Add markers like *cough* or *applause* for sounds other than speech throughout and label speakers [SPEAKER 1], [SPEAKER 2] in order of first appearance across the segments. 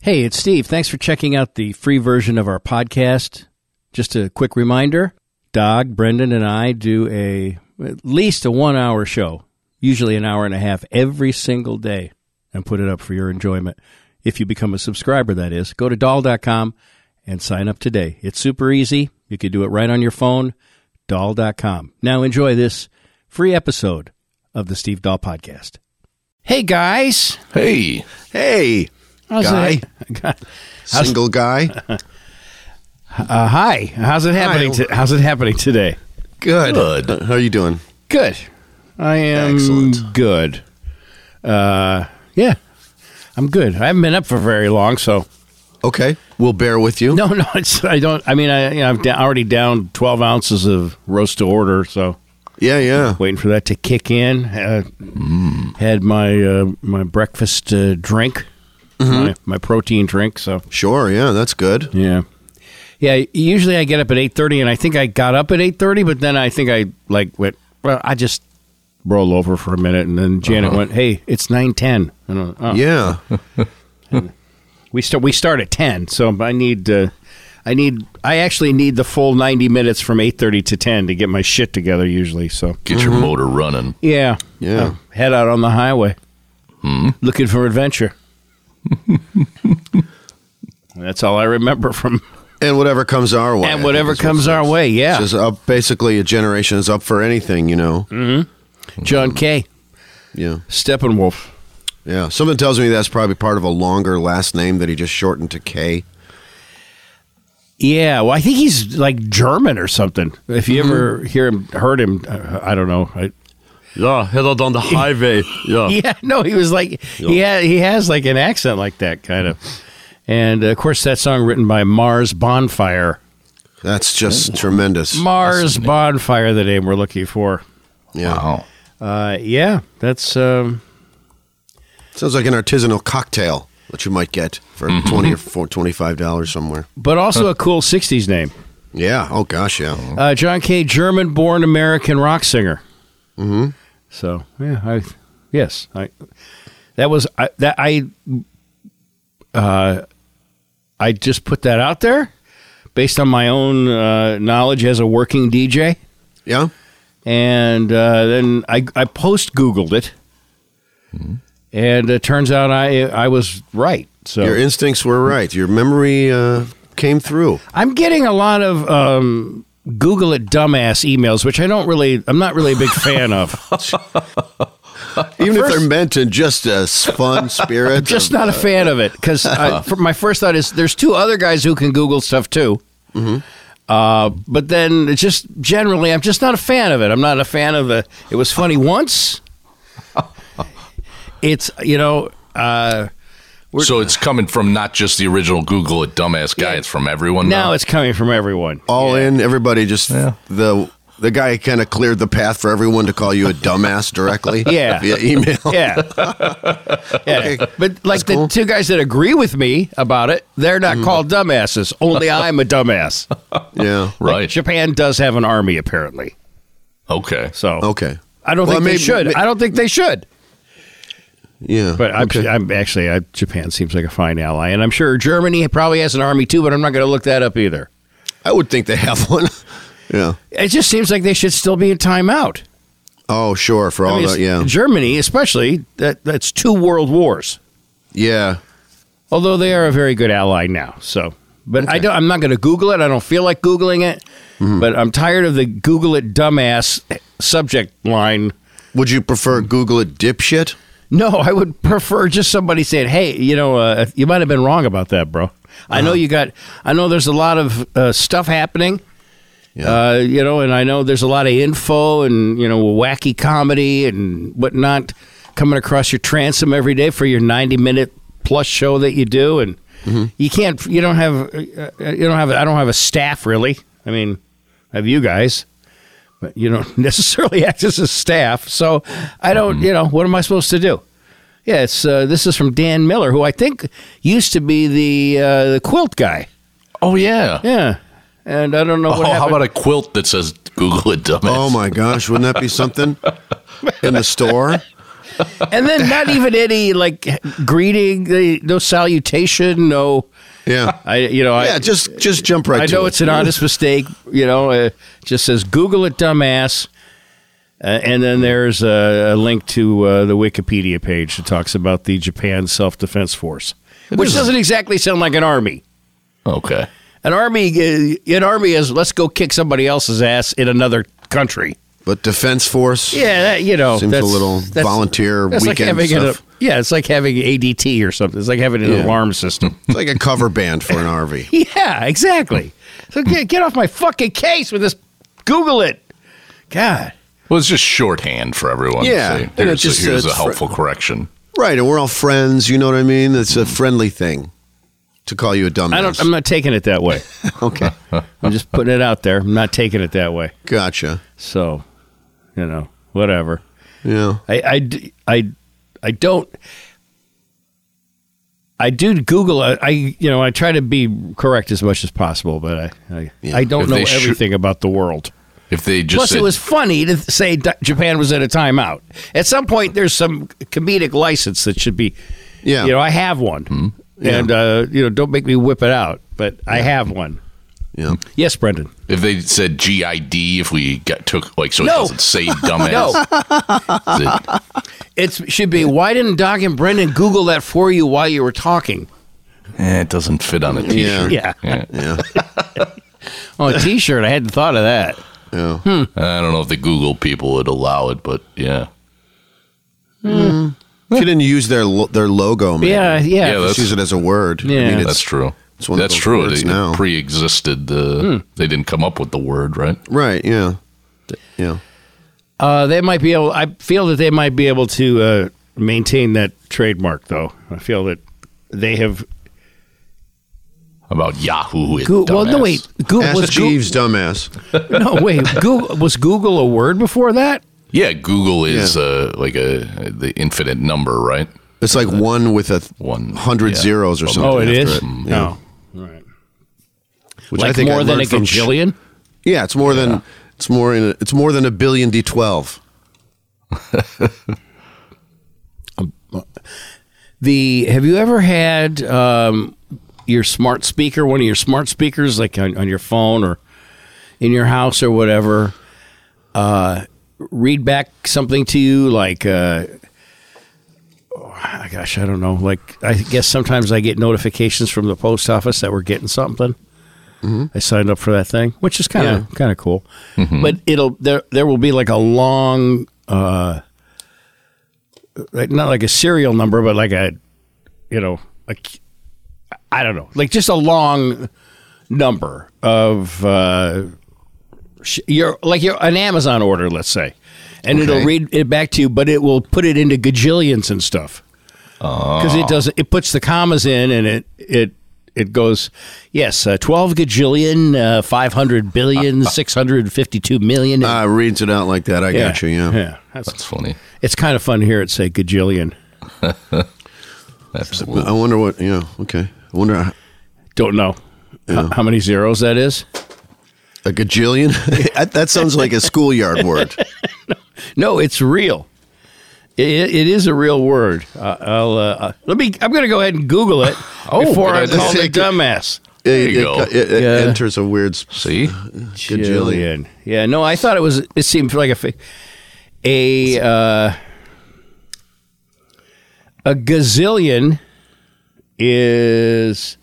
[SPEAKER 1] Hey, it's Steve. Thanks for checking out the free version of our podcast. Just a quick reminder Dog, Brendan, and I do a at least a one hour show, usually an hour and a half every single day, and put it up for your enjoyment. If you become a subscriber, that is, go to doll.com and sign up today. It's super easy. You can do it right on your phone, doll.com. Now enjoy this free episode of the Steve Doll Podcast. Hey, guys.
[SPEAKER 2] Hey,
[SPEAKER 3] Hey,
[SPEAKER 1] How's
[SPEAKER 3] Guy.
[SPEAKER 1] It? *laughs*
[SPEAKER 3] single guy.
[SPEAKER 1] Uh, hi. How's it happening? To, how's it happening today?
[SPEAKER 3] Good. Uh, How are you doing?
[SPEAKER 1] Good. I am
[SPEAKER 3] Excellent.
[SPEAKER 1] good. Uh, yeah, I'm good. I haven't been up for very long, so
[SPEAKER 3] Okay. We'll bear with
[SPEAKER 1] *laughs*
[SPEAKER 3] you.
[SPEAKER 1] no, no. It's I don't. I mean, I you know, I'm da- already down 12 ounces of roast to order, so
[SPEAKER 3] Yeah, yeah.
[SPEAKER 1] waiting for that to kick in. Uh, Had my uh, my breakfast uh, drink, my, my protein drink, so
[SPEAKER 3] Sure. Yeah, that's good.
[SPEAKER 1] Yeah. Yeah, usually I get up at 8:30 and I think I got up at 8:30 but then I think I like went well I just roll over for a minute and then Janet went, "Hey, it's 9:10." And I went, oh.
[SPEAKER 3] Uh-huh.
[SPEAKER 1] *laughs*
[SPEAKER 3] Yeah.
[SPEAKER 1] We start we start at 10, so I need uh, I need I actually need the full 90 minutes from 8:30 to 10 to get my shit together usually, so.
[SPEAKER 2] get your motor running.
[SPEAKER 1] Yeah.
[SPEAKER 3] Yeah. Hmm?
[SPEAKER 1] Uh, head out on the highway. Looking for adventure. *laughs* That's all I remember from
[SPEAKER 3] And whatever comes our way.
[SPEAKER 1] and whatever
[SPEAKER 3] I think is what
[SPEAKER 1] comes
[SPEAKER 3] it
[SPEAKER 1] our
[SPEAKER 3] is.
[SPEAKER 1] way. Yeah.
[SPEAKER 3] It's Just up, basically, a generation is up for anything, you know.
[SPEAKER 1] Mm. John Kay.
[SPEAKER 3] Yeah.
[SPEAKER 1] Steppenwolf.
[SPEAKER 3] Yeah. Someone tells me that's probably part of a longer last name that he just shortened to K.
[SPEAKER 1] Yeah, well, I think he's like German or something. If you ever hear him, heard him, uh, I don't know. I,
[SPEAKER 2] Yeah, head out on the highway. Yeah.
[SPEAKER 1] *laughs* yeah, no, he was like he ha- he has like an accent like that kind of. And uh, of course, that song written by Mars Bonfire.
[SPEAKER 3] That's
[SPEAKER 1] Mm.
[SPEAKER 3] just tremendous.
[SPEAKER 1] Mars Bonfire, the name we're looking for.
[SPEAKER 3] Yeah.
[SPEAKER 2] Wow.
[SPEAKER 1] Uh, yeah, that's um,
[SPEAKER 3] Sounds like an artisanal cocktail that you might get for
[SPEAKER 1] Mm-hmm.
[SPEAKER 3] 20 or four, $25 somewhere.
[SPEAKER 1] but also a cool '60s name.
[SPEAKER 3] Yeah. Oh, gosh. Yeah.
[SPEAKER 1] Uh, John Kay, German-born American rock singer. Mm-hmm. So yeah, I yes, I that was I, that I uh, I just put that out there based on my own uh, knowledge as a working DJ,
[SPEAKER 3] Yeah.
[SPEAKER 1] and uh, then I I post Googled it, and it turns out I I was right. So
[SPEAKER 3] Your instincts were right. Your memory uh, came through.
[SPEAKER 1] I'm getting a lot of. Um, Google it, dumbass emails, which I don't really, I'm not really a big fan of.
[SPEAKER 3] Even if they're meant in just a s-
[SPEAKER 1] *laughs*
[SPEAKER 3] fun spirit.
[SPEAKER 1] just
[SPEAKER 3] of-
[SPEAKER 1] not a fan of it because
[SPEAKER 3] Uh-huh.
[SPEAKER 1] my first thought is there's two other guys who can Google stuff too.
[SPEAKER 3] Mm-hmm.
[SPEAKER 1] Uh, but then it's just generally, I'm just not a fan of it. I'm not a fan of the. It was funny
[SPEAKER 3] *laughs*
[SPEAKER 1] once. It's you know, uh,
[SPEAKER 2] So it's coming from not just the original Google it dumbass guy, it's from everyone now.
[SPEAKER 1] now it's coming from everyone.
[SPEAKER 3] all in. Everybody just the the guy kind of cleared the path for everyone to call you a dumbass directly.
[SPEAKER 1] *laughs* Yeah.
[SPEAKER 3] via
[SPEAKER 1] *laughs*
[SPEAKER 3] email. *laughs*
[SPEAKER 1] Yeah, yeah. But like the two guys that agree with me about it, they're
[SPEAKER 3] Mm-hmm.
[SPEAKER 1] not called dumbasses. Only I'm a
[SPEAKER 3] *laughs*
[SPEAKER 1] dumbass.
[SPEAKER 3] Yeah.
[SPEAKER 2] right.
[SPEAKER 1] Japan does have an army apparently,
[SPEAKER 2] Okay.
[SPEAKER 1] so
[SPEAKER 3] Okay.
[SPEAKER 1] I don't
[SPEAKER 3] Well,
[SPEAKER 1] think
[SPEAKER 3] maybe-
[SPEAKER 1] they should.
[SPEAKER 3] may-
[SPEAKER 1] I don't think they should.
[SPEAKER 3] Yeah.
[SPEAKER 1] But I'm, I'm actually I, Japan seems like a fine ally, and I'm sure Germany probably has an army too. But I'm not going to look that up either.
[SPEAKER 3] I would think they have one. *laughs* yeah.
[SPEAKER 1] It just seems like they should still be in timeout.
[SPEAKER 3] Oh, sure. For
[SPEAKER 1] I
[SPEAKER 3] all
[SPEAKER 1] mean,
[SPEAKER 3] that.
[SPEAKER 1] it's-
[SPEAKER 3] Yeah.
[SPEAKER 1] Germany, especially that that's two world wars.
[SPEAKER 3] yeah.
[SPEAKER 1] Although they are a very good ally now, so but I don't. I'm not going to Google it. I don't feel like googling it. But I'm tired of the Google it dumbass subject line.
[SPEAKER 3] Would you prefer Google it dipshit?
[SPEAKER 1] No, I would prefer just somebody saying, "Hey, you know, uh, you might have been wrong about that, bro. I know you got. I know there's a lot of uh, stuff happening, uh, you know, and I know there's a lot of info and you know wacky comedy and whatnot coming across your transom every day for your 90 minute plus show that you do, and
[SPEAKER 2] Mm-hmm.
[SPEAKER 1] you can't. You don't have. uh, Uh, you don't have. I don't have a staff really. I mean, I have you guys. But you don't *laughs* necessarily act as a staff, so I
[SPEAKER 2] Mm-hmm.
[SPEAKER 1] don't. You know, what am I supposed to do? Yeah, it's uh, this is from Dan Miller, who I think used to be the uh, the quilt guy.
[SPEAKER 2] Oh yeah.
[SPEAKER 1] Yeah, and I don't know
[SPEAKER 2] Oh,
[SPEAKER 1] what
[SPEAKER 2] how
[SPEAKER 1] happened.
[SPEAKER 2] about a quilt that says Google it dumbass?
[SPEAKER 3] Oh my gosh, wouldn't that be something? In the store.
[SPEAKER 1] and then not even any like greeting, they- no salutation, no.
[SPEAKER 3] Yeah.
[SPEAKER 1] I you know
[SPEAKER 3] yeah,
[SPEAKER 1] I
[SPEAKER 3] just just jump right
[SPEAKER 1] I
[SPEAKER 3] to
[SPEAKER 1] know
[SPEAKER 3] it.
[SPEAKER 1] it's an honest mistake. You know, it just says Google it, dumbass. Uh, and then there's a, a link to uh, the Wikipedia page that talks about the Japan Self Defense Force, which doesn't exactly sound like an army.
[SPEAKER 2] Okay.
[SPEAKER 1] An army, uh, an army is let's go kick somebody else's ass in another country.
[SPEAKER 3] But Defense Force
[SPEAKER 1] Yeah, that, you know,
[SPEAKER 3] seems a
[SPEAKER 1] that's,
[SPEAKER 3] little
[SPEAKER 1] that's-
[SPEAKER 3] volunteer
[SPEAKER 1] that's like
[SPEAKER 3] weekend
[SPEAKER 1] having an-
[SPEAKER 3] stuff.
[SPEAKER 1] yeah, it's like having ADT or something. It's like having an
[SPEAKER 3] Yeah.
[SPEAKER 1] alarm system.
[SPEAKER 3] It's like a cover band for an RV.
[SPEAKER 1] *laughs* Yeah, exactly. So get, get off my fucking case with this. Google it. God.
[SPEAKER 2] Well, it's just shorthand for everyone. to
[SPEAKER 3] Yeah,
[SPEAKER 2] say,
[SPEAKER 3] and
[SPEAKER 2] Here's,
[SPEAKER 3] it just
[SPEAKER 2] a, here's a
[SPEAKER 3] says fr-
[SPEAKER 2] helpful correction.
[SPEAKER 3] Right, and we're all friends, you know what I mean? It's a friendly thing to call you a dumbass.
[SPEAKER 1] I don't. I'm not taking it that way.
[SPEAKER 3] *laughs* okay.
[SPEAKER 1] I'm just putting it out there. I'm not taking it that way.
[SPEAKER 3] Gotcha.
[SPEAKER 1] So, you know, whatever.
[SPEAKER 3] Yeah.
[SPEAKER 1] I I d- I- I don't. I do Google. I, I you know I try to be correct as much as possible, but I I, I don't
[SPEAKER 2] If
[SPEAKER 1] know
[SPEAKER 2] they shoot-
[SPEAKER 1] everything about the world.
[SPEAKER 2] If they just
[SPEAKER 1] Plus,
[SPEAKER 2] said,
[SPEAKER 1] it was funny to say D- Japan was at a timeout. At some point, there's some comedic license that should be.
[SPEAKER 3] Yeah.
[SPEAKER 1] You know, I have one, and uh, you know, don't make me whip it out, but I have one.
[SPEAKER 3] Yeah.
[SPEAKER 1] Yes, Brendan.
[SPEAKER 2] if they said GID, if we got took like so
[SPEAKER 1] No.
[SPEAKER 2] it doesn't say dumbass. Is
[SPEAKER 1] It should be. Why didn't Doc and Brendan Google that for you while you were talking?
[SPEAKER 2] It, eh, it doesn't fit on a t-shirt.
[SPEAKER 1] *laughs* Yeah.
[SPEAKER 2] Yeah.
[SPEAKER 3] Yeah.
[SPEAKER 1] Oh, a T-shirt. I hadn't thought of that. *laughs*
[SPEAKER 3] Yeah.
[SPEAKER 1] Hmm.
[SPEAKER 2] I don't know if the Google people would allow it, but yeah.
[SPEAKER 3] If you didn't use their lo- their logo, man.
[SPEAKER 1] Yeah, yeah.
[SPEAKER 2] Yeah,
[SPEAKER 3] Just
[SPEAKER 2] that's-
[SPEAKER 3] use it as a word.
[SPEAKER 1] Yeah.
[SPEAKER 3] I mean,
[SPEAKER 2] That's
[SPEAKER 3] it's,
[SPEAKER 2] true.
[SPEAKER 3] it's one of
[SPEAKER 2] That's
[SPEAKER 3] those
[SPEAKER 2] true.
[SPEAKER 3] words
[SPEAKER 2] It,
[SPEAKER 3] now.
[SPEAKER 2] it pre-existed. The,
[SPEAKER 1] Hmm.
[SPEAKER 2] They didn't come up with the word, right?
[SPEAKER 3] right. Yeah. Yeah.
[SPEAKER 1] Uh, they might be able. I feel that they might be able to uh, maintain that trademark, though. I feel that they have.
[SPEAKER 2] About Yahoo. it
[SPEAKER 1] Goo- well, no
[SPEAKER 2] dumbass.
[SPEAKER 1] wait. Goo-
[SPEAKER 3] Ask
[SPEAKER 1] was Goo-
[SPEAKER 3] Jeeves, dumbass.
[SPEAKER 1] no wait. Goo- was Google a word before that?
[SPEAKER 2] Yeah, Google is uh, like a the infinite number, right?
[SPEAKER 3] It's like one with a th-
[SPEAKER 2] One
[SPEAKER 3] hundred
[SPEAKER 2] yeah.
[SPEAKER 3] zeros or something.
[SPEAKER 1] oh, it
[SPEAKER 3] after
[SPEAKER 1] is.
[SPEAKER 3] It, mm,
[SPEAKER 1] No. Right.
[SPEAKER 3] which
[SPEAKER 1] Like more than a
[SPEAKER 3] learned from Sh-
[SPEAKER 1] gajillion.
[SPEAKER 3] yeah, it's more than it's more in a, it's more than a billion D twelve.
[SPEAKER 1] the have you ever had um, your smart speaker one of your smart speakers like on, on your phone or in your house or whatever uh, read back something to you like uh, oh, gosh i don't know like i guess sometimes i get notifications from the post office that we're getting something I signed up for that thing, which is kind of kind of cool. But it'll there there will be like a long, uh, like not like a serial number, but like a, you know, like I don't know, like just a long number of uh, sh- your like your an Amazon order, let's say, and it'll
[SPEAKER 3] Okay.
[SPEAKER 1] read it back to you, but it will put it into gajillions and stuff
[SPEAKER 3] Oh.
[SPEAKER 1] because it doesn't it puts the commas in and it it it goes yes uh, 12 gajillion uh, 500
[SPEAKER 3] *laughs*
[SPEAKER 1] billion 652 million
[SPEAKER 3] Uh, reads it out like that. I got you. Yeah.
[SPEAKER 1] That's,
[SPEAKER 2] That's funny.
[SPEAKER 1] it's kind of fun to hear it say gajillion
[SPEAKER 3] But I
[SPEAKER 2] Absolutely.
[SPEAKER 3] wonder what. Yeah. Okay. I wonder how-
[SPEAKER 1] don't know h- how many zeros that is
[SPEAKER 3] a gajillion. *laughs* that, that sounds like a schoolyard word.
[SPEAKER 1] no it's real it, it is a real word uh, i'll uh, uh, let me i'm going to go ahead and google it
[SPEAKER 2] Oh,
[SPEAKER 1] before i
[SPEAKER 2] good
[SPEAKER 1] call
[SPEAKER 3] idea.
[SPEAKER 1] it dumbass
[SPEAKER 3] There
[SPEAKER 2] you
[SPEAKER 3] it,
[SPEAKER 2] go.
[SPEAKER 3] It, it
[SPEAKER 1] Yeah.
[SPEAKER 3] enters a weird s-
[SPEAKER 2] See,
[SPEAKER 3] gajillion.
[SPEAKER 1] Yeah, no, I thought it was. It seemed like a fa- a uh, a gazillion is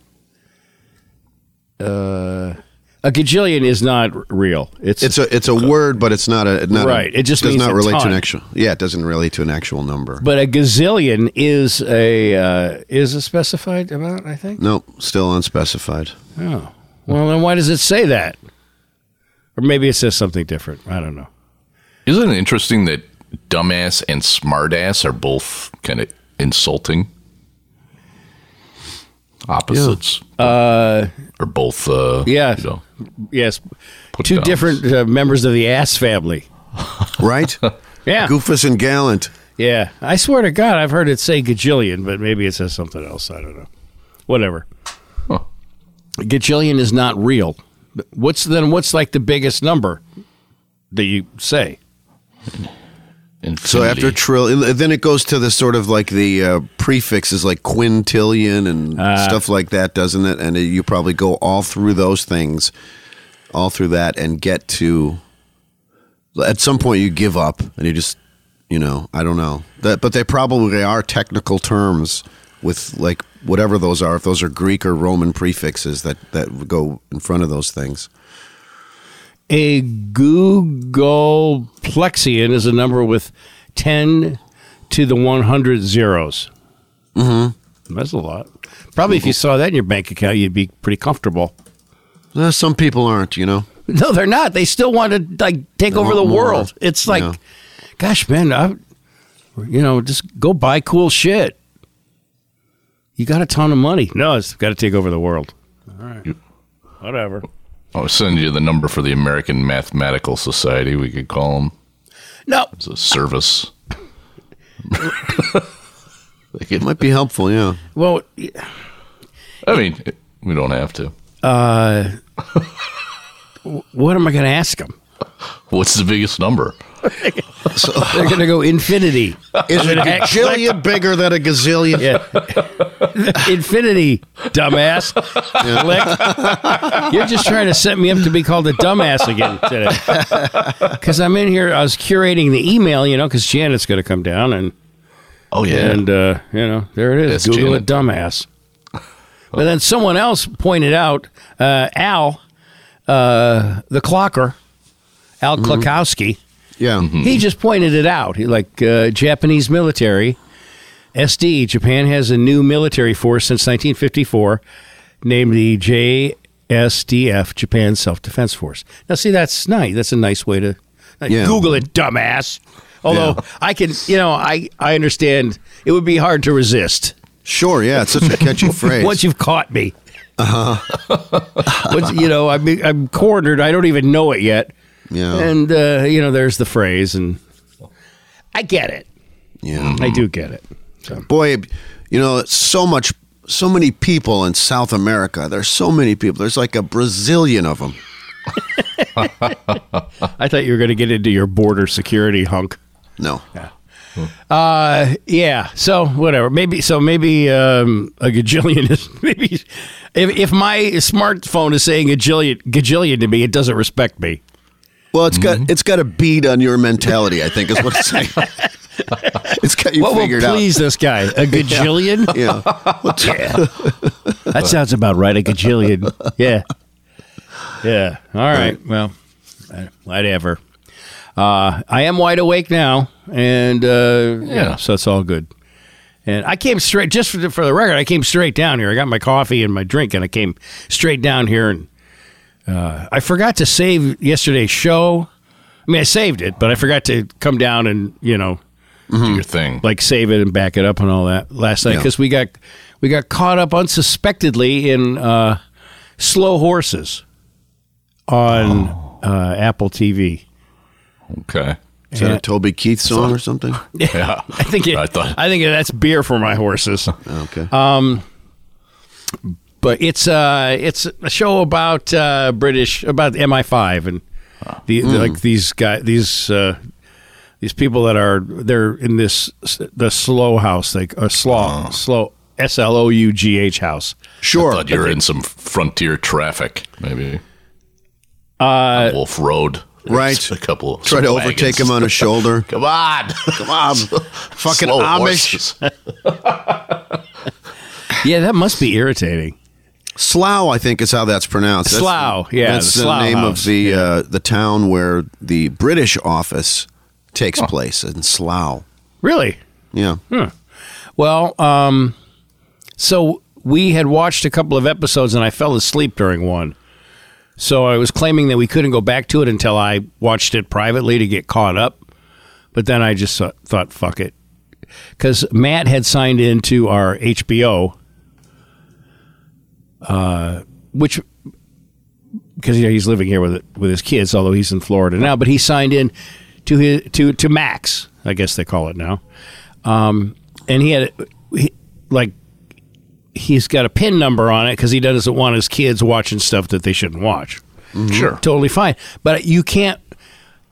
[SPEAKER 1] uh, a gajillion is not r- real. It's,
[SPEAKER 3] It's a it's a word, but it's not a not a-
[SPEAKER 1] Right, it just
[SPEAKER 3] does
[SPEAKER 1] means
[SPEAKER 3] not
[SPEAKER 1] a
[SPEAKER 3] relate to
[SPEAKER 1] ton.
[SPEAKER 3] an actual. Yeah, it doesn't relate to an actual number.
[SPEAKER 1] but a gazillion is a uh, is a specified amount. I think.
[SPEAKER 3] Nope, still unspecified.
[SPEAKER 1] Oh, well, then why does it say that? Or maybe it says something different. I don't know.
[SPEAKER 2] isn't it interesting that dumbass and smartass are both kind of insulting opposites? or both? Uh,
[SPEAKER 1] Yeah.
[SPEAKER 2] you know,
[SPEAKER 1] Yes,
[SPEAKER 2] Put
[SPEAKER 1] two
[SPEAKER 2] downs.
[SPEAKER 1] different uh, members of the ass family.
[SPEAKER 3] Right?
[SPEAKER 1] Yeah.
[SPEAKER 3] Goofus and Gallant.
[SPEAKER 1] Yeah. I swear to God, I've heard it say gajillion, but maybe it says something else. I don't know. Whatever.
[SPEAKER 2] Huh.
[SPEAKER 1] Gajillion is not real. But What's then? What's like the biggest number that you say?
[SPEAKER 2] Infinity.
[SPEAKER 3] So after trill, then it goes to the sort of like the uh, prefixes like quintillion and stuff like that, doesn't it? And you probably go all through those things, all through that, and get to. At some point, you give up and you just, you know, I don't know. That, but they probably are technical terms with like whatever those are. If those are Greek or Roman prefixes that that go in front of those things.
[SPEAKER 1] A googolplexian is a number with 10 to the 100 zeros. Mm-hmm. That's a lot. Probably if you saw that in your bank account, you'd be pretty comfortable.
[SPEAKER 3] Uh, some people aren't, you know.
[SPEAKER 1] No, they're not. They still want to like take over the
[SPEAKER 3] want more.
[SPEAKER 1] world. It's like,
[SPEAKER 3] Yeah.
[SPEAKER 1] gosh, man, I, you know, just go buy cool shit. You got a ton of money. No, it's got to take over the world. All right, whatever.
[SPEAKER 2] I'll send you the number for the American Mathematical Society. We could call them.
[SPEAKER 1] No,
[SPEAKER 2] It's a service. They
[SPEAKER 3] It
[SPEAKER 2] could-
[SPEAKER 3] might be helpful, yeah.
[SPEAKER 1] well,
[SPEAKER 2] I mean, we don't have to.
[SPEAKER 1] what am I going to ask them?
[SPEAKER 2] What's the biggest number?
[SPEAKER 1] They're going to go infinity.
[SPEAKER 3] Is it a
[SPEAKER 1] Heck,
[SPEAKER 3] gajillion bigger than a gazillion?
[SPEAKER 1] Yeah. *laughs* Infinity, dumbass. Click. You're just trying to set me up to be called a dumbass again today.
[SPEAKER 2] *laughs*
[SPEAKER 1] Because I'm in here, I was curating the email, you know, because Janet's going to come down and,
[SPEAKER 2] Oh yeah,
[SPEAKER 1] and uh, you know, there it is.
[SPEAKER 2] Yes,
[SPEAKER 1] Google
[SPEAKER 2] Janet.
[SPEAKER 1] a
[SPEAKER 2] *laughs*
[SPEAKER 1] dumbass. But then someone else pointed out uh, Al, uh, the clocker, Al
[SPEAKER 2] Mm-hmm.
[SPEAKER 1] Klakowski.
[SPEAKER 3] Yeah. mm-hmm.
[SPEAKER 1] He just pointed it out. He, like uh, Japanese military, SD. Japan has a new military force since 1954, named the JSDF, Japan Self Defense Force. Now, see, that's nice. That's a nice way to like,
[SPEAKER 3] Yeah.
[SPEAKER 1] Google it, dumbass. Although I can, you know, I I understand it would be hard to resist
[SPEAKER 3] Sure, yeah. It's such a catchy phrase.
[SPEAKER 1] once you've caught me. *laughs* Uh-huh. you know, I'm I'm cornered. I don't even know it yet.
[SPEAKER 3] yeah.
[SPEAKER 1] And uh, you know, there's the phrase, and I get it.
[SPEAKER 3] yeah.
[SPEAKER 1] I do get it. So.
[SPEAKER 3] Boy, you know, so much, so many people in South America. There's so many people. There's like a Brazilian of them.
[SPEAKER 1] I thought you were going to get into your border security hunk.
[SPEAKER 3] No.
[SPEAKER 1] Uh, yeah. So whatever. Maybe so. Maybe um, a gajillion is *laughs* maybe if, if my smartphone is saying gajillion gajillion to me, it doesn't respect me.
[SPEAKER 3] Well, it's got it's got a bead on your mentality. I think is what it's saying. it's got you
[SPEAKER 1] What will
[SPEAKER 3] figured
[SPEAKER 1] please this guy? A gajillion?
[SPEAKER 3] out. Yeah. Well, t-
[SPEAKER 1] That sounds about right. A gajillion. Yeah. Yeah. All right. Well, uh, whatever. Uh, I am wide awake now, and uh, yeah,
[SPEAKER 2] Yeah.
[SPEAKER 1] so it's all good. And I came straight, just for the, for the record, I came straight down here. I got my coffee and my drink, and I came straight down here. And uh, I forgot to save yesterday's show. I mean, I saved it, but I forgot to come down and, you know,
[SPEAKER 2] do your thing.
[SPEAKER 1] like save it and back it up and all that last night
[SPEAKER 3] Yeah.
[SPEAKER 1] because we got we got caught up unsuspectedly in uh, slow horses on uh, Apple TV.
[SPEAKER 2] okay.
[SPEAKER 3] is that a Toby Keith song or something?
[SPEAKER 2] Yeah.
[SPEAKER 1] I think it, I,
[SPEAKER 2] I thought-
[SPEAKER 1] think that's beer for my horses.
[SPEAKER 3] Oh, Okay.
[SPEAKER 1] but it's uh it's a show about uh, British about MI5 and the, the- like these guy these uh, these people that are they're in this the slow house like a slow slow S L O U G H house.
[SPEAKER 2] I
[SPEAKER 3] sure.
[SPEAKER 2] thought you were in some frontier traffic, maybe. Uh, Wolf Road.
[SPEAKER 3] Right.
[SPEAKER 2] There's A couple.
[SPEAKER 3] Try
[SPEAKER 2] some
[SPEAKER 3] to overtake
[SPEAKER 2] wagons.
[SPEAKER 3] him on his shoulder.
[SPEAKER 2] Come on, come on,
[SPEAKER 3] Fucking Amish.
[SPEAKER 1] Yeah, that must be irritating.
[SPEAKER 3] Slough, I think, is how that's pronounced. That's-
[SPEAKER 1] Slough, yeah,
[SPEAKER 3] that's
[SPEAKER 1] the
[SPEAKER 3] the
[SPEAKER 1] Slough
[SPEAKER 3] name
[SPEAKER 1] House,
[SPEAKER 3] of the uh, the town where the British office takes place in Slough.
[SPEAKER 1] Really?
[SPEAKER 3] Yeah,
[SPEAKER 1] Well, um, so we had watched a couple of episodes and I fell asleep during one. So I was claiming that we couldn't go back to it until I watched it privately to get caught up. But then I just thought- thought, fuck it. Because Matt had signed into our HBO, uh, which, because you know, he's living here with with his kids, although he's in Florida now. But he signed in to his to to Max, I guess they call it now and he had he, like he's got a pin number on it because he doesn't want his kids watching stuff that they shouldn't watch.
[SPEAKER 2] Sure.
[SPEAKER 1] Totally fine, but you can't.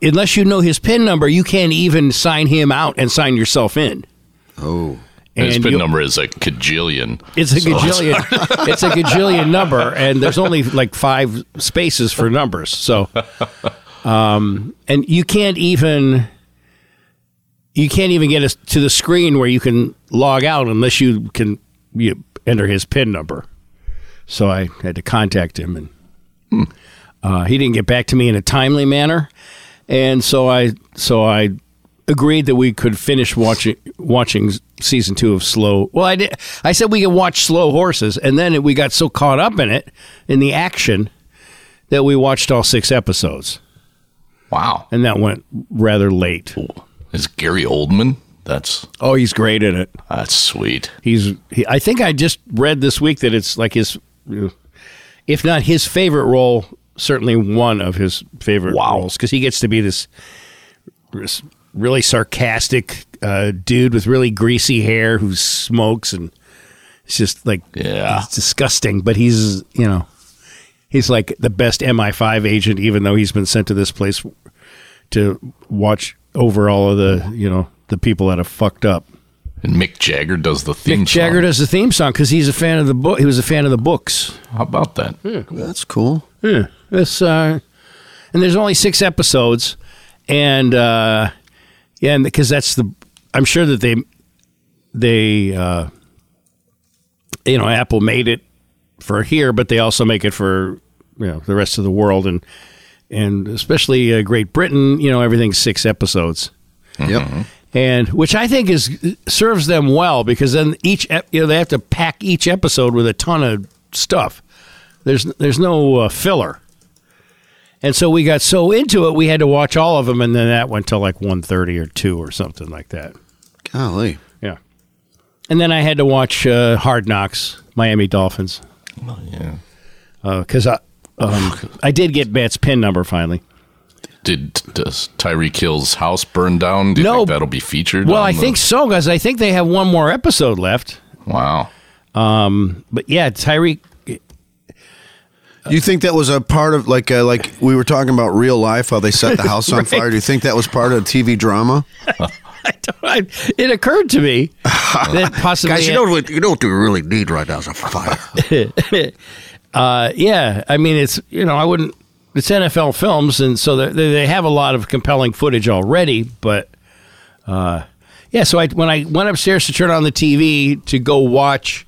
[SPEAKER 1] unless you know his PIN number, you can't even sign him out and sign yourself in.
[SPEAKER 3] Oh.
[SPEAKER 2] And his
[SPEAKER 1] And
[SPEAKER 2] PIN
[SPEAKER 1] you-
[SPEAKER 2] number is a cajillion.
[SPEAKER 1] It's a
[SPEAKER 2] So
[SPEAKER 1] gajillion. it's a gajillion number, and there's only like five spaces for numbers. So, um, and you can't even you can't even get us to the screen where you can log out unless you can you enter his PIN number. So I had to contact him, and uh, he didn't get back to me in a timely manner, and so I so I agreed that we could finish watching watching season two of Slow. Well, I did. I said we could watch Slow Horses, and then we got so caught up in it in the action that we watched all six episodes,
[SPEAKER 2] Wow.
[SPEAKER 1] and that went rather late.
[SPEAKER 2] Is Gary Oldman? That's
[SPEAKER 1] Oh, he's great at it.
[SPEAKER 2] that's sweet.
[SPEAKER 1] He's. He, I think I just read this week that it's like his, if not his favorite role, certainly one of his favorite
[SPEAKER 2] Wow.
[SPEAKER 1] roles because he gets to be this, this really sarcastic uh, dude with really greasy hair who smokes and it's just like
[SPEAKER 2] Yeah.
[SPEAKER 1] it's disgusting. But he's you know he's like the best MI5 agent, even though he's been sent to this place to watch over all of the you know the people that have fucked up.
[SPEAKER 2] And Mick Jagger does the theme
[SPEAKER 1] Mick Jagger
[SPEAKER 2] song.
[SPEAKER 1] does the theme song because he's a fan of the book. He was a fan of the books.
[SPEAKER 2] How about that?
[SPEAKER 1] Hmm.
[SPEAKER 3] That's cool.
[SPEAKER 1] Yeah, it's uh, and there's only six episodes, and uh, yeah, and because that's the I'm sure that they they uh, you know Apple made it for here, but they also make it for you know the rest of the world and and especially uh, Great Britain. You know everything's six episodes.
[SPEAKER 3] Yep.
[SPEAKER 1] and which I think is serves them well because then each ep- you know they have to pack each episode with a ton of stuff. There's there's no uh, filler, and so we got so into it we had to watch all of them, and then that went till like 1.30 or two or something like that.
[SPEAKER 3] Golly.
[SPEAKER 1] Yeah, and then I had to watch uh, Hard Knocks, Miami Dolphins,
[SPEAKER 2] Yeah.
[SPEAKER 1] because I um, I did get Matt's pin number finally.
[SPEAKER 2] Did does Tyreek Hill's house burn down? Do you
[SPEAKER 1] No.
[SPEAKER 2] think that'll be featured?
[SPEAKER 1] Well,
[SPEAKER 2] on
[SPEAKER 1] I
[SPEAKER 2] the-
[SPEAKER 1] think so, guys. I think they have one more episode left,
[SPEAKER 2] Wow.
[SPEAKER 1] but yeah, Tyreek.
[SPEAKER 3] You think that was a part of like uh, like we were talking about real life how they set the
[SPEAKER 1] *laughs*
[SPEAKER 3] house on fire? Do you think that was part of a TV drama?
[SPEAKER 1] I don't, I, *laughs* it occurred to me that possibly,
[SPEAKER 3] what you know what you really need right now is a fire.
[SPEAKER 1] *laughs* uh, yeah. I mean, it's you know, I wouldn't. It's NFL films, and so they, they they have a lot of compelling footage already. But uh, yeah, so I when I went upstairs to turn on the TV to go watch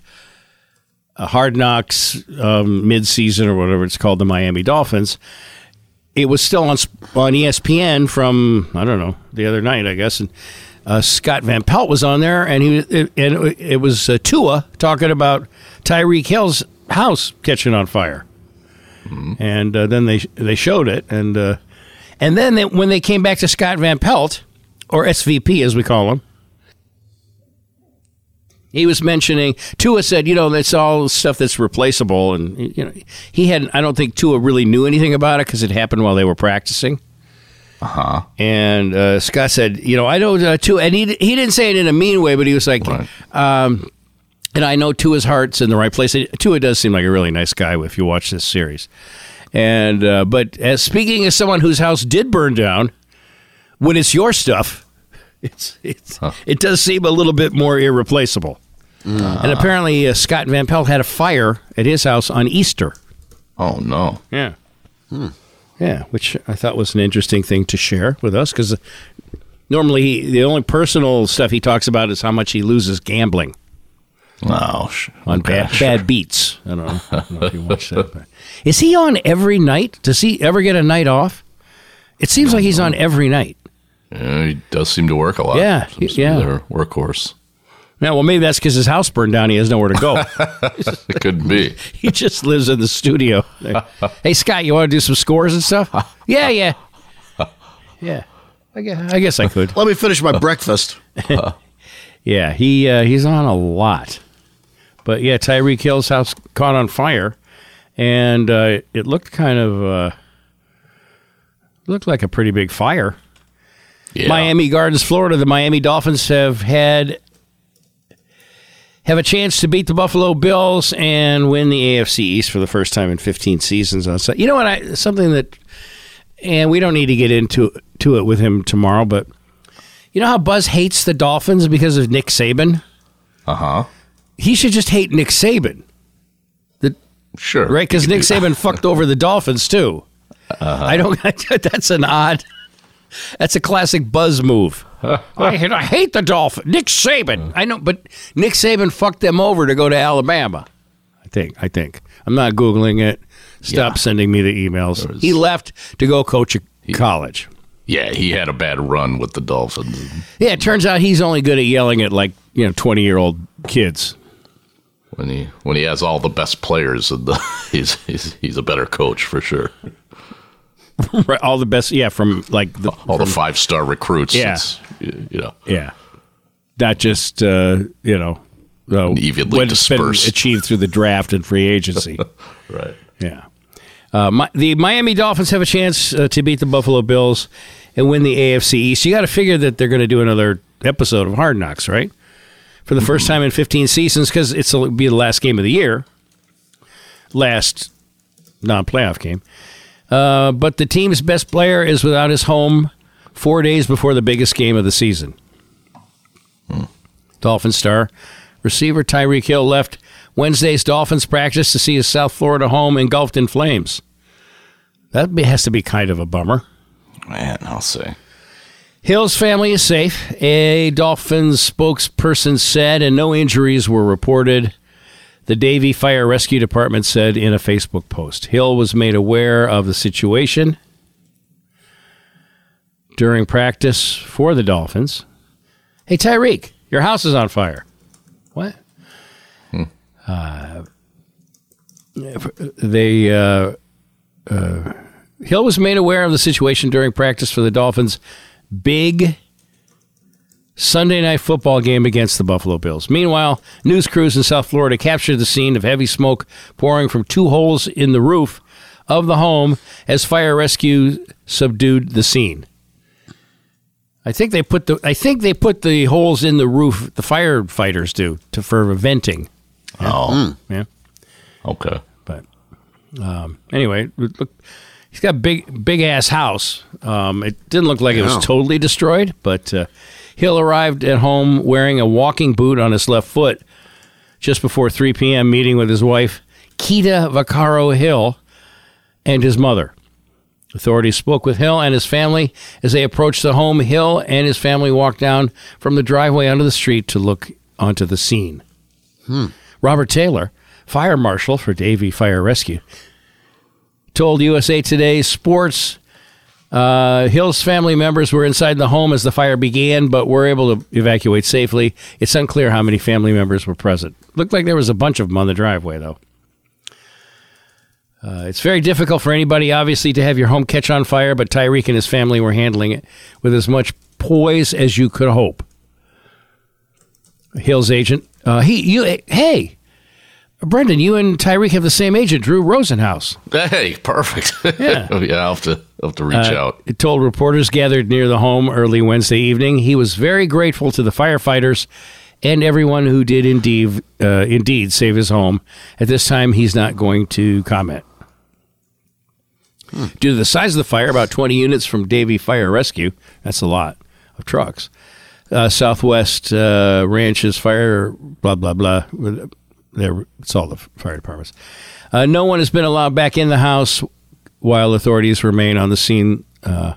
[SPEAKER 1] uh, Hard Knocks um, midseason or whatever it's called, the Miami Dolphins. It was still on Sp- on E ESPN from I don't know the other night, I guess. And uh, Scott Van Pelt was on there, and he it, and it, it was uh, Tua talking about Tyreek Hill's house catching on fire, and uh, then they they showed it, and uh, and then they, when they came back to Scott Van Pelt or SVP as we call him, he was mentioning Tua said, you know, that's all stuff that's replaceable, and you know, he had I don't think Tua really knew anything about it because it happened while they were practicing. Uh huh. And uh, Scott said, you know, I know uh, Tua, and he he didn't say it in a mean way, but he was like,
[SPEAKER 2] Right.
[SPEAKER 1] um, and I know Tua's heart's in the right place. Tua does seem like a really nice guy if you watch this series. And uh, but as speaking as someone whose house did burn down, when it's your stuff, *laughs* it's, it's it does seem a little bit more irreplaceable. And apparently, uh, Scott Van Pelt had a fire at his house on Easter.
[SPEAKER 2] Oh no.
[SPEAKER 1] Yeah. Yeah, which I thought was an interesting thing to share with us because normally he, the only personal stuff he talks about is how much he loses gambling
[SPEAKER 2] Oh, sh-
[SPEAKER 1] on
[SPEAKER 2] okay,
[SPEAKER 1] bad,
[SPEAKER 2] sure.
[SPEAKER 1] bad beats. I don't know, I don't know if you watch that. But. Is he on every night? Does he ever get a night off? It seems like he's on every night.
[SPEAKER 2] Yeah, he does seem to work a lot.
[SPEAKER 1] Yeah,
[SPEAKER 2] Seems to be
[SPEAKER 1] yeah.
[SPEAKER 2] their workhorse.
[SPEAKER 1] Yeah, well, maybe that's because his house burned down. He has nowhere to go. *laughs*
[SPEAKER 2] It could be.
[SPEAKER 1] he just lives in the studio. hey, Scott, you want to do some scores and stuff? yeah, yeah, yeah. I guess I, guess I could.
[SPEAKER 3] Let me finish my breakfast.
[SPEAKER 1] Yeah, he uh, he's on a lot, but yeah, Tyreek Hill's house caught on fire, and uh, it looked kind of uh, looked like a pretty big fire.
[SPEAKER 2] Yeah.
[SPEAKER 1] Miami Gardens, Florida. The Miami Dolphins have had have a chance to beat the Buffalo Bills and win the AFC East for the first Uh, time in 15 seasons. On Sun- you know what? I something that, and we don't need to get into to it with him tomorrow, but you know how Buzz hates the Dolphins because of Nick Saban?
[SPEAKER 2] Uh huh.
[SPEAKER 1] He should just hate Nick Saban, the,
[SPEAKER 2] Sure.
[SPEAKER 1] right? Because
[SPEAKER 2] You can *laughs*
[SPEAKER 1] Nick
[SPEAKER 2] do-
[SPEAKER 1] Saban fucked over the Dolphins too. I don't. *laughs* That's an odd. That's a classic Buzz move. I, hate- I hate the Dolphins. Nick Saban. I know, but Nick Saban fucked them over to go to Alabama. I think. I think. I'm not googling it. Stop sending me the emails. He left to go coach a college.
[SPEAKER 2] Yeah, he had a bad run with the Dolphins.
[SPEAKER 1] Yeah, it turns out he's only good at yelling at like you know 20 year old kids.
[SPEAKER 2] When he when he has all the best players, in the, *laughs* he's, he's he's a better coach for sure.
[SPEAKER 1] Right, All the best. Yeah, from like the
[SPEAKER 2] All the five star recruits.
[SPEAKER 1] Yeah.
[SPEAKER 2] it's, you know.
[SPEAKER 1] Yeah. Not just, uh, you know, uh,
[SPEAKER 2] Evenly
[SPEAKER 1] what it's been
[SPEAKER 2] dispersed.
[SPEAKER 1] achieved through the draft and free agency.
[SPEAKER 2] Right.
[SPEAKER 1] yeah. Uh, my, the Miami Dolphins have a chance uh, to beat the Buffalo Bills and win the AFC East. You got to figure that they're going to do another episode of Hard Knocks, right? For the first time in 15 seasons, because it's it'll be the last game of the year, last non-playoff game. Uh, but the team's best player is without his home four days before the biggest game of the season. Dolphin star receiver Tyreek Hill left Wednesday's Dolphins practice to see his South Florida home engulfed in flames. That be- has to be kind of a bummer.
[SPEAKER 2] Man, I'll say.
[SPEAKER 1] Hill's family is safe, a Dolphins spokesperson said, and no injuries were reported. The Davie Fire Rescue Department said in a Facebook post. Hill was made aware of the situation during practice for the Dolphins. Hey, Tyreek, your house is on fire. What? Uh, they. Uh, Hill was made aware of the situation during practice for the Dolphins' big Sunday night football game against the Buffalo Bills. Meanwhile, news crews in South Florida captured the scene of heavy smoke pouring from two holes in the roof of the home as fire rescue subdued the scene. I think they put the I think they put the holes in the roof the firefighters do to for venting.
[SPEAKER 2] Oh,
[SPEAKER 1] Yeah.
[SPEAKER 2] Hmm. okay.
[SPEAKER 1] But um, anyway, it look, he's got a big, big ass house. Um, it didn't look like it
[SPEAKER 3] Yeah.
[SPEAKER 1] was totally destroyed, but uh, Hill arrived at home wearing a walking boot on his left foot just before 3 p.m., meeting with his wife, Keita Vaccaro Hill, and his mother. Authorities spoke with Hill and his family as they approached the home. Hill and his family walked down from the driveway onto the street to look onto the scene. Robert Taylor, fire marshal for Davie Fire Rescue, told USA Today Sports uh, Hill's family members were inside the home as the fire began, but were able to evacuate safely. It's unclear how many family members were present. Looked like there was a bunch of them on the driveway, though. Uh, it's very difficult for anybody, obviously, to have your home catch on fire, but Tyreek and his family were handling it with as much poise as you could hope. Hill's agent. Uh, he, you, hey, Brendan, you and Tyreek have the same agent, Drew Rosenhaus.
[SPEAKER 2] Hey, perfect. *laughs* Oh, Yeah, I'll have to I'll have to reach out.
[SPEAKER 1] It told reporters gathered near the home early Wednesday evening he was very grateful to the firefighters and everyone who did indeed, uh, indeed save his home. At this time, he's not going to comment. Due to the size of the fire, about 20 units from Davy Fire Rescue, that's a lot of trucks, uh, Southwest uh, Ranches Fire, blah, blah, blah. There, it's all the fire departments. Uh, no one has been allowed back in the house while authorities remain on the scene. Uh,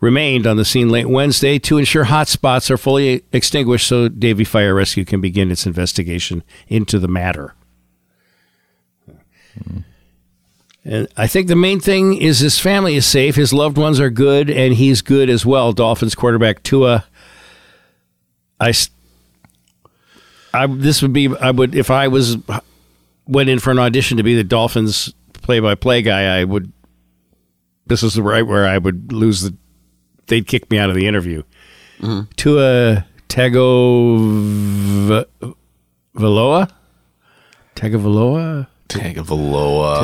[SPEAKER 1] remained on the scene late Wednesday to ensure hot spots are fully extinguished so Davy Fire Rescue can begin its investigation into the matter. And I think the main thing is his family is safe, his loved ones are good, and he's good as well. Dolphins quarterback Tua. I, s- I- this would be I would if I was went in for an audition to be the Dolphins play-by-play guy, I would. This is right where I would lose the. They'd kick me out of the interview. Tua Tagovailoa, Tagovailoa,
[SPEAKER 2] Tagovailoa.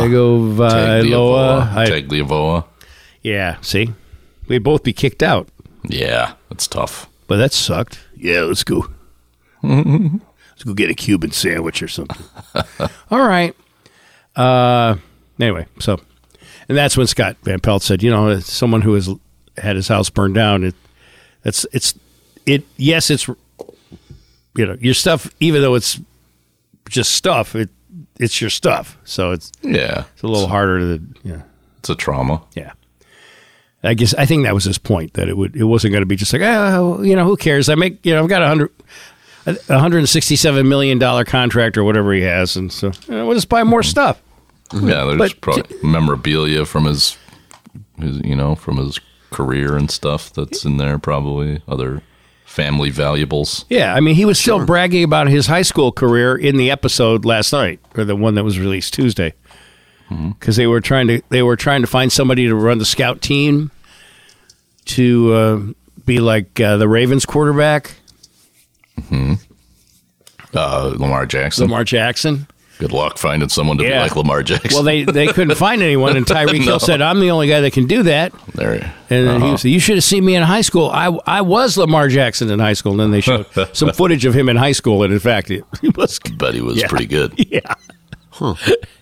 [SPEAKER 1] Tagovailoa. I-
[SPEAKER 2] Tagliavoa.
[SPEAKER 1] Yeah, see, we'd both be kicked out.
[SPEAKER 2] Yeah, that's tough.
[SPEAKER 1] But that sucked. Yeah, let's *laughs* go. let's go get a Cuban sandwich or something. *laughs* All right. Uh, anyway, so, and that's when Scott Van Pelt said, you know, as someone who is had his house burned down. It that's it's it yes it's you know your stuff even though it's just stuff it it's your stuff so it's
[SPEAKER 2] Yeah.
[SPEAKER 1] it's a little harder to yeah
[SPEAKER 2] It's a trauma.
[SPEAKER 1] yeah. I guess I think that was his point that it would it wasn't going to be just like oh you know who cares I make you know I've got a hundred a hundred and sixty seven million dollar contract or whatever he has and so you know, we'll just buy more stuff.
[SPEAKER 2] Yeah, there's
[SPEAKER 1] Mm-hmm. But-
[SPEAKER 2] probably memorabilia from his, his, you know, from his career and stuff that's in there. Probably other family valuables.
[SPEAKER 1] Yeah, I mean he was still bragging about his high school career in the episode last night or the one that was released Tuesday because they were trying to they were trying to find somebody to run the scout team to uh, be like uh, the Ravens quarterback
[SPEAKER 2] Uh, Lamar Jackson.
[SPEAKER 1] Lamar Jackson.
[SPEAKER 2] Good luck finding someone to be
[SPEAKER 1] Yeah.
[SPEAKER 2] like Lamar Jackson.
[SPEAKER 1] Well, they, they couldn't find anyone, and Tyreek Hill said, "I'm the only guy that can do that."
[SPEAKER 2] there.
[SPEAKER 1] And then he said, "You should have seen me in high school. I I was Lamar Jackson in high school." And then they showed some footage of him in high school, and in fact, it, *laughs* it was
[SPEAKER 2] But he was
[SPEAKER 1] Yeah.
[SPEAKER 2] pretty good.
[SPEAKER 1] yeah,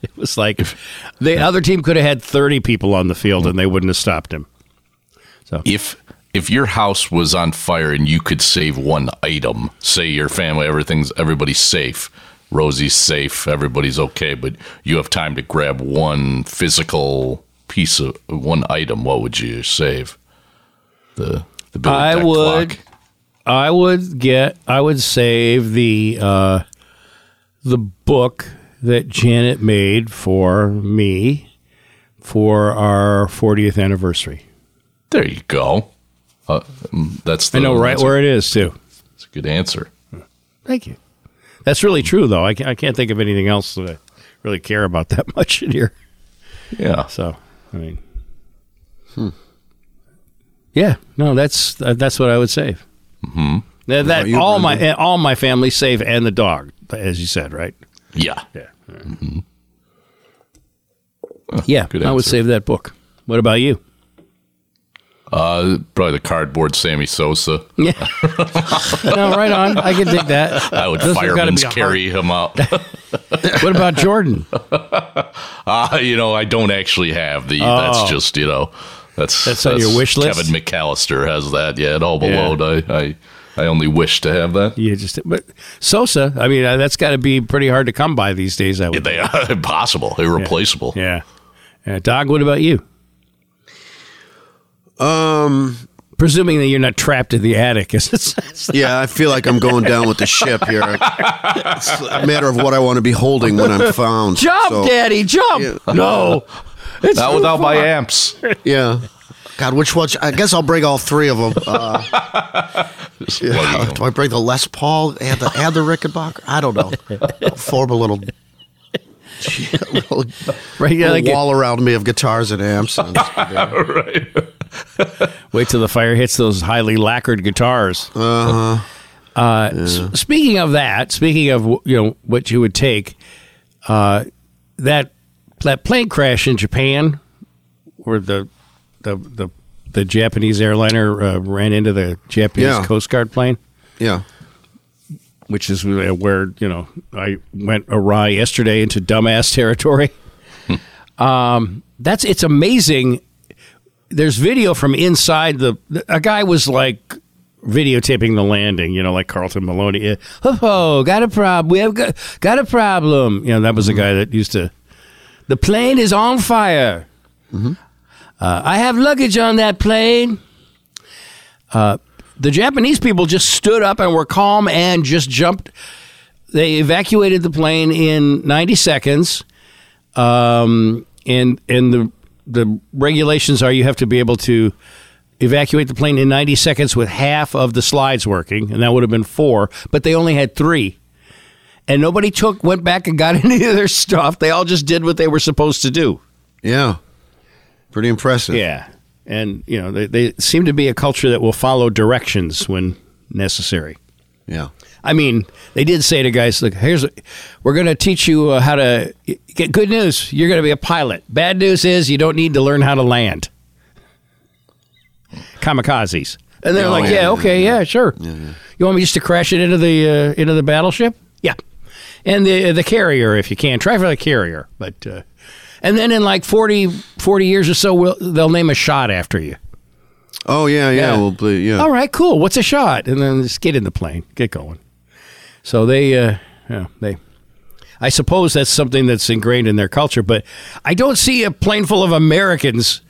[SPEAKER 1] it was like the other team could have had 30 people on the field, and they wouldn't have stopped him.
[SPEAKER 2] if if your house was on fire and you could save one item, say your family, everything's everybody's safe, Rosie's safe, everybody's okay, but you have time to grab one physical piece of one item, what would you save? The the Bill
[SPEAKER 1] I
[SPEAKER 2] Tech
[SPEAKER 1] would-
[SPEAKER 2] clock.
[SPEAKER 1] I would get. I would save the uh, the book that Janet made for me for our 40th anniversary.
[SPEAKER 2] There you go. Uh, mm, that's the
[SPEAKER 1] I know right
[SPEAKER 2] that's
[SPEAKER 1] where it is too.
[SPEAKER 2] A, that's a good answer.
[SPEAKER 1] Thank you. That's really true, though. I can't, I can't think of anything else that I really care about *laughs* that much in here.
[SPEAKER 2] Yeah.
[SPEAKER 1] So, I mean, yeah, no, that's that- that's what I would save. Mm-hmm. That, that-
[SPEAKER 3] you,
[SPEAKER 1] all my and all my family safe and the dog, as you said, right?
[SPEAKER 2] Yeah.
[SPEAKER 1] Yeah, yeah.
[SPEAKER 2] good
[SPEAKER 1] I would
[SPEAKER 2] answer.
[SPEAKER 1] save that book. What about you?
[SPEAKER 2] Uh, probably the cardboard Sammy Sosa.
[SPEAKER 1] Yeah, *laughs* no, right on. I can dig that.
[SPEAKER 2] I would
[SPEAKER 1] Those have gotta
[SPEAKER 2] fireman's
[SPEAKER 1] be a hard-
[SPEAKER 2] carry him out.
[SPEAKER 1] What about Jordan?
[SPEAKER 2] Uh, you know, I don't actually have the. That's just you know, that's
[SPEAKER 1] Oh. That's on your wish list?
[SPEAKER 2] Kevin McAllister has that. Yeah, at all
[SPEAKER 1] Yeah.
[SPEAKER 2] below. I, I I only wish to have that.
[SPEAKER 1] You just but Sosa. I mean, uh, that's got to be pretty hard to come by these days. I would.
[SPEAKER 2] *laughs* They are impossible, irreplaceable.
[SPEAKER 1] Yeah. Uh, Dog, what about you?
[SPEAKER 3] Um,
[SPEAKER 1] Presuming that you're not trapped in the attic, *laughs* is it?
[SPEAKER 3] yeah, I feel like I'm going down with the ship here. It's a matter of what I want to be holding when I'm found.
[SPEAKER 1] jump,
[SPEAKER 3] So,
[SPEAKER 1] Daddy, jump! *laughs*
[SPEAKER 3] Yeah.
[SPEAKER 1] No, it's
[SPEAKER 2] Not
[SPEAKER 1] too
[SPEAKER 2] without my
[SPEAKER 1] far.
[SPEAKER 2] amps.
[SPEAKER 3] *laughs* Yeah. God, which one? I guess I'll break all three of them. Uh,
[SPEAKER 2] Just
[SPEAKER 3] yeah.
[SPEAKER 1] *laughs*
[SPEAKER 2] plugging
[SPEAKER 3] Do
[SPEAKER 2] them.
[SPEAKER 3] I break the Les Paul and the and the Rickenbacker? I don't know. I'll form
[SPEAKER 1] *laughs*
[SPEAKER 3] a little, a little,
[SPEAKER 1] *laughs* Right, yeah,
[SPEAKER 3] little
[SPEAKER 1] like it-
[SPEAKER 3] wall around me of guitars and amps. And,
[SPEAKER 1] Wait till the fire hits those highly lacquered guitars. Uh-huh. speaking of that, speaking of you know what you would take, uh, that that plane crash in Japan, where the the the, the Japanese airliner uh, ran into the Japanese
[SPEAKER 3] Yeah.
[SPEAKER 1] Coast Guard plane,
[SPEAKER 3] yeah.
[SPEAKER 1] which is where where, you know I went awry yesterday into dumbass territory. um, that's it's amazing there's video from inside the a guy was like videotaping the landing you know like carlton maloney Uh, oh, oh got a problem we have got, got a problem you know that was a guy that used to the plane is on fire uh, i have luggage on that plane uh, the japanese people just stood up and were calm and just jumped they evacuated the plane in 90 seconds um, and and the the regulations are you have to be able to evacuate the plane in 90 seconds with half of the slides working, and that would have been four, but they only had three. And nobody took went back and got *laughs* any of their stuff. They all just did what they were supposed to do.
[SPEAKER 3] Yeah. Pretty impressive.
[SPEAKER 1] Yeah. And you know, they, they seem to be a culture that will follow directions when necessary.
[SPEAKER 3] Yeah.
[SPEAKER 1] I mean, they did say to guys, "Look, here's we're going to teach you uh, how to get good news. You're going to be a pilot. Bad news is you don't need to learn how to land." Kamikazes, and they're
[SPEAKER 3] Oh,
[SPEAKER 1] like,
[SPEAKER 3] yeah,
[SPEAKER 1] "Yeah,
[SPEAKER 3] yeah,
[SPEAKER 1] okay, yeah, sure. You want me just to crash it into the uh, into the battleship? Yeah, and the the carrier if you can. Try for the carrier, but uh, and then in like 40, 40 years or so, we'll, they'll name a shot after you."
[SPEAKER 3] Oh yeah, yeah.
[SPEAKER 1] Yeah.
[SPEAKER 3] Well, ble- yeah.
[SPEAKER 1] All right, cool. What's a shot? And then just get in the plane, get going. So they, uh, yeah, they. I suppose that's something that's ingrained in their culture, but I don't see a plane full of Americans.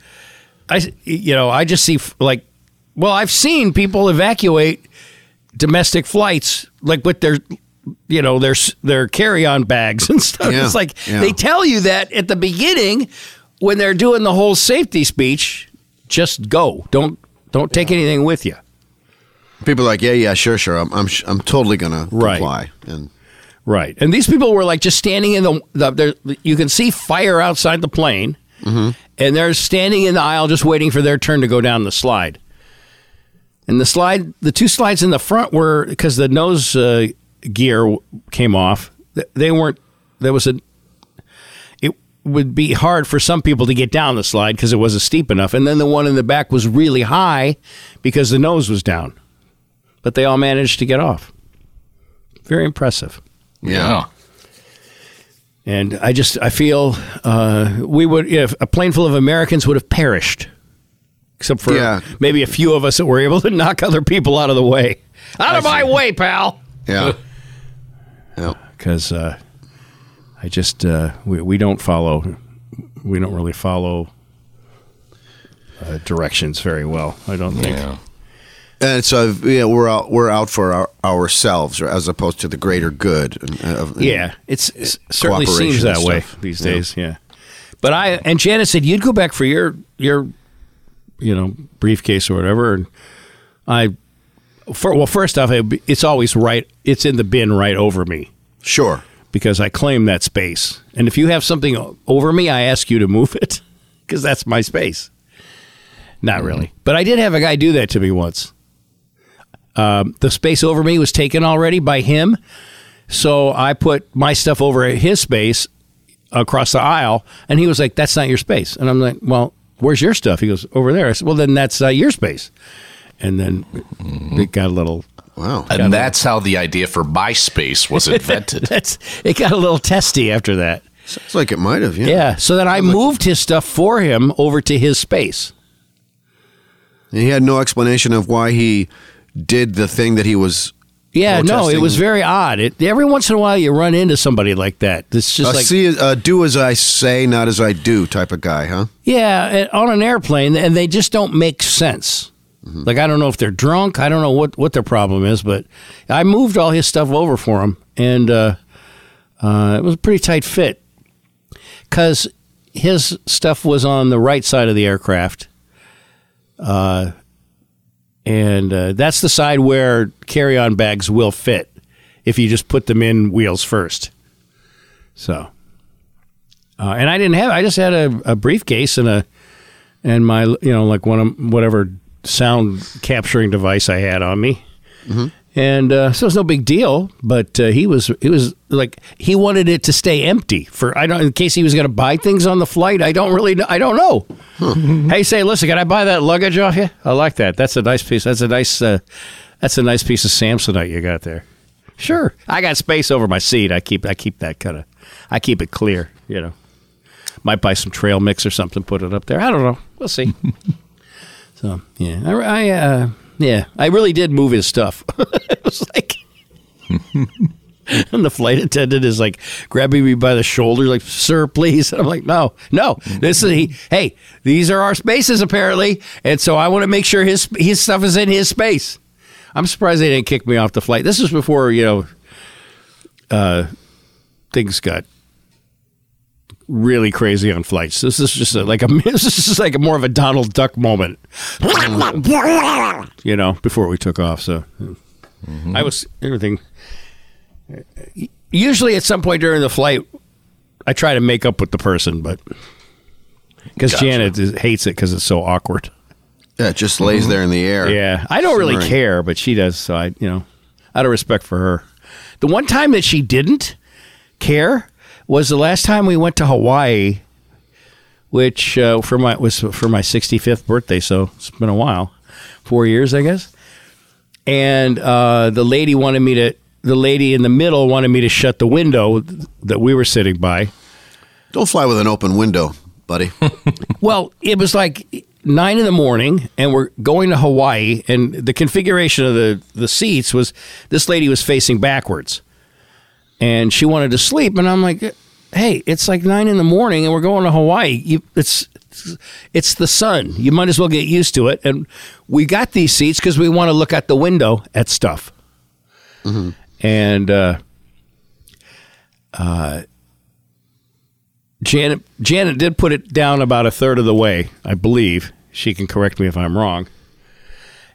[SPEAKER 1] I, s- you know, I just see f- like, well, I've seen people evacuate domestic flights like with their, you know, their s- their carry on bags *laughs* and stuff.
[SPEAKER 3] Yeah,
[SPEAKER 1] It's like
[SPEAKER 3] yeah.
[SPEAKER 1] they tell you that at the beginning when they're doing the whole safety speech. Just go. Don't don't take anything with you.
[SPEAKER 3] People are like, yeah, yeah, sure, sure. I'm, I'm, sh- I'm totally gonna
[SPEAKER 1] Right.
[SPEAKER 3] comply. And
[SPEAKER 1] Right. And these people were like just standing in the, the there, you can see fire outside the plane, and they're standing in the aisle just waiting for their turn to go down the slide. And the slide, the two slides in the front were because the nose uh, gear w- came off. th- They weren't. There was a. It would be hard for some people to get down the slide because it wasn't steep enough. And then the one in the back was really high because the nose was down. But they all managed to get off. Very impressive
[SPEAKER 2] Yeah.
[SPEAKER 1] and I just I feel uh, we would if a plane full of Americans would have perished, except for
[SPEAKER 3] Yeah.
[SPEAKER 1] maybe a few of us that were able to *laughs* knock other people out of the way, out of my way, pal. *laughs*
[SPEAKER 3] yeah, yeah.
[SPEAKER 1] Because uh, I just uh, we we don't follow, we don't really follow uh, directions very well. I don't think.
[SPEAKER 2] Yeah.
[SPEAKER 3] And so yeah, we're out, we're out for our, ourselves, or as opposed to the greater good. And, uh, of-
[SPEAKER 1] Yeah, it's, it certainly
[SPEAKER 3] cooperation
[SPEAKER 1] seems
[SPEAKER 3] and
[SPEAKER 1] that way
[SPEAKER 3] stuff.
[SPEAKER 1] these days. Yeah. but I and Janice said you'd go back for your your you know briefcase or whatever, and I for well first off it'd be- it's always right it's in the bin right over me
[SPEAKER 3] sure.
[SPEAKER 1] because I claim that space, and if you have something o- over me, I ask you to move it *laughs* because that's my space. Not really, but I did have a guy do that to me once. Um, the space over me was taken already by him, so I put my stuff over at his space across the aisle, and he was like, "That's not your space." And I'm like, "Well, where's your stuff?" He goes, "Over there." I said, "Well, then that's uh, your space." And then it got a little
[SPEAKER 3] Wow.
[SPEAKER 1] Uh,
[SPEAKER 2] And that's how the idea for MySpace was
[SPEAKER 1] *laughs*
[SPEAKER 2] invented.
[SPEAKER 1] that's it got a little testy after that.
[SPEAKER 3] Sounds like it might have. Yeah.
[SPEAKER 1] Yeah. So then I moved his stuff for him over to his space.
[SPEAKER 3] And he had no explanation of why he did the thing that he was.
[SPEAKER 1] Yeah, no, it
[SPEAKER 3] Protesting.
[SPEAKER 1] was very odd. It, every once in a while, you run into somebody like that. It's just
[SPEAKER 3] Uh,
[SPEAKER 1] like,
[SPEAKER 3] see, uh, do as I say, not as I do, type of guy, huh?
[SPEAKER 1] yeah, and- on an airplane, and they just don't make sense. Like, I don't know if they're drunk. I don't know what, what their problem is, but I moved all his stuff over for him, and uh, uh, it was a pretty tight fit because his stuff was on the right side of the aircraft. uh, and uh, that's the side where carry-on bags will fit if you just put them in wheels first. So, uh, and I didn't have. I just had a, a briefcase and a and my you know like one of whatever sound capturing device I had on me. And uh, so it's no big deal, but uh, he was it was like he wanted it to stay empty for I don't in case he was going to buy things on the flight. I don't really know, I don't know. hey, say, listen, can I buy that luggage off you? I like that. That's a nice piece. That's a nice uh, that's a nice piece of Samsonite you got there. Sure, I got space over my seat. I keep I keep that kind of I keep it clear. You know, might buy some trail mix or something, put it up there. I don't know. We'll see. so yeah, I, I uh, yeah, I really did move his stuff. *laughs* it was like. *laughs* And the flight attendant is like grabbing me by the shoulder, like, sir, please. And I'm like, no, no. This is he hey, these are our spaces apparently. And so I want to make sure his his stuff is in his space. I'm surprised they didn't kick me off the flight. This is before, you know, uh things got really crazy on flights. This is just a, *laughs* like a this is just like a more of a Donald Duck moment. you know, before we took off, so I was everything usually at some point during the flight, I try to make up with the person, but because
[SPEAKER 2] Gotcha.
[SPEAKER 1] Janet is, hates it because it's so awkward.
[SPEAKER 3] Yeah, it just lays there in the air.
[SPEAKER 1] Mm-hmm. Yeah, I don't really
[SPEAKER 3] Simmering.
[SPEAKER 1] care, but she does. So I, you know, out of respect for her, the one time that she didn't care was the last time we went to Hawaii, which uh, for my was for my 65th birthday. So it's been a while, four years, I guess. And uh, the lady wanted me to. The lady in the middle wanted me to shut the window that we were sitting by. *laughs*
[SPEAKER 3] Don't fly with an open window, buddy.
[SPEAKER 1] Well, it was like nine in the morning and we're going to Hawaii. And the configuration of the, the seats was this lady was facing backwards and she wanted to sleep. And I'm like, hey, it's like nine in the morning and we're going to Hawaii. You, it's, it's the sun. You might as well get used to it. And we got these seats because we want to look out the window at stuff. And uh, Janet Janet did put it down about a third of the way, I believe. She can correct me if I'm wrong.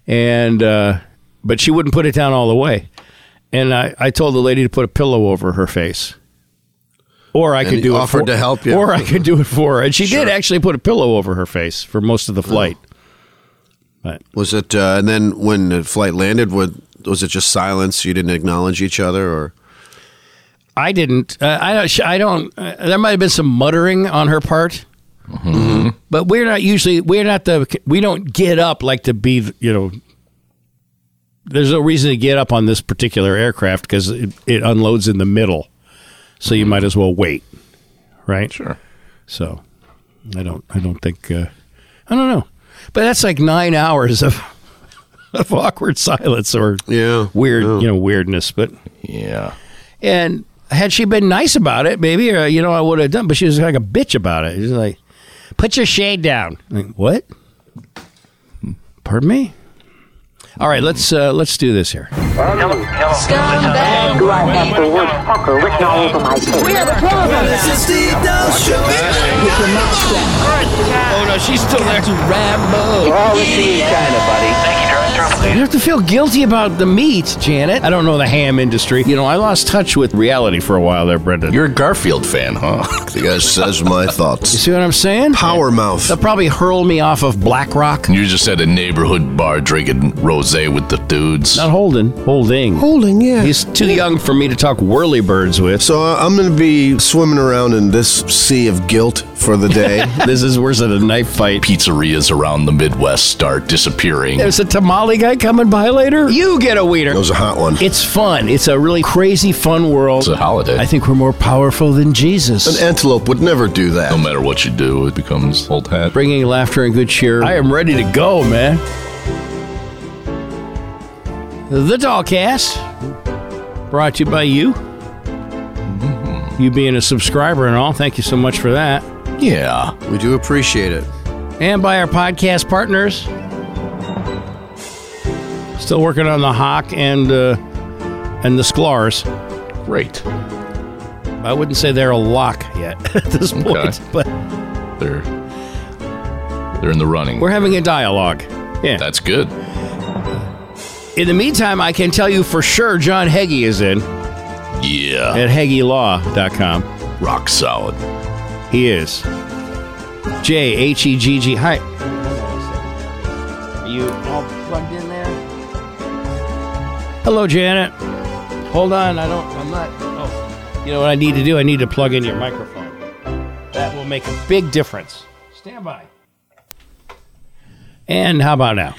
[SPEAKER 1] And uh, but she wouldn't put it down all the way. And I, I told the lady to put a pillow over her face. Or I could
[SPEAKER 3] he
[SPEAKER 1] do it
[SPEAKER 3] offered
[SPEAKER 1] for,
[SPEAKER 3] to help you.
[SPEAKER 1] Or I could do it for her. And she did actually put a pillow over her face for most
[SPEAKER 3] Oh.
[SPEAKER 1] of the flight. But
[SPEAKER 3] Was it? Uh, and then when the flight landed, was was it just silence? You didn't acknowledge each other, or
[SPEAKER 1] I didn't. Uh, I don't. I don't. Uh, there might have been some muttering on her part, but we're not usually. We're not the. We don't get up like to be. You know, there's no reason to get up on this particular aircraft because it, it unloads in the middle, so you might as well wait, right?
[SPEAKER 2] Sure.
[SPEAKER 1] So, I don't. I don't think. Uh, I don't know, but that's like nine hours of *laughs* of awkward silence or
[SPEAKER 3] yeah,
[SPEAKER 1] weird, you know, weirdness, but.
[SPEAKER 2] Yeah.
[SPEAKER 1] And had she been nice about it, maybe uh, you know I would have done. But she was like a bitch about it. She's like, "Put your shade down." I'm like, what? Pardon me. All right, let's uh, let's do this here.
[SPEAKER 4] Scumbag.
[SPEAKER 5] Do I have the word fucker written all over my face?
[SPEAKER 4] We are the problem.
[SPEAKER 6] This is the Adult Show.
[SPEAKER 5] With your mouth shut.
[SPEAKER 1] Oh no, she's still there.
[SPEAKER 6] Rambo.
[SPEAKER 7] All the sea in China, buddy. Thank you, Director.
[SPEAKER 1] You have to feel guilty about the meat, Janet. I don't know the ham industry. You know, I lost touch with reality for a while there, Brendan.
[SPEAKER 2] You're a Garfield fan, huh? *laughs*
[SPEAKER 3] the guy says my thoughts.
[SPEAKER 1] See what I'm saying?
[SPEAKER 3] Power mouth.
[SPEAKER 1] They'll probably hurl me off of BlackRock.
[SPEAKER 2] You just at a neighborhood bar drinking rosé with the dudes.
[SPEAKER 1] Not Holden. Holding.
[SPEAKER 3] Holding, yeah.
[SPEAKER 1] He's too young for me to talk whirlybirds with.
[SPEAKER 3] So uh, I'm going to be swimming around in this sea of guilt for the day.
[SPEAKER 1] This is worse than a knife fight.
[SPEAKER 2] *laughs* Pizzerias around the Midwest start disappearing.
[SPEAKER 1] There's a tamale guy coming by later. You get a
[SPEAKER 3] that
[SPEAKER 1] wiener.
[SPEAKER 3] was a hot one.
[SPEAKER 1] It's fun. It's a really crazy, fun world.
[SPEAKER 2] It's a holiday.
[SPEAKER 1] I think we're more powerful than Jesus.
[SPEAKER 3] An antelope would never do that.
[SPEAKER 2] no matter what you do, it becomes old hat.
[SPEAKER 1] Bringing laughter and good cheer. I am ready to go, man. The Dollcast, brought to you by you. You being a subscriber and all, thank you so much for that.
[SPEAKER 2] Yeah.
[SPEAKER 3] We do appreciate it.
[SPEAKER 1] and by our podcast partners. Still working on the Hawk and uh, and the Sklar's.
[SPEAKER 2] Great.
[SPEAKER 1] I wouldn't say they're a lock yet *laughs* at this point,
[SPEAKER 2] Okay.
[SPEAKER 1] but
[SPEAKER 2] They're they're in the running.
[SPEAKER 1] we're having a dialogue. Yeah.
[SPEAKER 2] That's good.
[SPEAKER 1] in the meantime, I can tell you for sure John Heggie is in
[SPEAKER 2] Yeah.
[SPEAKER 1] at HeggieLaw.com.
[SPEAKER 2] Rock solid.
[SPEAKER 1] He is. J H E G G. Hi. Are you all plugged in there? Hello, Janet. Hold on, I don't. I'm not. Oh, you know what I need to do? I need to plug in your microphone. That will make a big difference. Stand by. And how about now?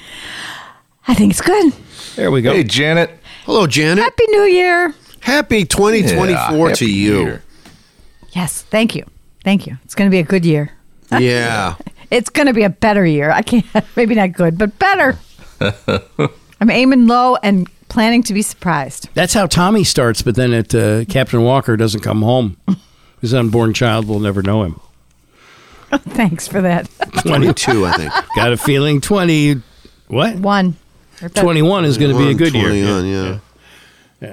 [SPEAKER 4] I think it's good.
[SPEAKER 1] There we go.
[SPEAKER 2] Janet.
[SPEAKER 3] Hello, Janet.
[SPEAKER 4] Happy New Year.
[SPEAKER 3] Happy 2024
[SPEAKER 2] Yeah,
[SPEAKER 3] to
[SPEAKER 2] happy
[SPEAKER 3] you.
[SPEAKER 2] year.
[SPEAKER 4] Yes, thank you. Thank you. It's going to be a good year.
[SPEAKER 3] Yeah.
[SPEAKER 4] It's going to be a better year. I can't, *laughs* maybe not good, but better. I'm aiming low and planning to be surprised.
[SPEAKER 1] That's how Tommy starts, but then it, uh, Captain Walker doesn't come home. His unborn child will never know him.
[SPEAKER 4] Thanks for that.
[SPEAKER 3] 22, I think.
[SPEAKER 1] Got a feeling 20. What?
[SPEAKER 4] One. Or better.
[SPEAKER 1] 21 is going to be a
[SPEAKER 3] One,
[SPEAKER 1] good year.
[SPEAKER 3] 21, yeah.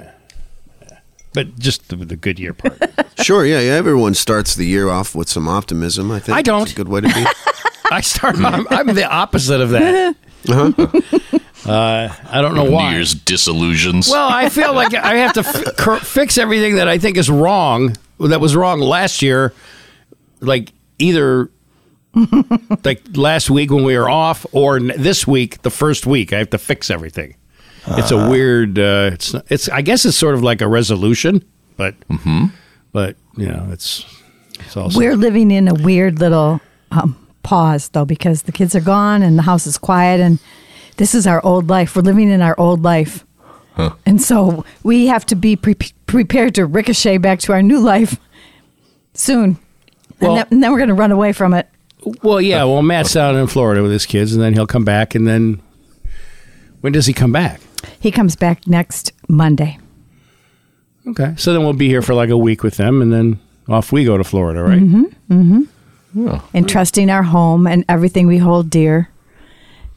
[SPEAKER 1] But just the, the good year *laughs* part.
[SPEAKER 3] Sure, yeah, yeah. Everyone starts the year off with some optimism, I think.
[SPEAKER 1] I don't.
[SPEAKER 3] It's a good way to be.
[SPEAKER 1] I start. I'm, I'm the opposite of that. Uh, I don't know why.
[SPEAKER 2] New Year's disillusions.
[SPEAKER 1] *laughs* Well, I feel like I have to f- cor- fix everything that I think is wrong that was wrong last year, like either *laughs* like last week when we were off, or n- this week, the first week. I have to fix everything. It's a weird. Uh, it's not- it's. I guess it's sort of like a resolution, but but you know, it's it's also
[SPEAKER 4] We're living in a weird little um, pause, though, because the kids are gone and the house is quiet, and this is our old life. We're living in our old life. And so we have to be pre- prepared to ricochet back to our new life soon.
[SPEAKER 1] Well-
[SPEAKER 4] and, then, and then we're going to run away from it.
[SPEAKER 1] Well, yeah. Well, Matt's down in Florida with his kids, and then he'll come back, and then when does he come back?
[SPEAKER 4] He comes back next Monday.
[SPEAKER 1] Okay, so then we'll be here for like a week with them, and then off we go to Florida, right?
[SPEAKER 4] entrusting our home and everything we hold dear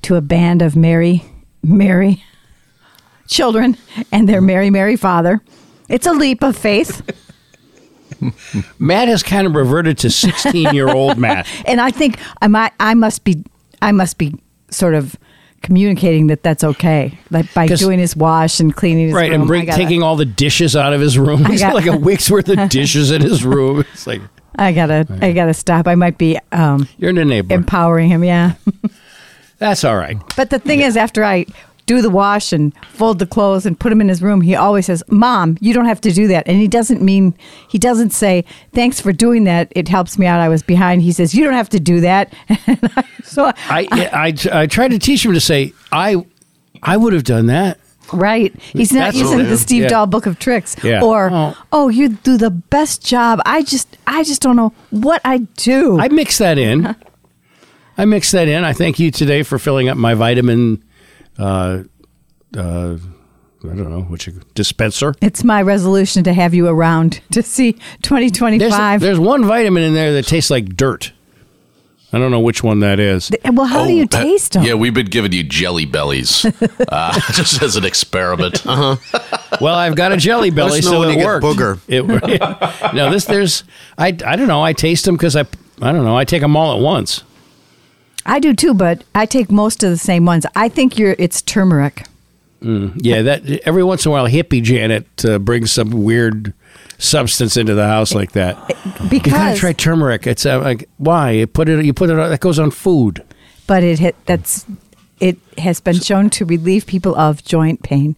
[SPEAKER 4] to a band of merry, merry children and their merry, merry father. It's a leap of faith,
[SPEAKER 1] Matt has kind of reverted to sixteen-year-old Matt.
[SPEAKER 4] and I think I might, I must be, I must be sort of communicating that that's okay, like by
[SPEAKER 1] 'Cause-
[SPEAKER 4] doing his wash and cleaning his
[SPEAKER 1] Right,
[SPEAKER 4] room.
[SPEAKER 1] and
[SPEAKER 4] I
[SPEAKER 1] bring,
[SPEAKER 4] gotta-
[SPEAKER 1] taking all the dishes out of his *laughs* room. He's got
[SPEAKER 4] got-
[SPEAKER 1] like a week's worth of dishes in his room. It's like
[SPEAKER 4] I gotta, I gotta stop. I might be um,
[SPEAKER 1] you're in a neighbor.
[SPEAKER 4] empowering him, yeah. *laughs*
[SPEAKER 1] That's all right.
[SPEAKER 4] But the thing is, after I do the wash and fold the clothes and put them in his room, he always says, Mom, you don't have to do that. And he doesn't mean, he doesn't say, Thanks for doing that. It helps me out. I was behind. He says, You don't have to do that. *laughs* And I- so,
[SPEAKER 1] I, I I tried to teach him to say I I would have done that.
[SPEAKER 4] right. He's not
[SPEAKER 1] That's
[SPEAKER 4] using
[SPEAKER 1] what it
[SPEAKER 4] the
[SPEAKER 1] is.
[SPEAKER 4] Steve
[SPEAKER 1] Yeah.
[SPEAKER 4] Dahl book of tricks.
[SPEAKER 1] Yeah.
[SPEAKER 4] Or,
[SPEAKER 1] Oh.
[SPEAKER 4] oh. you do the best job. I just, I just don't know what I do.
[SPEAKER 1] I mix that in. I mix that in. I thank you today for filling up my vitamin. Uh, uh, I don't know which dispenser.
[SPEAKER 4] it's my resolution to have you around to see
[SPEAKER 1] There's
[SPEAKER 4] 2025.
[SPEAKER 1] there's one vitamin in there that tastes like dirt. I don't know which one that
[SPEAKER 4] *laughs*
[SPEAKER 1] is.
[SPEAKER 4] well, how do
[SPEAKER 2] Oh,
[SPEAKER 4] you
[SPEAKER 2] that-
[SPEAKER 4] taste them?
[SPEAKER 2] Yeah, we've been giving you jelly bellies uh, *laughs* just as an experiment.
[SPEAKER 1] Well, I've got a jelly belly,
[SPEAKER 3] us know
[SPEAKER 1] so
[SPEAKER 3] when
[SPEAKER 1] it
[SPEAKER 3] you get
[SPEAKER 1] worked.
[SPEAKER 3] booger.
[SPEAKER 1] *laughs* It, no, this there's I I don't know. I taste them because I I don't know. I take them all at once.
[SPEAKER 4] I do too, but I take most of the same ones. I think you're it's turmeric.
[SPEAKER 1] Yeah, that every once in a while, hippie Janet uh, brings some weird substance into the house like that. You gotta
[SPEAKER 4] Because
[SPEAKER 1] try turmeric. It's uh, like why you put it. You put it. on That goes on food.
[SPEAKER 4] but it hit that's it has been shown to relieve people of joint pain.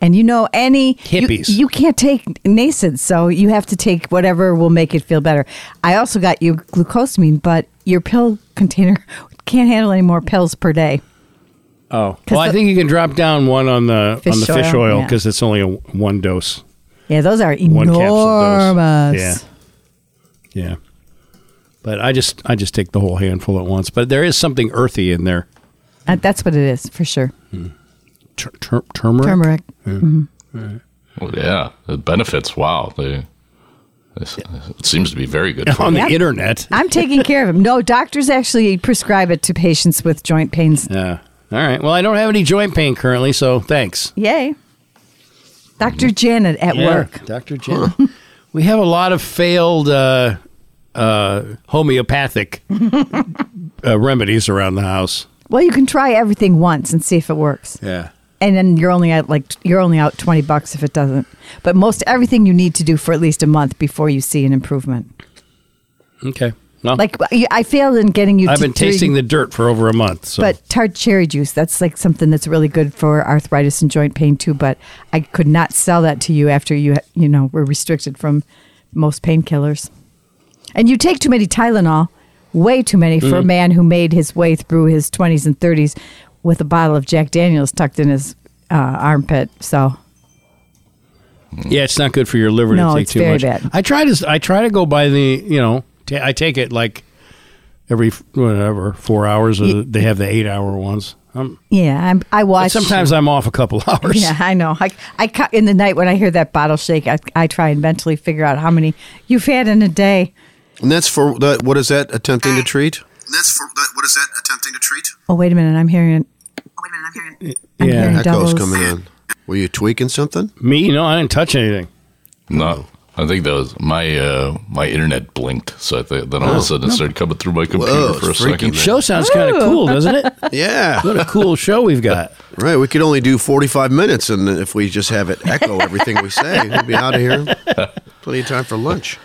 [SPEAKER 4] And you know any you-
[SPEAKER 1] Hippies.
[SPEAKER 4] you, can't take NSAIDs, so you have to take whatever will make it feel better. I also got you glucosamine, but your pill container *laughs* can't handle any more pills per day.
[SPEAKER 1] Oh,
[SPEAKER 4] 'Cause
[SPEAKER 1] well, I
[SPEAKER 4] the-
[SPEAKER 1] think you can drop down one on the
[SPEAKER 4] Fish
[SPEAKER 1] on the fish
[SPEAKER 4] oil,
[SPEAKER 1] oil
[SPEAKER 4] yeah.
[SPEAKER 1] because it's only a one dose,
[SPEAKER 4] Yeah, those are
[SPEAKER 1] one
[SPEAKER 4] enormous.
[SPEAKER 1] capsule dose. Yeah, yeah. But I just I just take the whole handful at once. But there is something earthy in there.
[SPEAKER 4] Uh, that's what it is for sure.
[SPEAKER 1] Tur- tur- turmeric.
[SPEAKER 4] Turmeric.
[SPEAKER 2] Well, yeah, the benefits. Wow, they, this, it seems to be very good.
[SPEAKER 1] *laughs* *laughs*
[SPEAKER 2] For
[SPEAKER 1] On
[SPEAKER 2] you.
[SPEAKER 1] the internet.
[SPEAKER 4] I'm taking care of him. No, doctors actually prescribe it to patients with joint pains.
[SPEAKER 1] Yeah. All right. Well, I don't have any joint pain currently, so thanks.
[SPEAKER 4] Yay. Dr. Janet at
[SPEAKER 1] Yeah,
[SPEAKER 4] work.
[SPEAKER 1] Dr. Jen. *laughs* we have a lot of failed uh, uh, homeopathic *laughs* uh, remedies around the house.
[SPEAKER 4] Well, you can try everything once and see if it works.
[SPEAKER 1] Yeah.
[SPEAKER 4] And then you're only out like you're only out 20 bucks if it doesn't. But most everything you need to do for at least a month before you see an improvement.
[SPEAKER 1] Okay. Well,
[SPEAKER 4] Like I I failed in getting you
[SPEAKER 1] I've
[SPEAKER 4] to
[SPEAKER 1] been
[SPEAKER 4] *laughs* three-
[SPEAKER 1] tasting the dirt for over a month. So.
[SPEAKER 4] but tart cherry juice, that's like something that's really good for arthritis and joint pain too, but I could not sell that to you after you you know, were restricted from most painkillers. And you take too many Tylenol, way too many for a
[SPEAKER 1] Mm-hmm.
[SPEAKER 4] man who made his way through his 20s and 30s with a bottle of Jack Daniels tucked in his uh, armpit. So,
[SPEAKER 1] yeah, it's not good for your liver
[SPEAKER 4] No,
[SPEAKER 1] to take
[SPEAKER 4] it's
[SPEAKER 1] too
[SPEAKER 4] very
[SPEAKER 1] much.
[SPEAKER 4] bad.
[SPEAKER 1] I try to I try to go by the you know ta I take it like every f- whatever four hours. Or they have the eight hour ones. Um,
[SPEAKER 4] yeah, I'm, I
[SPEAKER 1] but
[SPEAKER 4] watch.
[SPEAKER 1] sometimes I'm off a couple *laughs* hours.
[SPEAKER 4] Yeah, I know. I, I ca- in the night when I hear that bottle shake, I, I try and mentally figure out how many you've had in a day.
[SPEAKER 3] And that's for that, what is that attempting to treat?
[SPEAKER 8] That's for that, what is that attempting to treat?
[SPEAKER 4] Oh, wait a minute, I'm hearing it.
[SPEAKER 8] Oh, wait a minute, I'm hearing.
[SPEAKER 4] I'm
[SPEAKER 1] Yeah.
[SPEAKER 4] hearing
[SPEAKER 3] Echoes
[SPEAKER 4] doubles.
[SPEAKER 3] coming in. Were you tweaking something?
[SPEAKER 1] Me, no, I didn't touch anything.
[SPEAKER 2] No, I think that was my uh, my internet blinked, so I th- then all of a sudden it started coming through my computer
[SPEAKER 3] Oh. Whoa,
[SPEAKER 2] for a
[SPEAKER 3] it's freaky,
[SPEAKER 2] second.
[SPEAKER 3] man.
[SPEAKER 1] Show sounds kind of cool, doesn't
[SPEAKER 4] *laughs*
[SPEAKER 1] it?
[SPEAKER 3] Yeah.
[SPEAKER 1] What a cool show we've got.
[SPEAKER 3] Right. We could only do 45 minutes, and if we just have it echo everything we say, we'll be out of here. Plenty of time for lunch.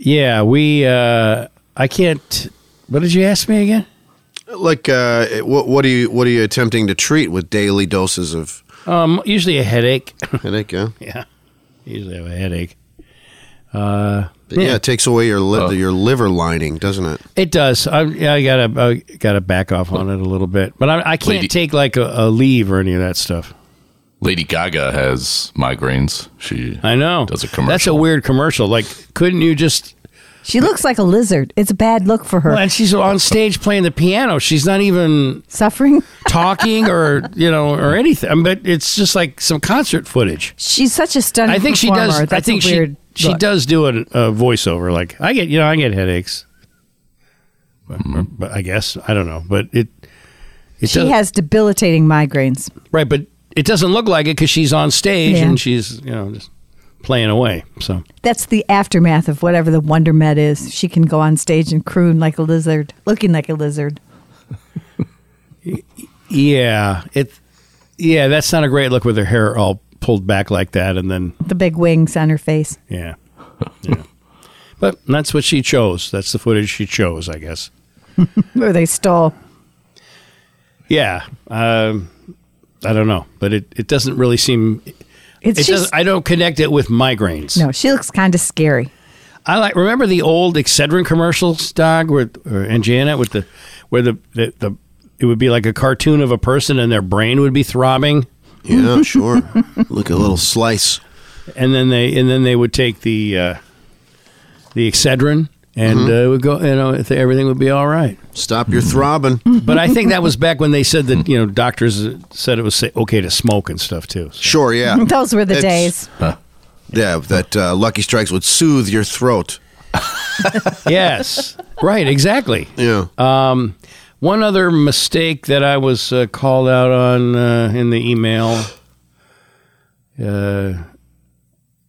[SPEAKER 1] Yeah, we. Uh, I can't. What did you ask me again?
[SPEAKER 3] Like, uh, what, what are you what are you attempting to treat with daily doses of
[SPEAKER 1] Um, usually a headache. *laughs*
[SPEAKER 3] headache? Yeah,
[SPEAKER 1] yeah, usually have a headache.
[SPEAKER 3] But yeah. it takes away your li- your liver lining, doesn't it?
[SPEAKER 1] It does. I, yeah, I gotta I gotta back off on it a little bit, but I, I can't
[SPEAKER 2] Lady-
[SPEAKER 1] take like a, a leave or any of that stuff.
[SPEAKER 2] Lady Gaga has migraines. She
[SPEAKER 1] I know.
[SPEAKER 2] does a
[SPEAKER 1] That's a
[SPEAKER 2] commercial.
[SPEAKER 1] weird commercial. Like, couldn't you just
[SPEAKER 4] She looks like a lizard. It's a bad look for her.
[SPEAKER 1] Well, and she's on stage playing the piano. She's not even
[SPEAKER 4] Suffering. *laughs*
[SPEAKER 1] talking or you know or anything. I mean, But it's just like some concert footage.
[SPEAKER 4] She's such a stunning.
[SPEAKER 1] I think she
[SPEAKER 4] performer.
[SPEAKER 1] does.
[SPEAKER 4] That's
[SPEAKER 1] I think
[SPEAKER 4] a weird
[SPEAKER 1] she she
[SPEAKER 4] look.
[SPEAKER 1] does do a, a voiceover. Like I get you know I get headaches, but,
[SPEAKER 2] Mm-hmm.
[SPEAKER 1] but I guess I don't know. But it it
[SPEAKER 4] She
[SPEAKER 1] does,
[SPEAKER 4] has debilitating migraines.
[SPEAKER 1] right, but it doesn't look like it because she's on stage
[SPEAKER 4] Yeah.
[SPEAKER 1] and she's you know just playing away. So
[SPEAKER 4] That's the aftermath of whatever the Wonder Med is. She can go on stage and croon like a lizard, looking like a lizard.
[SPEAKER 1] yeah, it yeah that's not a great look with her hair all pulled back like that and then
[SPEAKER 4] The big wings on her face.
[SPEAKER 1] Yeah. Yeah. *laughs* but that's what she chose. That's the footage she chose, I guess.
[SPEAKER 4] Or they stole.
[SPEAKER 1] Yeah. Um, I don't know, but it, it doesn't really seem.
[SPEAKER 4] It's
[SPEAKER 1] It
[SPEAKER 4] just
[SPEAKER 1] does, I don't connect it with migraines.
[SPEAKER 4] no. She looks kind of scary.
[SPEAKER 1] I like remember the old Excedrin commercials, Doc, with or, and Janet with the where the, the the it would be like a cartoon of a person and their brain would be throbbing,
[SPEAKER 3] Yeah, sure. Look a little slice.
[SPEAKER 1] and then they and then they would take the uh, the Excedrin and uh, it would go you know everything would be all right.
[SPEAKER 3] Stop your throbbing.
[SPEAKER 1] But I think that was back when they said that you know doctors said it was sa- okay to smoke and stuff too. So-
[SPEAKER 3] Sure, yeah.
[SPEAKER 4] Those were the
[SPEAKER 3] It's-
[SPEAKER 4] days.
[SPEAKER 3] Yeah, that uh, Lucky Strikes would soothe your throat.
[SPEAKER 1] yes, right, exactly.
[SPEAKER 3] Yeah.
[SPEAKER 1] Um, one other mistake that I was uh, called out on uh, in the email. Uh,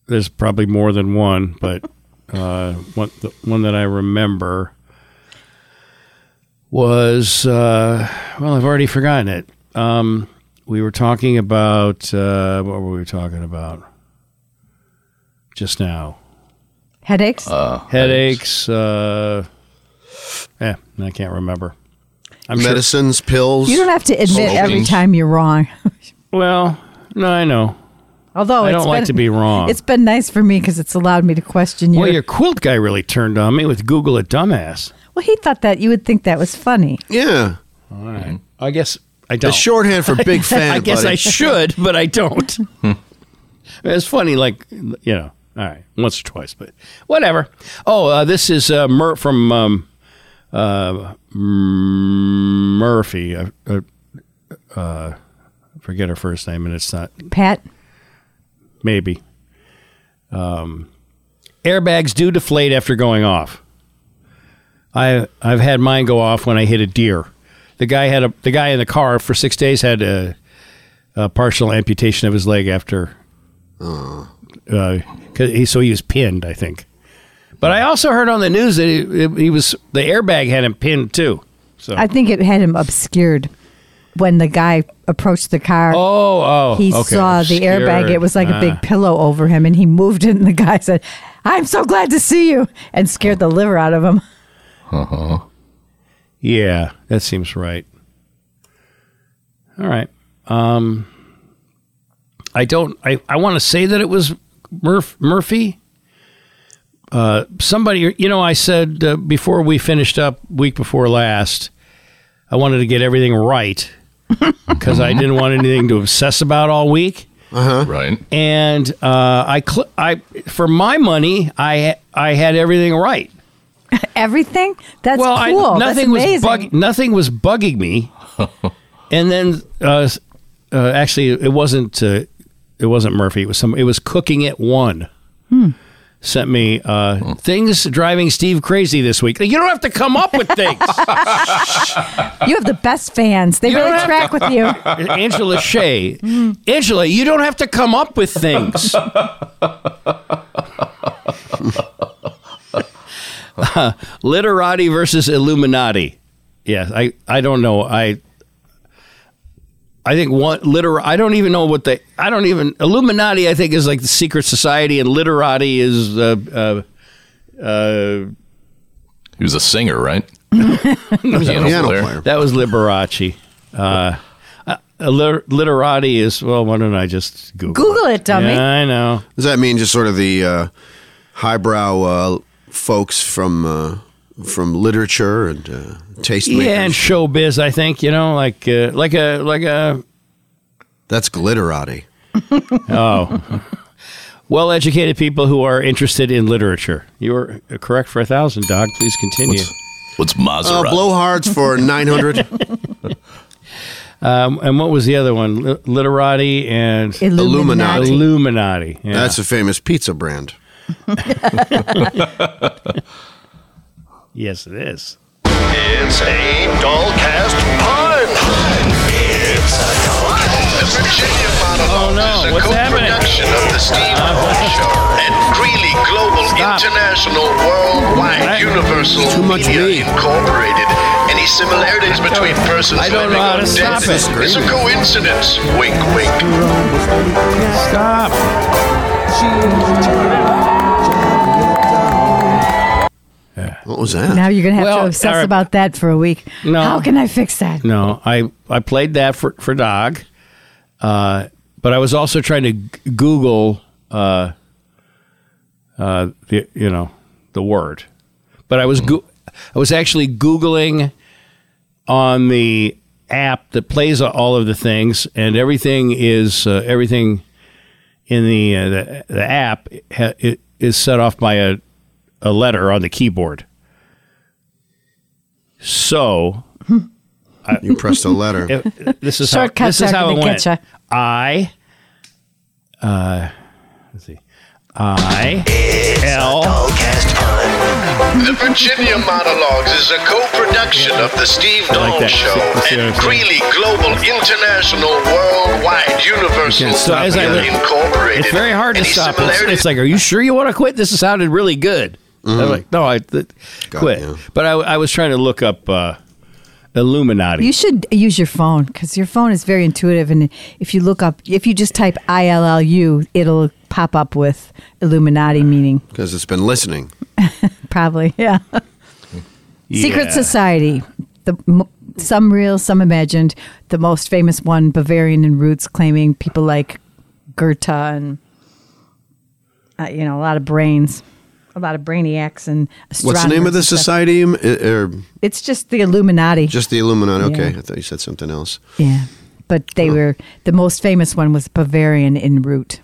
[SPEAKER 1] there's probably more than one, but uh, one the one that I remember was uh, well, I've already forgotten it. Um, we were talking about uh, what were we talking about just now?
[SPEAKER 4] Headaches.
[SPEAKER 2] uh,
[SPEAKER 1] headaches. Uh, yeah, I can't remember. I'm sure-
[SPEAKER 3] Medicines, pills.
[SPEAKER 4] you don't have to admit
[SPEAKER 2] Smoking.
[SPEAKER 4] every time you're wrong. *laughs*
[SPEAKER 1] Well, no, I know.
[SPEAKER 4] Although
[SPEAKER 1] I
[SPEAKER 4] Oh, it's
[SPEAKER 1] don't like
[SPEAKER 4] been-
[SPEAKER 1] to be wrong.
[SPEAKER 4] It's been nice for me because it's allowed me to question you.
[SPEAKER 1] Well, your quilt guy really turned on me with Google a dumbass.
[SPEAKER 4] well, he thought that you would think that was funny.
[SPEAKER 3] yeah.
[SPEAKER 1] I guess I don't.
[SPEAKER 3] It's shorthand for big fan.
[SPEAKER 1] I guess I
[SPEAKER 3] buddy.
[SPEAKER 1] should, but I don't. it's funny, like you know. All right, once or twice, but whatever. Oh, uh, this is uh, Mur- from um, uh, M- Murphy. Uh, uh, uh, forget her first name, and it's not
[SPEAKER 4] Pat,
[SPEAKER 1] maybe. Um, airbags do deflate after going off. I I've had mine go off when I hit a deer. The guy had a the guy in the car for six days had a, a partial amputation of his leg after. Uh, 'cause he, so he was pinned, I think. But I also heard on the news that he, he was the airbag had him pinned too. So
[SPEAKER 4] I think it had him obscured when the guy approached the car.
[SPEAKER 1] oh oh
[SPEAKER 4] he
[SPEAKER 1] okay.
[SPEAKER 4] saw the airbag. It was like a
[SPEAKER 1] Ah.
[SPEAKER 4] big pillow over him, and he moved it. And the guy said, "I'm so glad to see you," and scared the liver out of him. *laughs*
[SPEAKER 2] uh,
[SPEAKER 1] Yeah, that seems right. All right. Um, I don't. I, I want to say that it was Murph, Murphy. Uh, somebody, you know, I said uh, before we finished up week before last, I wanted to get everything right because I didn't want anything to obsess about all week
[SPEAKER 2] right?
[SPEAKER 1] and uh, I, cl- I, for my money, I, I had everything right.
[SPEAKER 4] Everything that's
[SPEAKER 1] well, I-
[SPEAKER 4] cool. That's
[SPEAKER 1] nothing was
[SPEAKER 4] amazing.
[SPEAKER 1] bug, nothing was bugging me, and then uh, s- uh, actually, it wasn't uh, it wasn't Murphy. It was some. It was cooking at one.
[SPEAKER 4] Hmm.
[SPEAKER 1] Sent me uh, things driving Steve crazy this week. You don't have to come up with things.
[SPEAKER 4] You have the best fans. They
[SPEAKER 1] uh, You don't
[SPEAKER 4] really
[SPEAKER 1] have
[SPEAKER 4] track with
[SPEAKER 1] *laughs*
[SPEAKER 4] you.
[SPEAKER 1] Angela Shea. Angela, you don't have to come up with things. *laughs* literati versus Illuminati. Yeah, I, I don't know. I I think one liter I don't even know what they I don't even Illuminati I think is like the secret society and literati is uh, uh, uh,
[SPEAKER 2] He was a
[SPEAKER 3] *laughs*
[SPEAKER 2] singer, right? Piano
[SPEAKER 3] Piano
[SPEAKER 2] player.
[SPEAKER 3] player.
[SPEAKER 1] That was Liberace. Uh, uh, lit- literati is well. Why don't I just Google?
[SPEAKER 4] Google it, dummy.
[SPEAKER 1] Yeah, I know.
[SPEAKER 3] Does that mean just sort of the uh, highbrow uh, folks from uh, from literature and uh, tastemakers?
[SPEAKER 1] Yeah, and showbiz. I think you know, like uh, like a like a
[SPEAKER 3] That's glitterati.
[SPEAKER 1] oh. well educated people who are interested in literature. You were uh, correct for a thousand, dog. Please continue.
[SPEAKER 2] What's, what's Maserati?
[SPEAKER 3] Uh, blowhards
[SPEAKER 1] *laughs*
[SPEAKER 3] for 900.
[SPEAKER 1] Um, and what was the other one? Li- Literati and
[SPEAKER 3] Illuminati.
[SPEAKER 1] Illuminati. Yeah.
[SPEAKER 3] That's a famous pizza brand.
[SPEAKER 1] yes, it is.
[SPEAKER 9] It's a Dollcast pun. It's a The Virginia
[SPEAKER 1] Oh,
[SPEAKER 9] Monologue
[SPEAKER 1] no.
[SPEAKER 9] is a
[SPEAKER 1] What's happening?
[SPEAKER 9] co-production of the Steve Harvey Show and Greeley Global
[SPEAKER 1] Stop.
[SPEAKER 9] International Worldwide
[SPEAKER 1] Right.
[SPEAKER 9] Universal
[SPEAKER 3] Too much
[SPEAKER 9] Media
[SPEAKER 3] weed.
[SPEAKER 9] Incorporated. Any similarities between persons
[SPEAKER 1] I don't
[SPEAKER 9] living
[SPEAKER 1] know how
[SPEAKER 9] or
[SPEAKER 1] to
[SPEAKER 9] dead
[SPEAKER 1] stop it.
[SPEAKER 9] is a coincidence. Wink, wink.
[SPEAKER 1] Stop.
[SPEAKER 3] What was that?
[SPEAKER 4] Now you're gonna have
[SPEAKER 1] Well,
[SPEAKER 4] to obsess
[SPEAKER 1] our-
[SPEAKER 4] about that for a week.
[SPEAKER 1] No.
[SPEAKER 4] How can I fix that?
[SPEAKER 1] No, I I played that for for Dog, uh, but I was also trying to g- Google, uh, uh, the you know the word, but I was go- I was actually googling on the app that plays all of the things, and everything is uh, everything in the, uh, the the app ha- it is set off by a a letter on the keyboard. So
[SPEAKER 3] You pressed a
[SPEAKER 1] *laughs*
[SPEAKER 3] letter.
[SPEAKER 1] it- this is how
[SPEAKER 4] Shortcuts
[SPEAKER 1] this is
[SPEAKER 4] are
[SPEAKER 1] how it
[SPEAKER 4] gonna
[SPEAKER 1] went.
[SPEAKER 4] get
[SPEAKER 1] I, uh, let's see, I L.
[SPEAKER 9] The Virginia Monologues is a co-production of the Steve
[SPEAKER 1] like
[SPEAKER 9] Dahl
[SPEAKER 1] that.
[SPEAKER 9] Show
[SPEAKER 1] That's the
[SPEAKER 9] and
[SPEAKER 1] other thing.
[SPEAKER 9] Greeley Global International Worldwide Universal
[SPEAKER 1] Okay, so as I
[SPEAKER 9] Media
[SPEAKER 1] look-
[SPEAKER 9] Incorporated.
[SPEAKER 1] It's very hard to
[SPEAKER 9] Any
[SPEAKER 1] stop. It's,
[SPEAKER 9] similarities-
[SPEAKER 1] it's like, are you sure you want to quit? This sounded really good. I was like, no, I th- quit.
[SPEAKER 3] you.
[SPEAKER 1] But I, I was trying to look up uh, Illuminati.
[SPEAKER 4] You should use your phone because your phone is very intuitive, and if you look up, if you just type I L L U, it'll pop up with Illuminati meaning,
[SPEAKER 3] Because it's been listening.
[SPEAKER 4] probably. *laughs* Yeah.
[SPEAKER 1] Yeah.
[SPEAKER 4] Secret society. The m- some real, some imagined. The most famous one, Bavarian in roots, claiming people like Goethe and uh, you know a lot of brains, a lot of brainiacs and
[SPEAKER 3] What's the name of the
[SPEAKER 4] astronomers and stuff.
[SPEAKER 3] society? um, i- Or
[SPEAKER 4] It's just the Illuminati.
[SPEAKER 3] just the Illuminati? Okay,
[SPEAKER 4] Yeah.
[SPEAKER 3] I thought you said something else.
[SPEAKER 4] yeah, but they were the most famous one was Bavarian in root.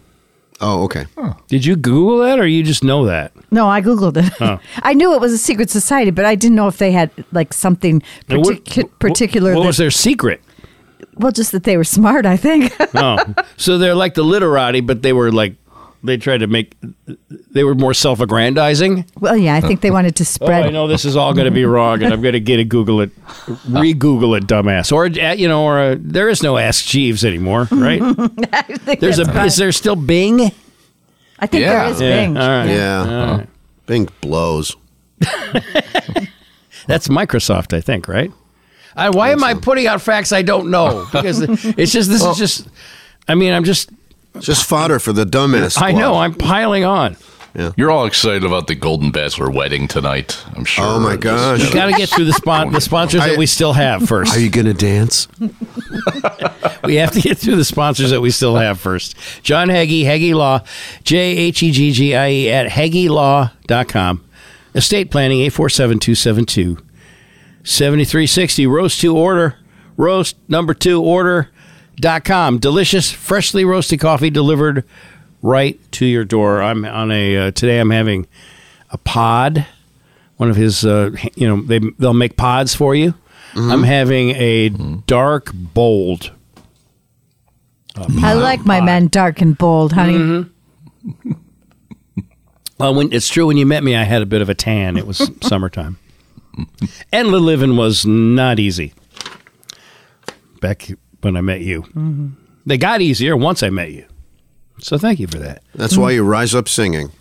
[SPEAKER 3] Oh, okay.
[SPEAKER 1] Did you Google that, or you just know that?
[SPEAKER 4] No, I googled it. *laughs* I knew it was a secret society, but I didn't know if they had like something
[SPEAKER 1] And what-
[SPEAKER 4] partic- particular.
[SPEAKER 1] What,
[SPEAKER 4] that-
[SPEAKER 1] was their
[SPEAKER 4] *laughs*
[SPEAKER 1] secret?
[SPEAKER 4] well, just that they were smart. I think. *laughs*
[SPEAKER 1] Oh, so they're like the literati, but they were like they tried to make they were more self-aggrandizing.
[SPEAKER 4] well, yeah, I think they wanted to spread.
[SPEAKER 1] Oh, I know this is all going to be wrong, and I'm going to get a Google it, re-Google it, dumbass, or uh, you know, or uh, there is no Ask Jeeves anymore, right?
[SPEAKER 4] *laughs* I think
[SPEAKER 1] There's a
[SPEAKER 4] that's fine.
[SPEAKER 1] is there still Bing?
[SPEAKER 4] I think
[SPEAKER 2] Yeah.
[SPEAKER 4] there is
[SPEAKER 1] Yeah,
[SPEAKER 4] Bing.
[SPEAKER 1] all right.
[SPEAKER 3] Yeah. Bing blows.
[SPEAKER 1] That's Microsoft, I think, right? I, why am I putting out facts I don't know? Because it's just this is just. I mean, I'm just.
[SPEAKER 3] It's just fodder for the dumbass.
[SPEAKER 1] I
[SPEAKER 3] squad.
[SPEAKER 1] know I'm piling on.
[SPEAKER 2] You're all excited about the Golden Bachelor wedding tonight, I'm sure.
[SPEAKER 3] Oh, my
[SPEAKER 2] This-
[SPEAKER 3] gosh.
[SPEAKER 1] Got to get through the spon- the sponsors that we still have first.
[SPEAKER 3] Are you going to dance?
[SPEAKER 1] We have to get through the sponsors that we still have first. John Heggie, Heggie Law, J H E G G I E at HeggieLaw.com. Estate planning, 847 272 7360. Roast to order, roast number two order.com. Delicious, freshly roasted coffee delivered right to your door. I'm on a, uh, today I'm having a pod one of his uh, you know they they'll make pods for you. I'm having a dark bold.
[SPEAKER 4] I like my men dark and bold, honey.
[SPEAKER 1] Mm-hmm. Well, when it's true when you met me, I had a bit of a tan. It
[SPEAKER 4] *laughs*
[SPEAKER 1] was summertime, and the living was not easy. Back when I met you,
[SPEAKER 4] Mm-hmm.
[SPEAKER 1] they got easier once I met you. So thank you for that.
[SPEAKER 3] That's why you rise up singing.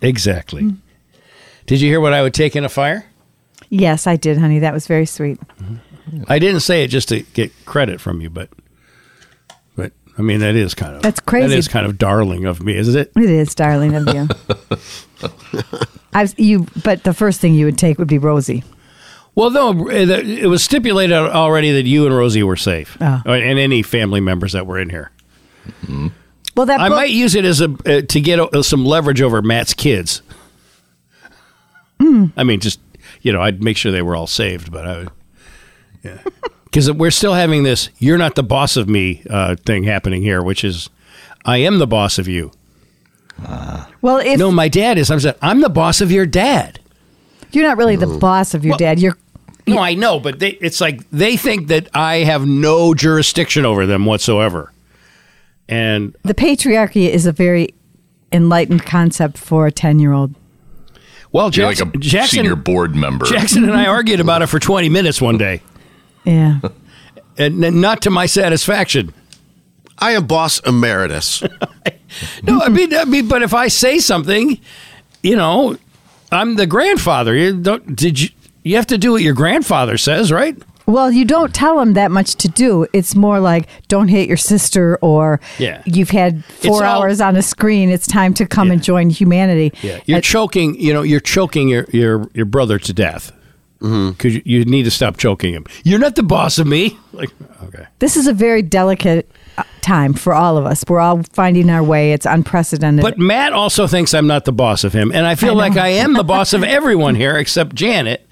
[SPEAKER 1] Exactly.
[SPEAKER 4] Mm-hmm.
[SPEAKER 1] Did you hear what I would take in a fire?
[SPEAKER 4] Yes, I did, honey. That was very sweet.
[SPEAKER 1] I didn't say it just to get credit from you, but but I mean that is kind of
[SPEAKER 4] That's crazy.
[SPEAKER 1] That is kind of darling of me, isn't it?
[SPEAKER 4] It is darling of you. I've you, but the first thing you would take would be Rosie.
[SPEAKER 1] Well, no, it was stipulated already that you and Rosie were safe, Uh,
[SPEAKER 4] Oh.
[SPEAKER 1] and any family members that were in here.
[SPEAKER 4] Well, that
[SPEAKER 1] I
[SPEAKER 4] book,
[SPEAKER 1] might use it as a uh, to get uh, some leverage over Matt's kids. I mean, just you know, I'd make sure they were all saved, but I would, *laughs* yeah, because we're still having this "you're not the boss of me" uh, thing happening here, which is I am the boss of you.
[SPEAKER 4] Well, if
[SPEAKER 1] No, my dad is. I'm saying, I'm the boss of your dad.
[SPEAKER 4] you're not really the boss of your dad, you're
[SPEAKER 1] No, I know, but they, it's like they think that I have no jurisdiction over them whatsoever. And
[SPEAKER 4] the patriarchy is a very enlightened concept for a 10 year old.
[SPEAKER 1] well,
[SPEAKER 2] You're
[SPEAKER 1] Jackson,
[SPEAKER 2] like a
[SPEAKER 1] Jackson,
[SPEAKER 2] senior board member.
[SPEAKER 1] Jackson
[SPEAKER 2] *laughs*
[SPEAKER 1] and I argued about it for 20 minutes one day, *laughs*
[SPEAKER 4] Yeah.
[SPEAKER 1] and n- not to my satisfaction.
[SPEAKER 3] I am boss emeritus.
[SPEAKER 1] No, I mean, I mean, but if I say something, you know, I'm the grandfather. You don't did you? You have to do what your grandfather says, right?
[SPEAKER 4] Well, you don't tell them that much to do. It's more like don't hit your sister or
[SPEAKER 1] Yeah.
[SPEAKER 4] you've had
[SPEAKER 1] all-
[SPEAKER 4] 4 hours on a screen. It's time to come and join humanity.
[SPEAKER 1] you're
[SPEAKER 4] Uh,
[SPEAKER 1] choking. You know, you're choking your your your brother to death because you, you need to stop choking him. You're not the boss of me. Like, okay,
[SPEAKER 4] this is a very delicate uh, time for all of us. We're all finding our way. It's unprecedented.
[SPEAKER 1] but Matt also thinks I'm not the boss of him, and I feel like I am the boss *laughs* of everyone here except Janet.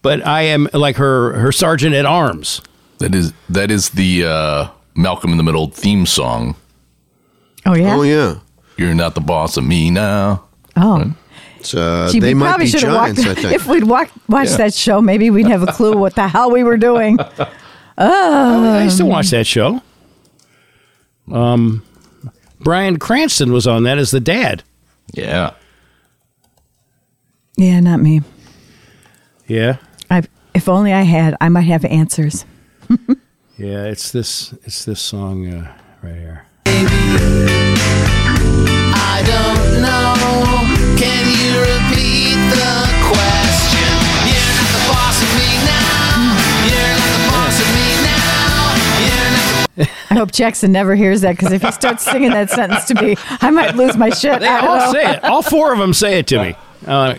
[SPEAKER 1] But I am like her her sergeant at arms.
[SPEAKER 2] That is that is the uh, Malcolm in the Middle theme song.
[SPEAKER 4] oh yeah.
[SPEAKER 3] Oh yeah.
[SPEAKER 2] You're not the boss of me now.
[SPEAKER 4] Oh.
[SPEAKER 3] It's, uh,
[SPEAKER 4] Gee,
[SPEAKER 3] they
[SPEAKER 4] we
[SPEAKER 3] might
[SPEAKER 4] probably
[SPEAKER 3] be
[SPEAKER 4] should have walked.
[SPEAKER 3] giants. I think.
[SPEAKER 4] *laughs* If we'd walk, watched
[SPEAKER 2] Yeah.
[SPEAKER 4] that show, maybe we'd have a clue what the hell we
[SPEAKER 1] *laughs*
[SPEAKER 4] were doing.
[SPEAKER 1] I
[SPEAKER 4] Oh,
[SPEAKER 1] used to watch that show. Um, Brian Cranston was on that as the dad.
[SPEAKER 2] Yeah.
[SPEAKER 4] Yeah, not me.
[SPEAKER 1] Yeah,
[SPEAKER 4] I, if only I had, I might have answers.
[SPEAKER 1] yeah. It's this. It's this song uh, right here.
[SPEAKER 6] I don't know. Can you repeat the question? You're not the boss of me now. You're not the boss of me now. You're not the
[SPEAKER 4] I hope Jackson never hears that because if he starts singing that sentence to me, I might lose my shit.
[SPEAKER 1] They
[SPEAKER 4] I don't
[SPEAKER 1] all
[SPEAKER 4] know.
[SPEAKER 1] say it. All four of them say it to me. Uh,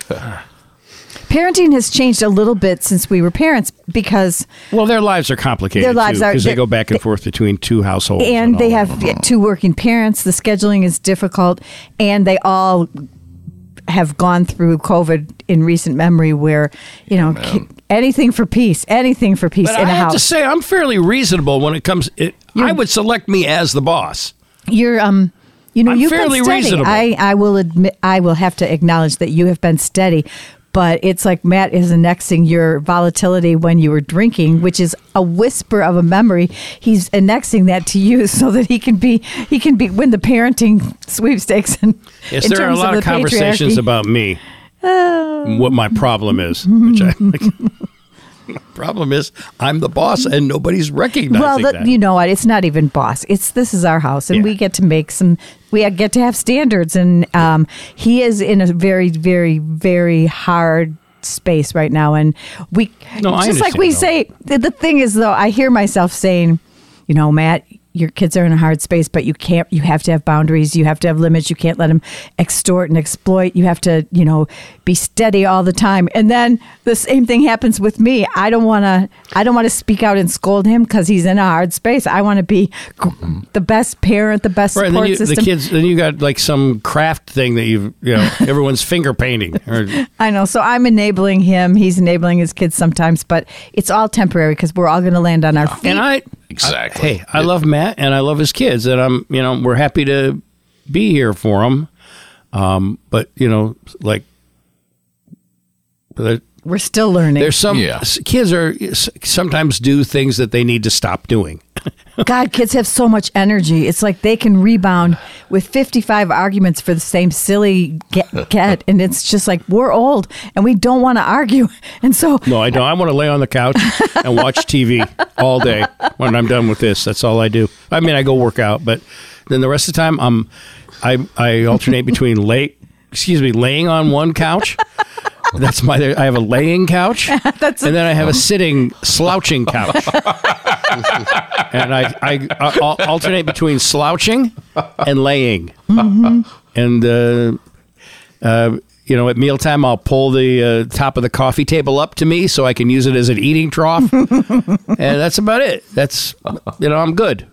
[SPEAKER 4] Parenting has changed a little bit since we were parents because,
[SPEAKER 1] well, their lives are complicated.
[SPEAKER 4] Their lives are-
[SPEAKER 1] because they
[SPEAKER 4] they-
[SPEAKER 1] go back and forth between two households,
[SPEAKER 4] and they
[SPEAKER 1] all
[SPEAKER 4] have
[SPEAKER 1] that.
[SPEAKER 4] two working parents. The scheduling is difficult, and they all have gone through COVID in recent memory, where you know ki- anything for peace, anything for peace
[SPEAKER 1] But
[SPEAKER 4] in
[SPEAKER 1] I
[SPEAKER 4] a
[SPEAKER 1] have
[SPEAKER 4] house.
[SPEAKER 1] to say, I'm fairly reasonable when it comes. It, I would select me as the boss.
[SPEAKER 4] you're um you know
[SPEAKER 1] I'm
[SPEAKER 4] you've
[SPEAKER 1] fairly
[SPEAKER 4] been steady.
[SPEAKER 1] reasonable.
[SPEAKER 4] I I will admit I will have to acknowledge that you have been steady. But it's like Matt is annexing your volatility when you were drinking, which is a whisper of a memory. He's annexing that to you *laughs* so that he can be he can be win the parenting sweepstakes. And
[SPEAKER 1] Yes,
[SPEAKER 4] in
[SPEAKER 1] there are a
[SPEAKER 4] terms
[SPEAKER 1] lot of,
[SPEAKER 4] the
[SPEAKER 1] conversations
[SPEAKER 4] patriarchy. Oh.
[SPEAKER 1] about me, and what my problem
[SPEAKER 4] *laughs*
[SPEAKER 1] is, which I like. my problem is I'm the boss and nobody's recognizing
[SPEAKER 4] Well, the-
[SPEAKER 1] that.
[SPEAKER 4] you know what? It's not even boss. It's this is our house, and
[SPEAKER 1] Yeah.
[SPEAKER 4] we get to make some. We get to have standards, and um, he is in a very, very, very hard space right now, and we
[SPEAKER 1] No, I
[SPEAKER 4] just like
[SPEAKER 1] understand
[SPEAKER 4] we
[SPEAKER 1] all
[SPEAKER 4] say. The, the thing is, though, I hear myself saying, you know, Matt. Your kids are in a hard space, but you can't. You have to have boundaries. You have to have limits. You can't let them extort and exploit. You have to, you know, be steady all the time. And then the same thing happens with me. I don't want to. I don't want to speak out and scold him because he's in a hard space. I want to be gr- the best parent, the best
[SPEAKER 1] Mm-hmm. Right, and then
[SPEAKER 4] support
[SPEAKER 1] you, the
[SPEAKER 4] system.
[SPEAKER 1] kids, then you got like some craft thing that you've, you
[SPEAKER 4] *laughs*
[SPEAKER 1] know, everyone's finger painting. Or,
[SPEAKER 4] I know. So I'm enabling him. He's enabling his kids sometimes, but it's all temporary because we're all going to land on our feet.
[SPEAKER 1] and I,
[SPEAKER 2] Exactly.
[SPEAKER 1] hey, I love Matt and I love his kids, and I'm, you know, we're happy to be here for them. Um, but you know, like, there-
[SPEAKER 4] we're still learning.
[SPEAKER 1] there's some
[SPEAKER 2] Yeah.
[SPEAKER 1] s- kids are s- sometimes do things that they need to stop doing.
[SPEAKER 4] God, kids have so much energy. It's like they can rebound with 55 arguments for the same silly get. get and it's just like, we're old and we don't want to argue. *laughs* And so,
[SPEAKER 1] No, I don't. I want to lay on the couch and watch TV all day when I'm done with this. That's all I do. I mean, I go work out, but then the rest of the time, I'm I I alternate between lay excuse me laying on one couch. That's my. I have a laying couch, and then I have a sitting slouching couch, and I I, I al- alternate between slouching and laying, and. Uh, uh, you know, at mealtime, I'll pull the uh, top of the coffee table up to me so I can use it as an eating trough. and that's about it. That's, you know, I'm good.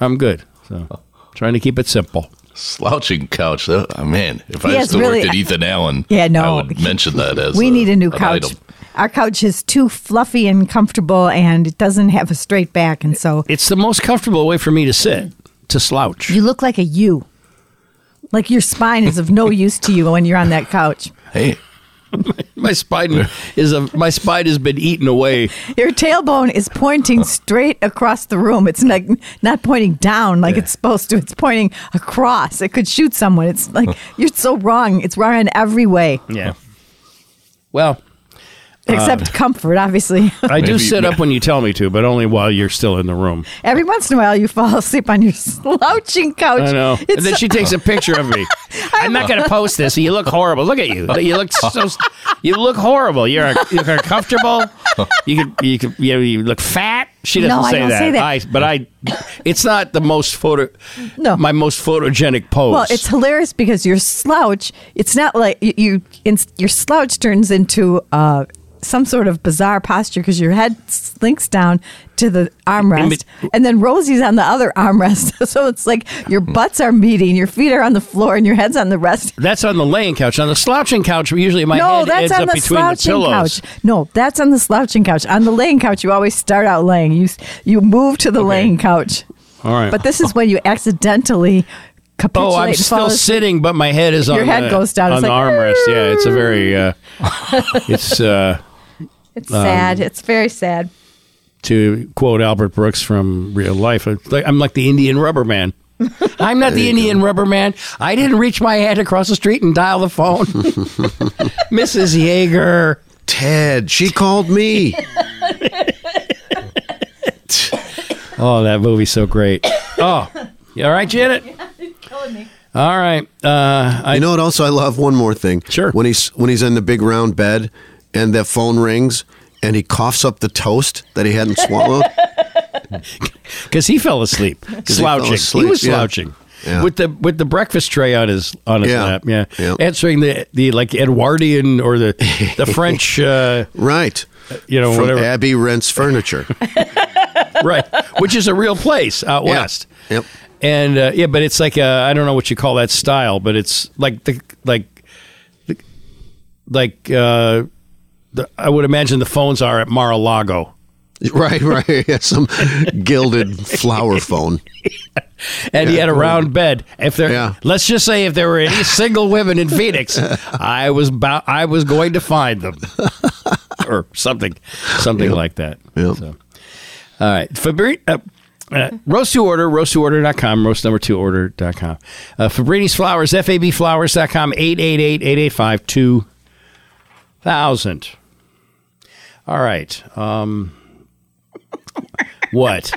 [SPEAKER 1] I'm good. So, trying to keep it simple.
[SPEAKER 2] Slouching couch. Though. I mean, if I
[SPEAKER 4] Yes,
[SPEAKER 2] still
[SPEAKER 4] really,
[SPEAKER 2] worked at
[SPEAKER 4] I-
[SPEAKER 2] Ethan Allen,
[SPEAKER 4] Yeah, no.
[SPEAKER 2] I would mention that as
[SPEAKER 4] we need a new
[SPEAKER 2] uh, an
[SPEAKER 4] couch.
[SPEAKER 2] item.
[SPEAKER 4] Our couch is too fluffy and comfortable and it doesn't have a straight back. And so,
[SPEAKER 1] It's the most comfortable way for me to sit. to slouch.
[SPEAKER 4] You look like a U. Like your spine is of no use to you when you're on that couch.
[SPEAKER 2] Hey,
[SPEAKER 1] My spine is a my spine has been eaten away.
[SPEAKER 4] Your tailbone is
[SPEAKER 1] Oh.
[SPEAKER 4] pointing straight across the room. It's like not pointing down like it's supposed to. It's pointing across. It could shoot someone. It's like you're so wrong. It's wrong in every way
[SPEAKER 1] Yeah. Well, Ah.
[SPEAKER 4] except comfort, obviously. *laughs*
[SPEAKER 1] I do
[SPEAKER 2] Maybe-
[SPEAKER 1] sit up when you tell me to, but only while you're still in the room.
[SPEAKER 4] every once in a while, you fall asleep on your *laughs* slouching couch.
[SPEAKER 1] *laughs* I know.
[SPEAKER 4] It's
[SPEAKER 1] and then she takes a picture of *laughs* me. I'm not going to post this. You look horrible. Look at you. You look so. You look horrible. You're you're uncomfortable. You could you could you, know, you look fat. She doesn't
[SPEAKER 4] No, I
[SPEAKER 1] say,
[SPEAKER 4] don't
[SPEAKER 1] that.
[SPEAKER 4] say that.
[SPEAKER 1] I but I. It's not the most photo.
[SPEAKER 4] No.
[SPEAKER 1] My most photogenic pose.
[SPEAKER 4] Well, it's hilarious because your slouch, it's not like you, you in, your slouch turns into uh, some sort of bizarre posture because your head slinks down to the armrest. and then Rosie's on the other armrest. *laughs* so it's like your butts are meeting, your feet are on the floor, and your head's on the rest.
[SPEAKER 1] that's on the laying couch. On the slouching couch, usually my
[SPEAKER 4] no,
[SPEAKER 1] head
[SPEAKER 4] that's
[SPEAKER 1] ends
[SPEAKER 4] on
[SPEAKER 1] up
[SPEAKER 4] the
[SPEAKER 1] between the
[SPEAKER 4] slouching
[SPEAKER 1] pillows.
[SPEAKER 4] couch. No, that's on the slouching couch. On the laying couch, you always start out laying. You s- you move to the laying couch.
[SPEAKER 1] All right.
[SPEAKER 4] But
[SPEAKER 1] *laughs*
[SPEAKER 4] this is when you accidentally capitulate
[SPEAKER 1] Oh, I'm
[SPEAKER 4] and fall
[SPEAKER 1] still
[SPEAKER 4] asleep.
[SPEAKER 1] sitting, but my head is
[SPEAKER 4] Your
[SPEAKER 1] on
[SPEAKER 4] head
[SPEAKER 1] the,
[SPEAKER 4] goes down.
[SPEAKER 1] on
[SPEAKER 4] It's
[SPEAKER 1] the
[SPEAKER 4] like,
[SPEAKER 1] armrest. Yeah, it's a very
[SPEAKER 4] *laughs*
[SPEAKER 1] uh, it's uh,
[SPEAKER 4] It's sad.
[SPEAKER 1] Um,
[SPEAKER 4] It's very sad.
[SPEAKER 1] to quote Albert Brooks from real life. It's like, I'm like the Indian Rubber
[SPEAKER 3] *laughs*
[SPEAKER 1] Man. I'm not the Indian Rubber Man. I didn't reach my head across the street and dial the phone,
[SPEAKER 3] *laughs*
[SPEAKER 1] Mrs. Yeager.
[SPEAKER 3] Ted, she called me.
[SPEAKER 1] Oh, that movie's so great.
[SPEAKER 3] *coughs*
[SPEAKER 1] Oh, you all right, Janet? All right. Uh, *laughs* I
[SPEAKER 3] You know what? Also, I love one more thing.
[SPEAKER 1] Sure.
[SPEAKER 3] When he's when he's in the big round bed, and the phone rings, and he coughs up the toast that he hadn't
[SPEAKER 4] *laughs*
[SPEAKER 3] swallowed.
[SPEAKER 1] because he fell
[SPEAKER 3] *laughs*
[SPEAKER 1] asleep,
[SPEAKER 3] he fell
[SPEAKER 1] slouching. He,
[SPEAKER 3] asleep,
[SPEAKER 1] was
[SPEAKER 3] yeah.
[SPEAKER 1] slouching
[SPEAKER 3] Yeah.
[SPEAKER 1] with the with the breakfast tray on his on his
[SPEAKER 3] Yeah.
[SPEAKER 1] lap. Yeah,
[SPEAKER 3] Yeah.
[SPEAKER 1] answering the the like Edwardian or the the French, uh,
[SPEAKER 3] right.
[SPEAKER 1] you know,
[SPEAKER 3] From
[SPEAKER 1] whatever.
[SPEAKER 3] Abbey rents
[SPEAKER 1] *laughs*
[SPEAKER 3] furniture.
[SPEAKER 1] right, which is a real place out
[SPEAKER 3] Yeah.
[SPEAKER 1] west.
[SPEAKER 3] Yep.
[SPEAKER 1] And uh, yeah, but it's like I I don't know what you call that style, but it's like the like the- like uh, the, I would imagine the phones are at Mar-a-Lago.
[SPEAKER 3] right. Right. *laughs* Yeah, some gilded flower phone.
[SPEAKER 1] and he had a round bed. If there,
[SPEAKER 3] Yeah.
[SPEAKER 1] let's just say, if there were any single women in Phoenix, I was bou- I was going to find them, or something, something like that.
[SPEAKER 3] Yep.
[SPEAKER 1] So, all right, Fabri- uh, uh, roast to order, roast to order.com, roast number two order.com. Uh, Fabrini's Flowers, fabflowers.com, 888 885 2000. All right. Um, *laughs* what?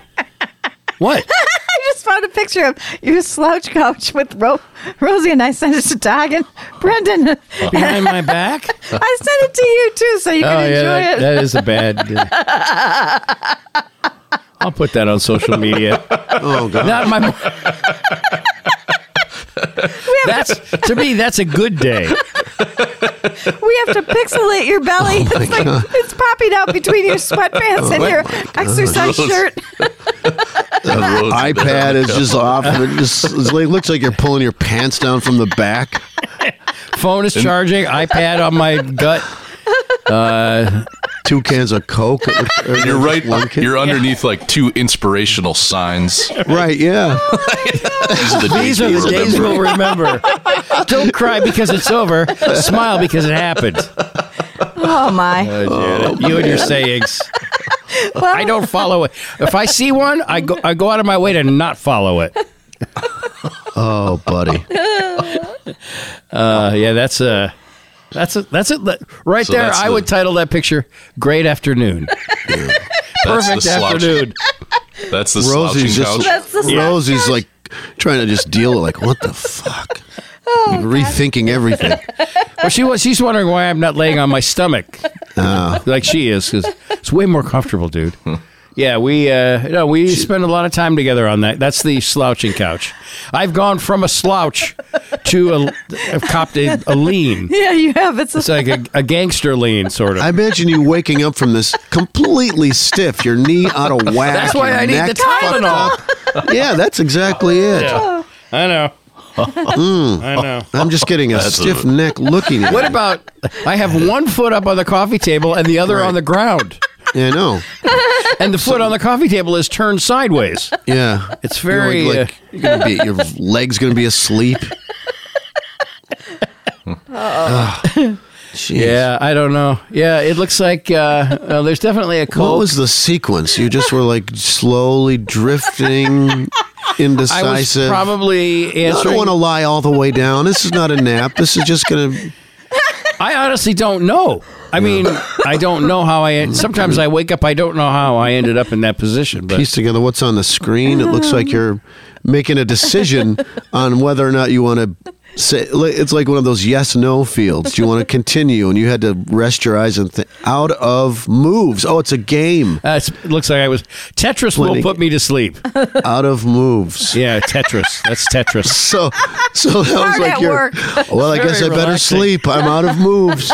[SPEAKER 1] What?
[SPEAKER 4] *laughs* I just found a picture of your slouch couch with Ro- Rosie, and I sent it to Doug and
[SPEAKER 1] *laughs*
[SPEAKER 4] Brendan.
[SPEAKER 1] Behind my back? *laughs*
[SPEAKER 4] I sent it to you too, so you can enjoy
[SPEAKER 1] Oh, that,
[SPEAKER 4] it.
[SPEAKER 1] that is a bad. uh, *laughs* I'll put that on social media.
[SPEAKER 3] Oh God.
[SPEAKER 1] Not *laughs* my. that's to me. That's a good day.
[SPEAKER 4] we have to pixelate
[SPEAKER 1] *laughs*
[SPEAKER 4] your belly.
[SPEAKER 1] Oh,
[SPEAKER 4] it's like it's popping out between your sweatpants and your exercise
[SPEAKER 2] Gross.
[SPEAKER 4] shirt. *laughs*
[SPEAKER 3] iPad is just off. It just it's like, looks like you're pulling your pants down from the back.
[SPEAKER 1] Phone is charging. iPad on my gut.
[SPEAKER 3] Two cans of
[SPEAKER 4] *laughs*
[SPEAKER 3] Coke. Or
[SPEAKER 2] You're right.
[SPEAKER 3] One can.
[SPEAKER 2] You're underneath like two inspirational signs.
[SPEAKER 3] right. Yeah.
[SPEAKER 2] These are the days,
[SPEAKER 1] These are
[SPEAKER 2] we
[SPEAKER 1] the days
[SPEAKER 2] remember.
[SPEAKER 1] we'll remember. Don't cry because it's over. Smile because it happened.
[SPEAKER 4] Oh my!
[SPEAKER 1] you and your sayings.
[SPEAKER 4] Well,
[SPEAKER 1] I don't follow it. If I see one, I go. I go out of my way to not follow it.
[SPEAKER 3] Oh, buddy.
[SPEAKER 1] Uh, yeah, that's a that's a that's it right
[SPEAKER 2] So
[SPEAKER 1] there.
[SPEAKER 2] that's
[SPEAKER 1] I
[SPEAKER 2] the-
[SPEAKER 1] would title that picture "Great Afternoon."
[SPEAKER 2] That's the
[SPEAKER 1] Perfect
[SPEAKER 2] slouch-
[SPEAKER 1] afternoon.
[SPEAKER 2] That's the
[SPEAKER 3] Rosie's
[SPEAKER 2] slouching
[SPEAKER 3] just
[SPEAKER 2] couch.
[SPEAKER 4] That's the slouch
[SPEAKER 3] Rosie's like trying to just deal with like what the fuck. rethinking everything.
[SPEAKER 1] Well, she was. She's wondering why I'm not laying on my
[SPEAKER 2] *laughs*
[SPEAKER 1] stomach
[SPEAKER 2] Oh.
[SPEAKER 1] like she is because it's way more comfortable, dude. Yeah, we uh, no, we spend a lot of time together on that. That's the slouching couch. I've gone from a slouch to a I've copped a, a lean.
[SPEAKER 4] Yeah, you have. It's,
[SPEAKER 1] It's like a, a gangster lean, sort of.
[SPEAKER 3] I imagine you waking up from this completely stiff, your knee out of whack.
[SPEAKER 1] That's why
[SPEAKER 3] your
[SPEAKER 1] I need the
[SPEAKER 3] neck fucked up. Yeah, that's exactly it.
[SPEAKER 1] I
[SPEAKER 2] *laughs*
[SPEAKER 1] know.
[SPEAKER 2] Hmm.
[SPEAKER 1] I know.
[SPEAKER 3] I'm just getting a stiff neck looking at
[SPEAKER 1] What
[SPEAKER 3] it.
[SPEAKER 1] about I have one foot up on the coffee table and the other
[SPEAKER 3] Right.
[SPEAKER 1] on the ground?
[SPEAKER 3] Yeah, I know.
[SPEAKER 1] and the foot on the coffee table is turned sideways.
[SPEAKER 3] Yeah,
[SPEAKER 1] It's very,
[SPEAKER 3] You're,
[SPEAKER 1] uh,
[SPEAKER 3] you're gonna be, your legs gonna
[SPEAKER 1] *laughs*
[SPEAKER 3] be asleep. Jeez.
[SPEAKER 1] Yeah, I don't know. Yeah, it looks like uh, uh, there's definitely a cold.
[SPEAKER 3] What was the sequence? You just were like
[SPEAKER 1] *laughs*
[SPEAKER 3] slowly drifting,
[SPEAKER 1] I was
[SPEAKER 3] indecisive.
[SPEAKER 1] probably
[SPEAKER 3] I don't
[SPEAKER 1] answering.
[SPEAKER 3] want to lie all the way down. This is not a nap. This is just gonna.
[SPEAKER 1] I honestly don't know. I mean, I don't know how I. Sometimes I wake up, I don't know how I ended up in that position. But
[SPEAKER 3] piece together what's on the screen. It looks like you're making a decision on whether or not you want to say. li- It's like one of those yes no fields. Do you want to continue? And you had to rest your eyes and think out of moves. Oh, it's a game.
[SPEAKER 1] uh, it's- it looks like I was Tetris will
[SPEAKER 3] Plenty.
[SPEAKER 1] put me to sleep.
[SPEAKER 3] Out of moves.
[SPEAKER 1] Yeah, Tetris. That's Tetris.
[SPEAKER 3] So, so that was
[SPEAKER 4] Hard
[SPEAKER 3] like
[SPEAKER 4] at
[SPEAKER 3] your.
[SPEAKER 4] work.
[SPEAKER 3] Well, I
[SPEAKER 1] Very
[SPEAKER 3] guess I better
[SPEAKER 1] relaxing.
[SPEAKER 3] sleep. I'm out
[SPEAKER 1] *laughs*
[SPEAKER 3] of moves.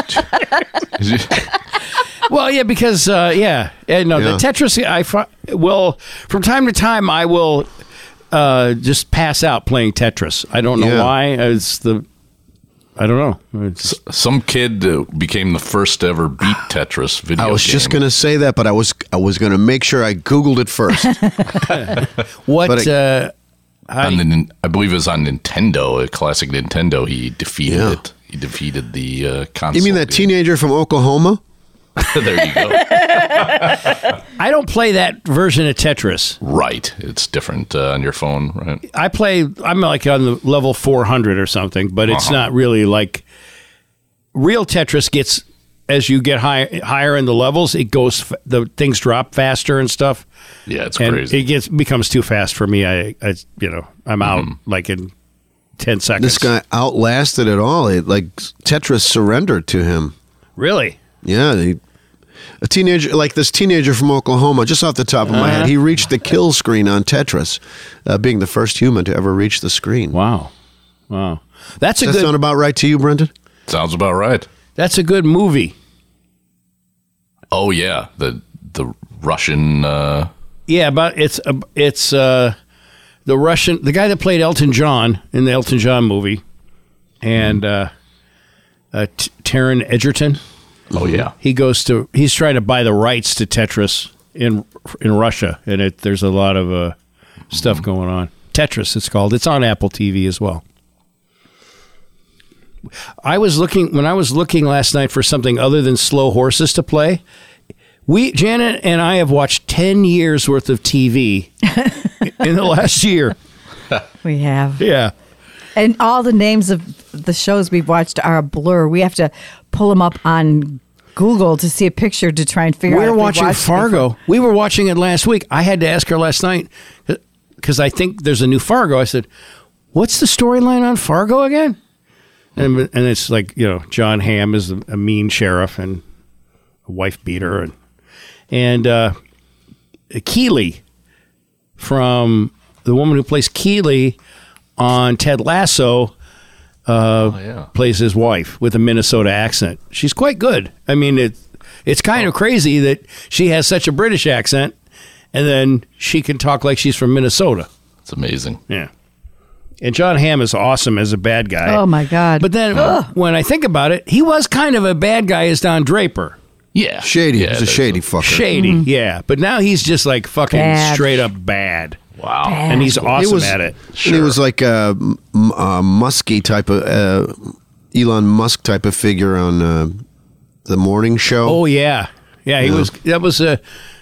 [SPEAKER 1] Well, yeah, because uh, yeah, yeah, no,
[SPEAKER 3] Yeah.
[SPEAKER 1] the Tetris. I fi- will from time to time I will uh, just pass out playing Tetris. I don't know
[SPEAKER 3] Yeah.
[SPEAKER 1] why. It's the I don't know. It's,
[SPEAKER 2] *laughs* Some kid uh, became the first to ever beat Tetris video
[SPEAKER 3] I was just
[SPEAKER 2] game.
[SPEAKER 3] gonna say that, but I was I was gonna make sure I googled it first.
[SPEAKER 1] what
[SPEAKER 3] But I-
[SPEAKER 1] uh,
[SPEAKER 2] on the, Nin- I believe it was on Nintendo, a classic Nintendo. He defeated
[SPEAKER 3] Yeah.
[SPEAKER 2] it. He defeated the uh, console.
[SPEAKER 3] You mean that
[SPEAKER 2] game.
[SPEAKER 3] teenager from Oklahoma?
[SPEAKER 2] *laughs* there you go.
[SPEAKER 1] I don't play that version of Tetris.
[SPEAKER 2] Right, it's different uh, on your phone, right?
[SPEAKER 1] I play. I'm like on the level 400 or something, but it's
[SPEAKER 2] Uh-huh.
[SPEAKER 1] not really like real Tetris gets as you get high, higher in the levels. It goes f- the things drop faster and stuff.
[SPEAKER 2] Yeah, it's
[SPEAKER 1] and
[SPEAKER 2] crazy.
[SPEAKER 1] it gets becomes too fast for me. I, I you know, I'm out like in ten seconds.
[SPEAKER 3] This guy outlasted it all. It like Tetris surrendered to him.
[SPEAKER 1] really?
[SPEAKER 3] Yeah, he, a teenager like this teenager from Oklahoma, just off the top of my head, he reached the kill screen on Tetris, uh, being the first human to ever reach the screen.
[SPEAKER 1] Wow, wow. That's a
[SPEAKER 3] Does that
[SPEAKER 1] good.
[SPEAKER 3] sound about right to you, Brendan?
[SPEAKER 2] Sounds about right.
[SPEAKER 1] that's a good movie.
[SPEAKER 2] Oh yeah, the the Russian. Uh,
[SPEAKER 1] Yeah, but it's uh, it's uh, the Russian, the guy that played Elton John in the Elton John movie, and uh, uh, T- Taron Egerton.
[SPEAKER 2] oh yeah,
[SPEAKER 1] He goes to he's trying to buy the rights to Tetris in in Russia, and it there's a lot of uh, stuff going on. Tetris, it's called. It's on Apple TV as well. I was looking when I was looking last night for something other than slow horses to play. We Janet and I have watched ten years worth of TV in the last year.
[SPEAKER 4] We have.
[SPEAKER 1] Yeah,
[SPEAKER 4] And all the names of the shows we've watched are a blur. We have to pull them up on Google to see a picture to try and figure
[SPEAKER 1] we
[SPEAKER 4] out.
[SPEAKER 1] were
[SPEAKER 4] if we
[SPEAKER 1] watching
[SPEAKER 4] watched it before.
[SPEAKER 1] Fargo. We were watching it last week. I had to ask her last night because I think there's a new Fargo. I said, "What's the storyline on Fargo again?" And and it's like you know, John Hamm is a a mean sheriff and a wife beater, and and uh, Keeley from the woman who plays Keeley on Ted Lasso
[SPEAKER 2] oh yeah.
[SPEAKER 1] plays his wife with a Minnesota accent. She's quite good. I mean, it, it's kind of crazy that she has such a British accent and then she can talk like she's from Minnesota.
[SPEAKER 2] It's amazing.
[SPEAKER 1] Yeah. And John Hamm is awesome as a bad guy.
[SPEAKER 4] Oh my God!
[SPEAKER 1] But then when I think about it, he was kind of a bad guy as Don Draper.
[SPEAKER 2] Yeah,
[SPEAKER 3] Shady.
[SPEAKER 2] Yeah,
[SPEAKER 3] He's a
[SPEAKER 2] there's
[SPEAKER 3] shady fucker.
[SPEAKER 1] Shady, yeah. But now he's just like fucking
[SPEAKER 4] Mm-hmm. Bad.
[SPEAKER 1] straight up bad.
[SPEAKER 2] Wow.
[SPEAKER 1] And he's awesome
[SPEAKER 3] was-
[SPEAKER 1] at it.
[SPEAKER 3] And It was like a, m- a Musky type of uh, Elon Musk type of figure on uh, the morning show.
[SPEAKER 1] Oh yeah, yeah. He was. That was a.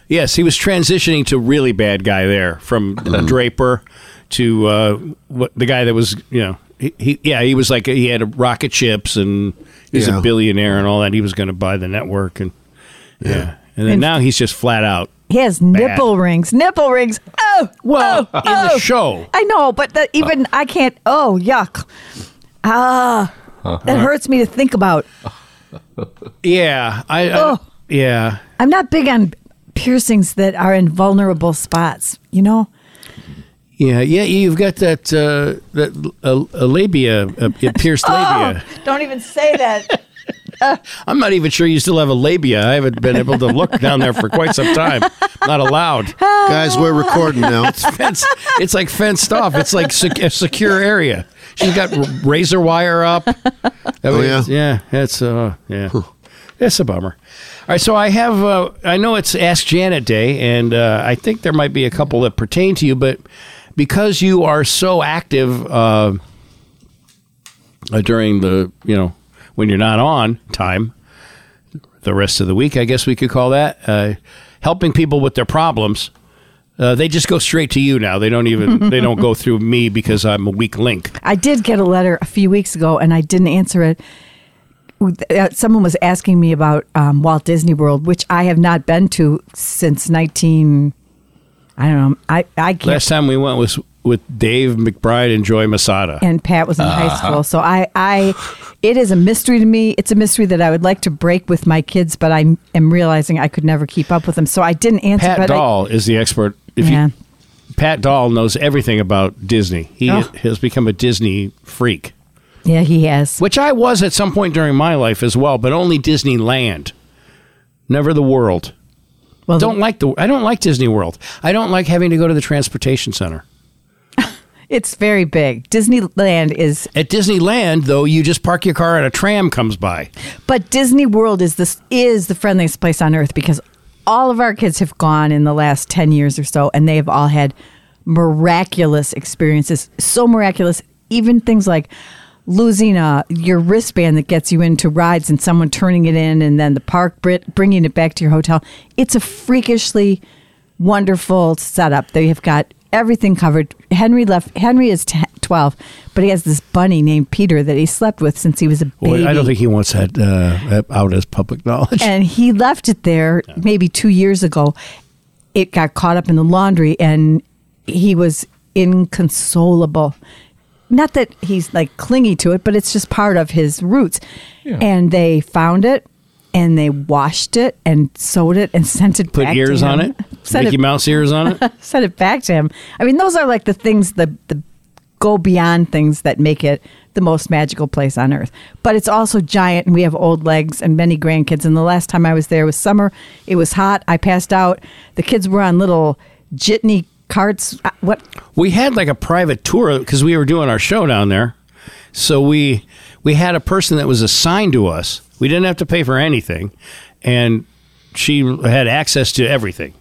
[SPEAKER 1] Yes, he was transitioning to really bad guy there from uh, Draper to uh, what, the guy that was you know he, he yeah he was like he had rocket ships and he's
[SPEAKER 3] Yeah.
[SPEAKER 1] a billionaire and all that. He was going to buy the network and yeah, and then now he's just flat out.
[SPEAKER 4] he has nipple rings. Nipple rings. Oh,
[SPEAKER 1] Well,
[SPEAKER 4] oh,
[SPEAKER 1] in the
[SPEAKER 4] oh.
[SPEAKER 1] show.
[SPEAKER 4] I know, but the, even I can't. Oh, yuck! Ah, that hurts me to think about.
[SPEAKER 1] Yeah, I, I-
[SPEAKER 4] Oh.
[SPEAKER 1] yeah.
[SPEAKER 4] I'm not big on piercings that are in vulnerable spots. You know,
[SPEAKER 1] Yeah, yeah, you've got that uh, that uh, a labia, a pierced labia.
[SPEAKER 4] don't even say that.
[SPEAKER 1] I'm not even sure you still have a labia. I haven't been able to look down there for quite some time. Not allowed.
[SPEAKER 3] Guys, we're
[SPEAKER 1] *laughs*
[SPEAKER 3] recording now.
[SPEAKER 1] Fence, it's like fenced off. It's like sec- a secure area. She's got r- razor wire up. I mean,
[SPEAKER 3] yeah?
[SPEAKER 1] it's- yeah. It's uh, yeah. That's a bummer. All right, so I have. Uh, I know it's Ask Janet Day, and uh, I think there might be a couple that pertain to you, but because you are so active uh, uh, during the, you know, when you're not on time, the rest of the week, I guess we could call that uh, helping people with their problems. Uh, they just go straight to you now. They don't even. they don't go through me because I'm a weak link.
[SPEAKER 4] *laughs* I did get a letter a few weeks ago, and I didn't answer it. Uh, Someone was asking me about um, Walt Disney World, which I have not been to since nineteen. I don't know. I I can't.
[SPEAKER 1] Last time we went was with Dave McBride and Joy Masada.
[SPEAKER 4] and Pat was in
[SPEAKER 1] Uh-huh.
[SPEAKER 4] high school, so I I it is a mystery to me. It's a mystery that I would like to break with my kids, but I am realizing I could never keep up with them. So I didn't answer.
[SPEAKER 1] Pat
[SPEAKER 4] but I-
[SPEAKER 1] Dahl is the expert. If
[SPEAKER 4] yeah.
[SPEAKER 1] you, Pat Dahl knows everything about Disney. He
[SPEAKER 4] Oh.
[SPEAKER 1] has become a Disney freak,
[SPEAKER 4] yeah, he has.
[SPEAKER 1] which I was at some point during my life as well, but only Disneyland, never the world.
[SPEAKER 4] Well,
[SPEAKER 1] Don't like the I don't like Disney World. I don't like having to go to the transportation center.
[SPEAKER 4] it's very big. Disneyland is
[SPEAKER 1] At Disneyland, though, you just park your car and a tram comes by.
[SPEAKER 4] But Disney World is this is the friendliest place on earth because all of our kids have gone in the last 10 years or so and they have all had miraculous experiences. So miraculous, even things like losing a, your wristband that gets you into rides and someone turning it in and then the park Brit bringing it back to your hotel. It's a freakishly wonderful setup. They have got everything covered. Henry left Henry is 10, 12, but he has this bunny named Peter that he slept with since he was a baby
[SPEAKER 1] Boy, I don't think he wants that uh, out as public knowledge.
[SPEAKER 4] and he left it there maybe two years ago. It got caught up in the laundry, and he was inconsolable. Not that he's like clingy to it, but it's just part of his roots. And they found it, and they washed it, and sewed it, and *laughs* sent it
[SPEAKER 1] Put
[SPEAKER 4] back to
[SPEAKER 1] ears on
[SPEAKER 4] him.
[SPEAKER 1] it,
[SPEAKER 4] Sent
[SPEAKER 1] Mickey
[SPEAKER 4] it,
[SPEAKER 1] Mouse ears on
[SPEAKER 4] *laughs*
[SPEAKER 1] it.
[SPEAKER 4] sent it back to him. I mean, those are like the things the the go beyond things that make it the most magical place on earth. But it's also giant, and we have old legs and many grandkids. And the last time I was there was summer. It was hot. I passed out. The kids were on little jitney carts. Uh, What?
[SPEAKER 1] we had like a private tour because we were doing our show down there. So we we had a person that was assigned to us. We didn't have to pay for anything, and she had access to everything.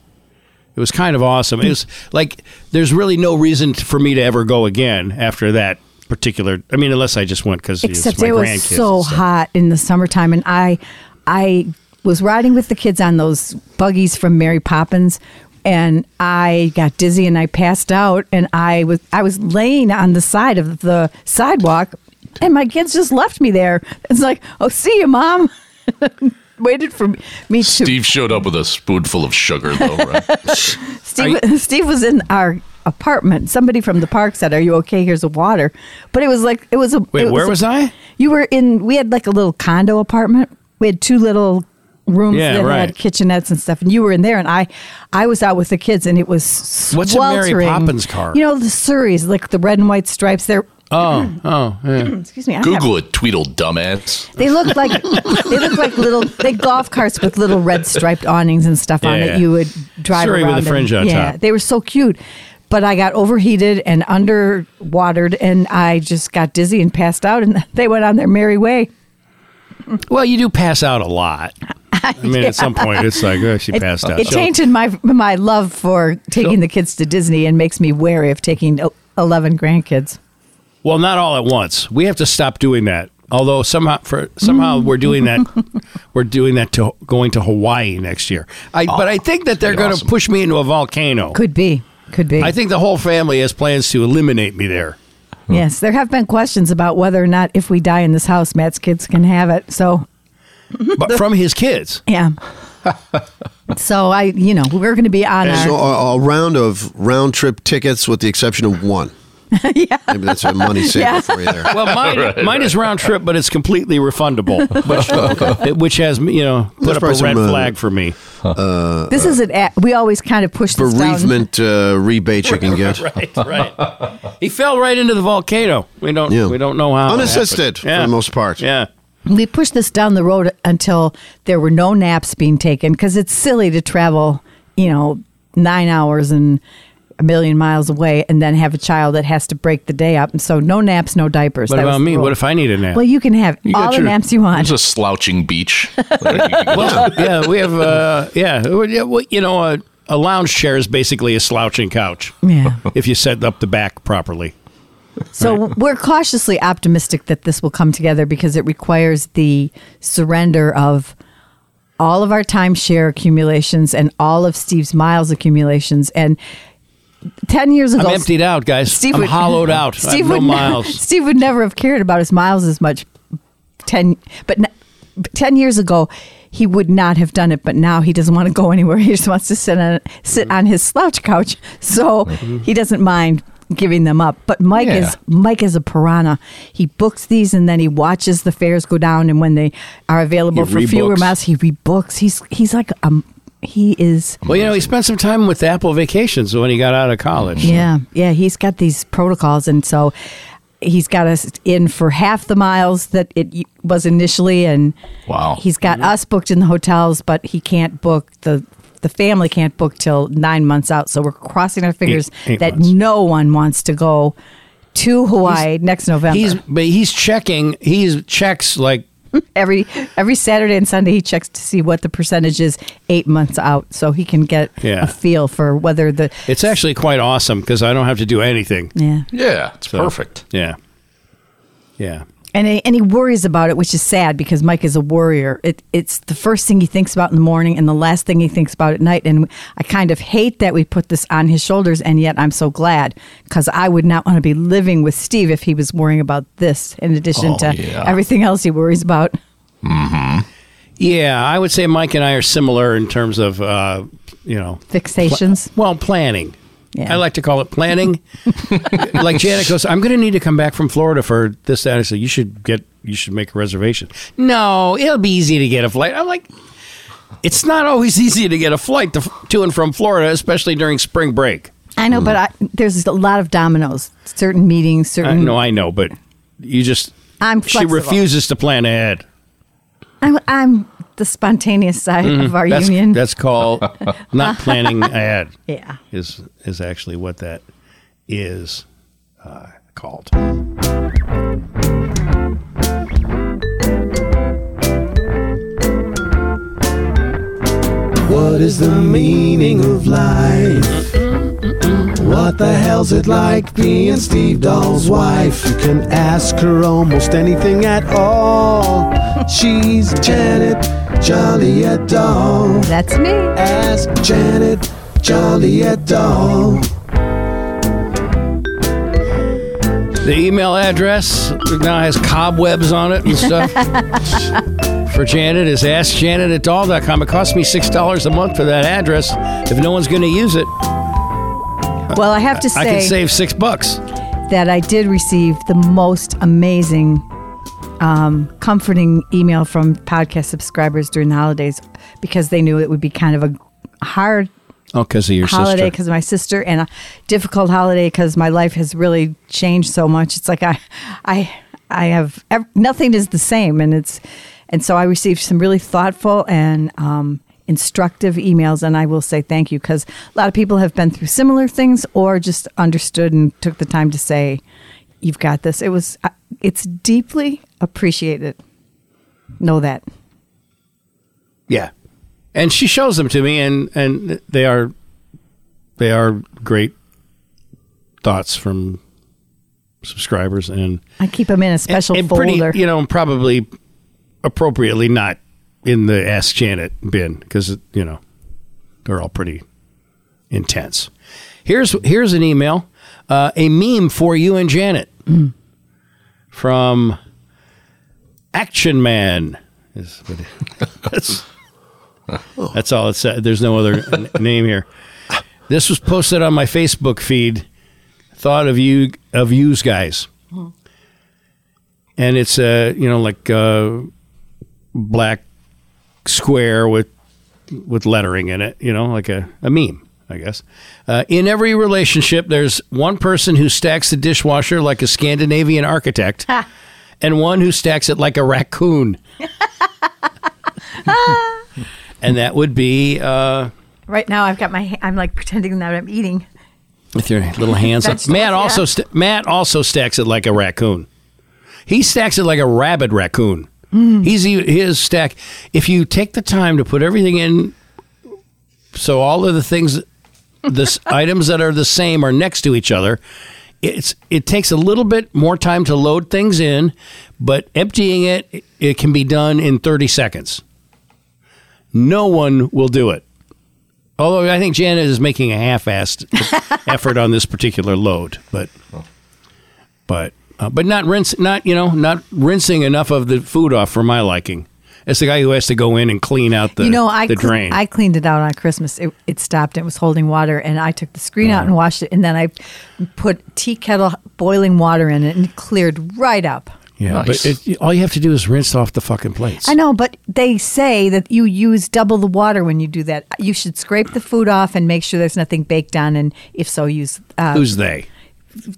[SPEAKER 1] It was kind of awesome. It was like there's really no reason t- for me to ever go again after that particular. I mean, unless I just went because
[SPEAKER 4] Except
[SPEAKER 1] it's my
[SPEAKER 4] it
[SPEAKER 1] grandkids and
[SPEAKER 4] was so
[SPEAKER 1] stuff.
[SPEAKER 4] hot in the summertime, and I, I was riding with the kids on those buggies from Mary Poppins, and I got dizzy and I passed out, and I was I was laying on the side of the sidewalk, and my kids just left me there. It's like, oh, see you, mom. *laughs* Waited for me to.
[SPEAKER 2] Steve showed up with a spoonful of sugar, though.
[SPEAKER 4] *laughs*
[SPEAKER 2] Right?
[SPEAKER 1] Are
[SPEAKER 4] Steve, *laughs* Steve was in our apartment. Somebody from the park said, "Are you okay? Here's a water." But it was like it was a.
[SPEAKER 1] Wait,
[SPEAKER 4] it
[SPEAKER 1] where
[SPEAKER 4] a-
[SPEAKER 1] was I?
[SPEAKER 4] You were in. We had like a little condo apartment. We had two little rooms
[SPEAKER 1] Yeah,
[SPEAKER 4] that
[SPEAKER 1] right.
[SPEAKER 4] had kitchenettes and stuff, and you were in there, and I, I was out with the kids, and it was
[SPEAKER 1] What's a Mary
[SPEAKER 4] sweltering.
[SPEAKER 1] Poppins car?
[SPEAKER 4] You know the Surrey's, like the red and white stripes. They're
[SPEAKER 1] Oh, oh, yeah.
[SPEAKER 4] *clears throat* excuse me. I have-
[SPEAKER 2] Google it, Tweedle dumbass.
[SPEAKER 1] *laughs*
[SPEAKER 4] they look like they look like little like golf carts with little red striped awnings and stuff on
[SPEAKER 1] Yeah.
[SPEAKER 4] it. You would drive
[SPEAKER 1] Surrey with
[SPEAKER 4] around
[SPEAKER 1] a
[SPEAKER 4] in.
[SPEAKER 1] fringe on
[SPEAKER 4] yeah,
[SPEAKER 1] top.
[SPEAKER 4] they were so cute. But I got overheated and underwatered, and I just got dizzy and passed out. And *laughs* they went on their merry way.
[SPEAKER 1] well, you do pass out a lot. I mean, at some point, it's like oh, she
[SPEAKER 4] It,
[SPEAKER 1] passed out.
[SPEAKER 4] it
[SPEAKER 1] She'll-
[SPEAKER 4] tainted my my love for taking
[SPEAKER 1] So-
[SPEAKER 4] the kids to Disney and makes me wary of taking el- eleven grandkids.
[SPEAKER 1] Well, not all at once. We have to stop doing that. Although somehow, for somehow, we're doing that. We're doing that to going to Hawaii next year. I, but I think that they're
[SPEAKER 2] That'd be
[SPEAKER 1] going to
[SPEAKER 2] awesome.
[SPEAKER 1] push me into a volcano.
[SPEAKER 4] Could be, could be.
[SPEAKER 1] I think the whole family has plans to eliminate me there.
[SPEAKER 4] yes, there have been questions about whether or not if we die in this house, Matt's kids can have it. So
[SPEAKER 1] But from his kids,
[SPEAKER 3] *laughs*
[SPEAKER 4] Yeah. so I, you know, we're going to be on
[SPEAKER 3] So
[SPEAKER 4] our. *laughs*
[SPEAKER 3] a, a round of round trip tickets, with the exception of one. yeah, maybe that's a money saver for
[SPEAKER 1] *laughs*
[SPEAKER 3] you there.
[SPEAKER 1] well, mine, mine is round trip, but it's completely refundable, which, it- which has you know put up
[SPEAKER 3] There's
[SPEAKER 1] a
[SPEAKER 3] probably some,
[SPEAKER 1] red
[SPEAKER 3] uh,
[SPEAKER 1] flag for me.
[SPEAKER 4] This is an. a- We always kind of push this down.
[SPEAKER 3] Bereavement uh, rebate you can get
[SPEAKER 1] *laughs* Right, right. he fell right into the volcano. We don't,
[SPEAKER 3] Yeah.
[SPEAKER 1] we don't know how. it happened.
[SPEAKER 3] Unassisted, for the most part.
[SPEAKER 1] Yeah.
[SPEAKER 4] We push this down the road until there were no naps being taken because it's silly to travel, you know, nine hours and a million miles away and then have a child that has to break the day up. And so no naps, no diapers.
[SPEAKER 1] What
[SPEAKER 4] That was
[SPEAKER 1] about
[SPEAKER 4] the
[SPEAKER 1] me?
[SPEAKER 4] rule.
[SPEAKER 1] What if I need a nap?
[SPEAKER 4] Well, you can have
[SPEAKER 2] You got
[SPEAKER 4] all the
[SPEAKER 2] your-
[SPEAKER 4] naps you want.
[SPEAKER 2] It's a slouching beach. *laughs*
[SPEAKER 4] *laughs*
[SPEAKER 1] yeah, we have. Uh, yeah, well, yeah, well, you know, a, a lounge chair is basically a slouching couch *laughs*
[SPEAKER 4] yeah.
[SPEAKER 1] if you set up the back properly.
[SPEAKER 4] So we're cautiously optimistic that this will come together because it requires the surrender of all of our timeshare accumulations and all of Steve's miles accumulations. And 10 years
[SPEAKER 1] I'm
[SPEAKER 4] ago,
[SPEAKER 1] emptied out, guys.
[SPEAKER 4] Steve
[SPEAKER 1] I'm
[SPEAKER 4] would- *laughs*
[SPEAKER 1] hollowed out. I have no
[SPEAKER 4] would, ne-
[SPEAKER 1] miles.
[SPEAKER 4] *laughs* Steve would never have cared about his miles as much. Ten, but n- ten years ago, he would not have done it. But now he doesn't want to go anywhere. *laughs* He just wants to sit on sit on his slouch couch. So
[SPEAKER 1] Mm-hmm.
[SPEAKER 4] he doesn't mind giving them up. But Mike is Mike is a piranha. He books these and then he watches the fares go down. And when they are available
[SPEAKER 2] He
[SPEAKER 4] for fewer
[SPEAKER 2] rebooks.
[SPEAKER 4] miles, he rebooks. He's he's like um he is.
[SPEAKER 1] Well, you know, he spent some time with Apple Vacations when he got out of college.
[SPEAKER 4] Yeah, yeah, he's got these protocols, and so he's got us in for half the miles that it y- was initially, and
[SPEAKER 2] Wow.
[SPEAKER 4] he's got us booked in the hotels, but he can't book the the family can't book till nine months out. So we're crossing our fingers
[SPEAKER 1] eight
[SPEAKER 4] that
[SPEAKER 1] months.
[SPEAKER 4] no one wants to go to Hawaii next November.
[SPEAKER 1] He's but he's checking. He's checks like
[SPEAKER 4] every every Saturday and Sunday he checks to see what the percentage is eight months out, so he can get
[SPEAKER 1] Yeah.
[SPEAKER 4] a feel for whether the
[SPEAKER 1] it's actually quite awesome because I don't have to do anything.
[SPEAKER 4] yeah.
[SPEAKER 2] yeah, it's
[SPEAKER 1] So,
[SPEAKER 2] perfect.
[SPEAKER 1] Yeah, yeah.
[SPEAKER 4] And he, and he worries about it, which is sad because Mike is a worrier. It, it's the first thing he thinks about in the morning and the last thing he thinks about at night. And I kind of hate that we put this on his shoulders, and yet I'm so glad because I would not want to be living with Steve if he was worrying about this in addition
[SPEAKER 2] Oh,
[SPEAKER 4] to
[SPEAKER 2] yeah.
[SPEAKER 4] everything else he worries about.
[SPEAKER 1] Yeah, I would say Mike and I are similar in terms of uh, you know,
[SPEAKER 4] Fixations.
[SPEAKER 1] well, planning.
[SPEAKER 4] Yeah.
[SPEAKER 1] I like to call it planning.
[SPEAKER 4] *laughs*
[SPEAKER 1] like Janet goes, I'm going to need to come back from Florida for this. That I said, you should get, you should make a reservation. No, it'll be easy to get a flight. I'm like, it's not always *laughs* easy to get a flight to, to and from Florida, especially during spring break.
[SPEAKER 4] I know, but I, there's a lot of dominoes, certain meetings,
[SPEAKER 1] I
[SPEAKER 4] certain.
[SPEAKER 1] know, I know, but you just,
[SPEAKER 4] I'm
[SPEAKER 1] she
[SPEAKER 4] Mm-hmm. flexible.
[SPEAKER 1] refuses to plan ahead.
[SPEAKER 4] I'm, I'm the spontaneous side of our
[SPEAKER 1] Mm-hmm. That's,
[SPEAKER 4] union.
[SPEAKER 1] that's
[SPEAKER 4] *laughs*
[SPEAKER 1] called not planning ahead.
[SPEAKER 4] yeah.
[SPEAKER 1] is is actually what that is uh, called.
[SPEAKER 6] What is the meaning of life? What the hell's it like being Steve Doll's wife? You can ask her almost anything at all. She's Janet Joliet Doll.
[SPEAKER 4] That's me.
[SPEAKER 1] Uh,
[SPEAKER 6] Ask Janet Joliet Doll.
[SPEAKER 1] The email address now has cobwebs on it and
[SPEAKER 4] *laughs*
[SPEAKER 1] stuff. for Janet is askjanet at doll.com. It costs me $6 a month for that address. If no one's going to use it,
[SPEAKER 4] Well, I have to say.
[SPEAKER 1] I can save six bucks.
[SPEAKER 4] that I did receive the most amazing, um, comforting email from podcast subscribers during the holidays because they knew it would be kind of a hard
[SPEAKER 1] Oh, because of your
[SPEAKER 4] holiday
[SPEAKER 1] sister.
[SPEAKER 4] because my sister and a difficult holiday because my life has really changed so much. It's like I, I, I have ev- nothing is the same, and it's and so I received some really thoughtful and um, instructive emails, and I will say thank you because a lot of people have been through similar things or just understood and took the time to say, "You've got this." It was uh, it's deeply appreciated. Know that.
[SPEAKER 1] Yeah. And she shows them to me, and, and they are they are great thoughts from subscribers and
[SPEAKER 4] I keep them in a special
[SPEAKER 1] and
[SPEAKER 4] folder.
[SPEAKER 1] Pretty, you know, probably appropriately not in the Ask Janet bin because you know they're all pretty intense. Here's here's an email, uh, a meme for you and Janet
[SPEAKER 4] Mm.
[SPEAKER 1] from Action Man. Is what it- that's, *laughs* that's all it said. There's no other n- *laughs* name here. This was posted on my Facebook feed. Thought of you of yous guys and it's a you know like a black square with with lettering in it you know like a, a meme i guess uh, in every relationship there's one person who stacks the dishwasher like a scandinavian architect and one who stacks it like a raccoon and that would be uh,
[SPEAKER 4] Right now, I've got my. I'm like pretending that I'm eating.
[SPEAKER 1] with your little hands. up.
[SPEAKER 4] Vegetables,
[SPEAKER 1] Matt
[SPEAKER 4] yeah.
[SPEAKER 1] also st- Matt also stacks it like a raccoon. He stacks it like a rabid raccoon. He's e- his stack. If you take the time to put everything in, so all of the things, the s- *laughs* items that are the same are next to each other. It's it takes a little bit more time to load things in, but emptying it it- it can be done in thirty seconds. No one will do it. Although I think Janet is making a
[SPEAKER 4] *laughs*
[SPEAKER 1] half-assed effort on this particular load, but but uh, but not rinse, not you know, not rinsing enough of the food off for my liking. It's the guy who has to go in and clean out the
[SPEAKER 4] you know, I
[SPEAKER 1] the
[SPEAKER 4] cle-
[SPEAKER 1] drain.
[SPEAKER 4] I cleaned it out on Christmas. It, it stopped. It was holding water, and I took the screen out
[SPEAKER 1] Uh-huh.
[SPEAKER 4] and washed it, and then I put tea kettle boiling water in it, and it cleared right up.
[SPEAKER 1] yeah,
[SPEAKER 2] Nice.
[SPEAKER 1] but it, all you have to do is rinse off the fucking plates.
[SPEAKER 4] I know, but they say that you use double the water when you do that. You should scrape the food off and make sure there's nothing baked on, and if so, use. Uh,
[SPEAKER 1] Who's they?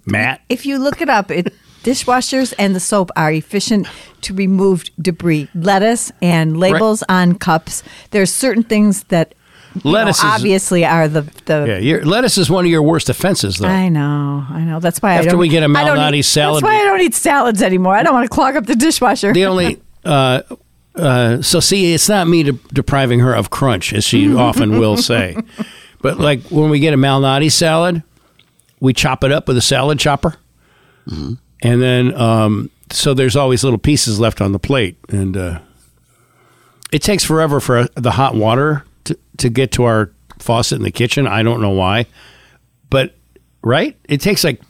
[SPEAKER 1] Matt.
[SPEAKER 4] if you look it up, it, dishwashers and the soap are efficient to remove debris, lettuce, and labels on cups. There's certain things that you know,
[SPEAKER 1] Lettuce is-
[SPEAKER 4] obviously are the the.
[SPEAKER 1] Yeah, your, lettuce is one of your worst offenses, though.
[SPEAKER 4] I know, I know. That's why I
[SPEAKER 1] After
[SPEAKER 4] don't,
[SPEAKER 1] we get a
[SPEAKER 4] I don't
[SPEAKER 1] Malnati
[SPEAKER 4] eat-
[SPEAKER 1] salad-
[SPEAKER 4] That's why I don't eat salads anymore. I don't want to clog up the dishwasher.
[SPEAKER 1] the only uh, uh, so see it's not me de- depriving her of crunch as
[SPEAKER 4] *laughs*
[SPEAKER 1] she often will say but like when we get a malnati salad we chop it up with a salad chopper
[SPEAKER 4] Mm-hmm.
[SPEAKER 1] and then um, so there's always little pieces left on the plate and uh, it takes forever for uh, the hot water to, to get to our faucet in the kitchen i don't know why but right it takes like two,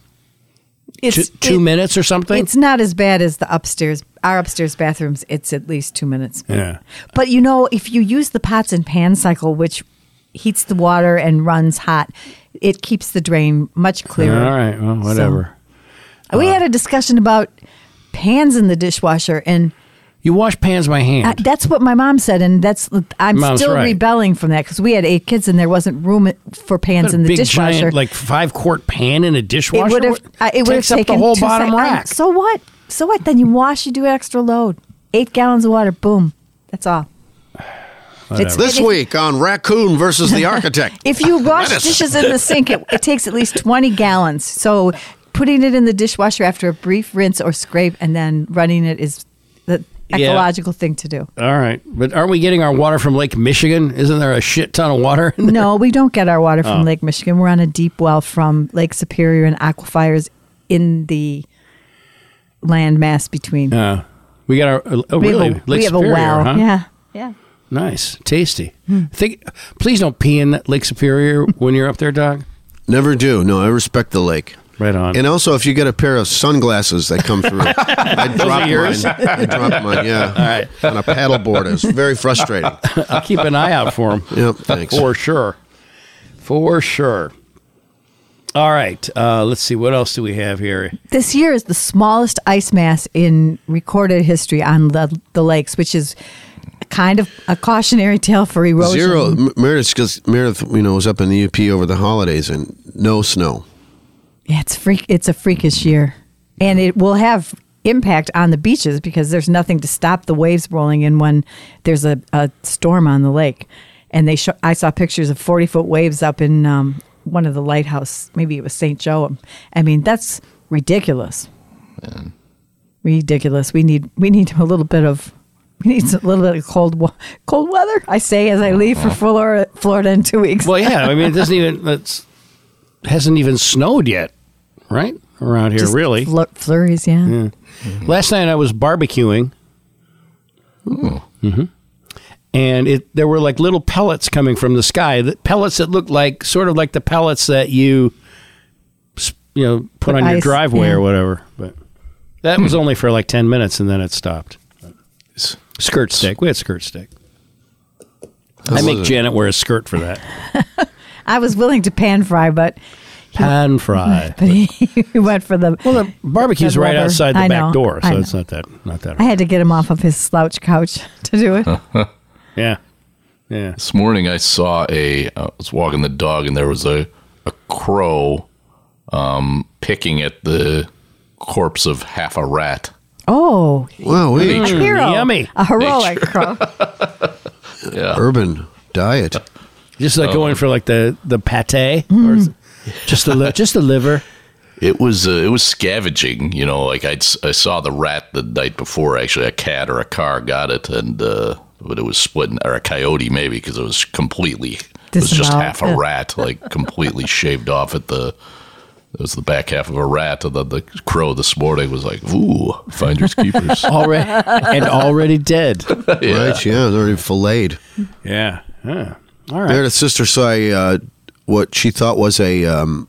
[SPEAKER 4] *laughs* it's
[SPEAKER 1] two
[SPEAKER 4] it-
[SPEAKER 1] minutes or something
[SPEAKER 4] It's not as bad as the upstairs. Our upstairs bathrooms. It's at least two minutes.
[SPEAKER 1] yeah
[SPEAKER 4] But you know, if you use the pots and pan cycle, which heats the water and runs hot, it keeps the drain much
[SPEAKER 1] all
[SPEAKER 4] clearer.
[SPEAKER 1] right well whatever Uh,
[SPEAKER 4] We had a discussion about pans in the dishwasher, and
[SPEAKER 1] You wash pans by hand.
[SPEAKER 4] I, that's what my mom said, and that's I'm
[SPEAKER 1] Mom's
[SPEAKER 4] still
[SPEAKER 1] right.
[SPEAKER 4] rebelling from that because we had eight kids and there wasn't room for pans
[SPEAKER 1] Put a
[SPEAKER 4] in the
[SPEAKER 1] big
[SPEAKER 4] dishwasher.
[SPEAKER 1] giant, like five quart pan in a dishwasher.
[SPEAKER 4] it would have
[SPEAKER 1] What-
[SPEAKER 4] uh, it would have
[SPEAKER 1] takes up
[SPEAKER 4] taken
[SPEAKER 1] the whole
[SPEAKER 4] two
[SPEAKER 1] bottom
[SPEAKER 4] sec- I-
[SPEAKER 1] rack.
[SPEAKER 4] So what? So what? Then you wash, you do extra load, eight gallons of water, boom.
[SPEAKER 1] *sighs*
[SPEAKER 4] That's all. It's,
[SPEAKER 3] This week on Raccoon versus
[SPEAKER 1] *laughs*
[SPEAKER 3] the Architect.
[SPEAKER 4] If
[SPEAKER 3] *laughs*
[SPEAKER 4] you wash dishes in the sink, it, it takes at least 20 gallons. So putting it in the dishwasher after a brief rinse or scrape and then running it is the
[SPEAKER 1] Yeah.
[SPEAKER 4] ecological thing to do.
[SPEAKER 1] All right, but aren't we getting our water from Lake Michigan? Isn't there a shit ton of water? *laughs* in there?
[SPEAKER 4] No, we don't get our water
[SPEAKER 1] Oh.
[SPEAKER 4] from Lake Michigan. We're on a deep well from Lake Superior and aquifers in the land mass between.
[SPEAKER 1] we got our oh, Uh,
[SPEAKER 4] we
[SPEAKER 1] really
[SPEAKER 4] have a,
[SPEAKER 1] Lake
[SPEAKER 4] we have a
[SPEAKER 1] Superior,
[SPEAKER 4] well.
[SPEAKER 1] huh?
[SPEAKER 4] Yeah. Hmm. Yeah.
[SPEAKER 1] nice, tasty. Think, please don't pee in that Lake Superior when you're up there, dog.
[SPEAKER 3] Never do. No, I respect the lake.
[SPEAKER 1] Right on.
[SPEAKER 3] And also, if you get a pair of sunglasses that come *laughs* through, I dropped
[SPEAKER 1] yours?
[SPEAKER 3] mine. I dropped mine. Yeah. All right. On a paddleboard, it was very frustrating.
[SPEAKER 1] I'll keep an eye out for *laughs* him.
[SPEAKER 3] Yep. Thanks.
[SPEAKER 1] For sure. For sure. All right. Uh, let's see. What else do we have here?
[SPEAKER 4] This year is the smallest ice mass in recorded history on the, the lakes, which is kind of a cautionary tale for erosion.
[SPEAKER 3] Zero. M- Meredith, because Meredith, you know, was up in the UP over the holidays and no snow.
[SPEAKER 4] Yeah, it's freak. It's a freakish year, and it will have impact on the beaches because there's nothing to stop the waves rolling in when there's a, a storm on the lake. And they, show, I saw pictures of forty foot waves up in um, one of the lighthouse. Maybe it was St. Joe. I mean, that's ridiculous. Ridiculous. We need we need a little bit of we need a little bit of cold wa- cold weather. I say as I leave for Florida, Florida in two weeks.
[SPEAKER 1] Well, yeah. I mean, it doesn't even it's hasn't even snowed yet, right? Around here,
[SPEAKER 4] Just
[SPEAKER 1] really.
[SPEAKER 4] flu- flurries. Yeah.
[SPEAKER 1] Last night I was barbecuing. Mhm. And it there were like little pellets coming from the sky, the pellets that looked like sort of like the pellets that you s- you know put,
[SPEAKER 4] Put
[SPEAKER 1] on your
[SPEAKER 4] ice,
[SPEAKER 1] driveway
[SPEAKER 4] yeah. Hmm.
[SPEAKER 1] or whatever. But that was only for like 10 minutes and then it stopped. Skirt steak. We had skirt steak. I make Janet wear a skirt for that.
[SPEAKER 4] I was willing to pan fry, but
[SPEAKER 1] Pan
[SPEAKER 4] *laughs*
[SPEAKER 1] fry.
[SPEAKER 4] but he, he went for the.
[SPEAKER 1] Well, the barbecue's
[SPEAKER 4] The
[SPEAKER 1] right
[SPEAKER 4] rubber.
[SPEAKER 1] outside the
[SPEAKER 4] I
[SPEAKER 1] back
[SPEAKER 4] know,
[SPEAKER 1] door,
[SPEAKER 4] I
[SPEAKER 1] so
[SPEAKER 4] know.
[SPEAKER 1] it's not that not that.
[SPEAKER 4] I had to get him off of his slouch couch *laughs* to do it.
[SPEAKER 1] Yeah, yeah.
[SPEAKER 2] This morning I saw a uh, I was walking the dog and there was a a crow um, picking at the corpse of half a rat.
[SPEAKER 4] Oh,
[SPEAKER 3] Wow. We
[SPEAKER 4] a hero,
[SPEAKER 1] Mm, yummy.
[SPEAKER 4] a heroic crow.
[SPEAKER 3] urban diet.
[SPEAKER 4] Mm.
[SPEAKER 1] Just like going for like the the pate, or Just the li- just the liver.
[SPEAKER 2] It was uh, it was scavenging, you know. Like I'd, si saw the rat the night before. Actually, a cat or a car got it, and uh, but it was splitting or a coyote maybe because it was completely. It was just
[SPEAKER 4] Disemboweled,
[SPEAKER 2] half a
[SPEAKER 4] yeah.
[SPEAKER 2] rat, like completely shaved off at the. It was the back half of a rat, and then the crow this morning was like, "Ooh,
[SPEAKER 1] *laughs*
[SPEAKER 2] finders keepers."
[SPEAKER 1] already and already dead.
[SPEAKER 3] Right, yeah, it's already filleted.
[SPEAKER 1] Yeah. Huh. All
[SPEAKER 3] I
[SPEAKER 1] right.
[SPEAKER 3] had a sister saw a, uh, what she thought was a um,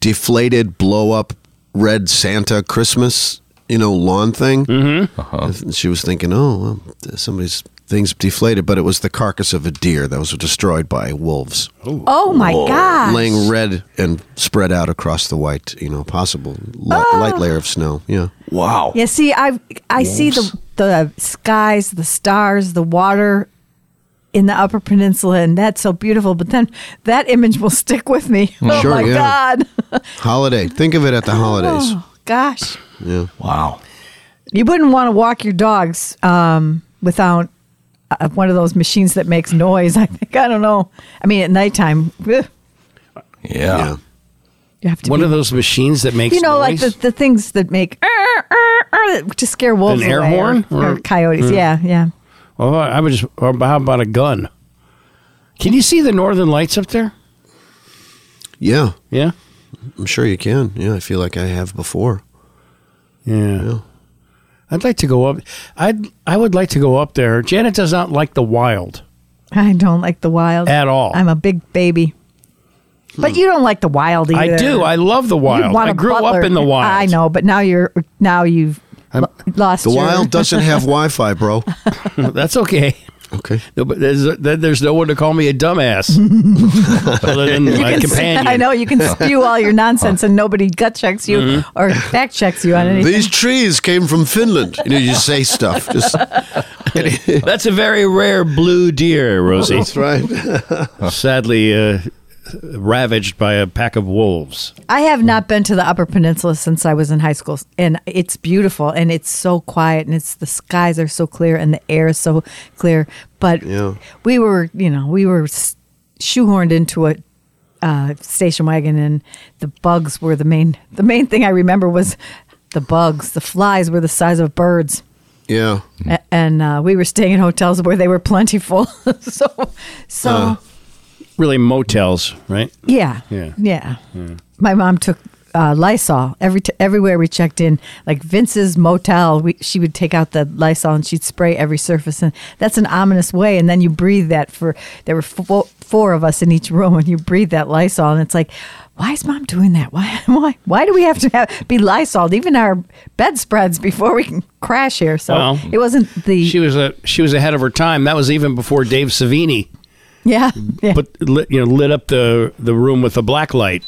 [SPEAKER 3] deflated blow up red Santa Christmas, you know, lawn thing. Mm-hmm. She was thinking, oh, well, somebody's things deflated, but it was the carcass of a deer that was destroyed by wolves,
[SPEAKER 4] Oh my gosh.
[SPEAKER 3] laying red and spread out across the white, you know, possible li-
[SPEAKER 4] Oh.
[SPEAKER 3] light layer of snow. Yeah.
[SPEAKER 2] wow.
[SPEAKER 4] Yeah, see, I I see the the skies, the stars, the water in the Upper Peninsula, and that's so beautiful. But then that image will *laughs* stick with me. oh
[SPEAKER 3] Sure,
[SPEAKER 4] my
[SPEAKER 3] yeah.
[SPEAKER 4] God! *laughs*
[SPEAKER 3] Holiday. Think of it at the holidays.
[SPEAKER 4] oh gosh,
[SPEAKER 2] Wow.
[SPEAKER 4] you wouldn't want to walk your dogs um, without uh, one of those machines that makes noise. *laughs* I think I don't know. I mean, at nighttime, *laughs* ugh,
[SPEAKER 2] Yeah.
[SPEAKER 3] Yeah.
[SPEAKER 4] you have to.
[SPEAKER 1] One
[SPEAKER 4] be,
[SPEAKER 1] of those machines that makes
[SPEAKER 4] you know, like
[SPEAKER 1] noise?
[SPEAKER 4] the, the things that make "Arr, arr, arr," that- to scare wolves
[SPEAKER 1] air
[SPEAKER 4] away or-
[SPEAKER 1] horn?
[SPEAKER 4] or,
[SPEAKER 1] Or- Mm.
[SPEAKER 4] coyotes. Yeah, yeah.
[SPEAKER 1] Oh, I would just. Or how about a gun? Can you see the northern lights up there?
[SPEAKER 3] Yeah.
[SPEAKER 1] Yeah.
[SPEAKER 3] I'm sure you can. Yeah. I feel like I have before.
[SPEAKER 1] Yeah. I'd like to go up. I'd. I would like to go up there. Janet does not like the wild
[SPEAKER 4] I don't like the wild
[SPEAKER 1] at all. Hmm.
[SPEAKER 4] I'm a big baby. But you don't like the wild either.
[SPEAKER 1] I do. I love the wild.
[SPEAKER 4] You want
[SPEAKER 1] I
[SPEAKER 4] a
[SPEAKER 1] grew up
[SPEAKER 4] butler.
[SPEAKER 1] in the wild.
[SPEAKER 4] I know, but now you're now you've lo- lost
[SPEAKER 3] The
[SPEAKER 4] your-
[SPEAKER 3] wild doesn't
[SPEAKER 4] *laughs*
[SPEAKER 3] have Wi Fi, bro.
[SPEAKER 1] *laughs* That's okay.
[SPEAKER 3] Okay.
[SPEAKER 1] No, but There's, there- there's no one to call me a dumbass *laughs* other than my companion.
[SPEAKER 4] I know you can spew all your nonsense and nobody gut checks you
[SPEAKER 1] Mm-hmm.
[SPEAKER 4] or fact checks you on anything.
[SPEAKER 3] These trees came from Finland. You know, you just say stuff. Just *laughs*
[SPEAKER 1] That's a very rare blue deer, Rosie.
[SPEAKER 3] that's right.
[SPEAKER 1] Sadly, uh, ravaged by a pack of wolves.
[SPEAKER 4] I have not been to the Upper Peninsula since I was in high school, and it's beautiful and it's so quiet and it's the skies are so clear and the air is so clear. But
[SPEAKER 3] Yeah.
[SPEAKER 4] we were, you know, we were s- shoehorned into a uh, station wagon, and the bugs were the main. The main thing I remember was the bugs. The flies were the size of birds.
[SPEAKER 3] Yeah.
[SPEAKER 4] A- And uh, we were staying in hotels where they were plentiful, *laughs* so so
[SPEAKER 1] Really, motels, right?
[SPEAKER 4] yeah.
[SPEAKER 1] Uh, Yeah.
[SPEAKER 4] Yeah. My mom took uh, Lysol every t- everywhere we checked in. Like Vince's motel, we, she would take out the Lysol and she'd spray every surface, and that's an ominous way. And then you breathe that for there were fo- four of us in each room, and you breathe that Lysol, and it's like, why is mom doing that? Why *laughs* why why do we have to have, be Lysol even our bedspreads before we can crash here? So
[SPEAKER 1] Well,
[SPEAKER 4] it wasn't the
[SPEAKER 1] She was a she was ahead of her time. That was even before Dave Savini
[SPEAKER 4] *laughs* yeah yeah
[SPEAKER 1] put lit, you know lit up the the room with a black light.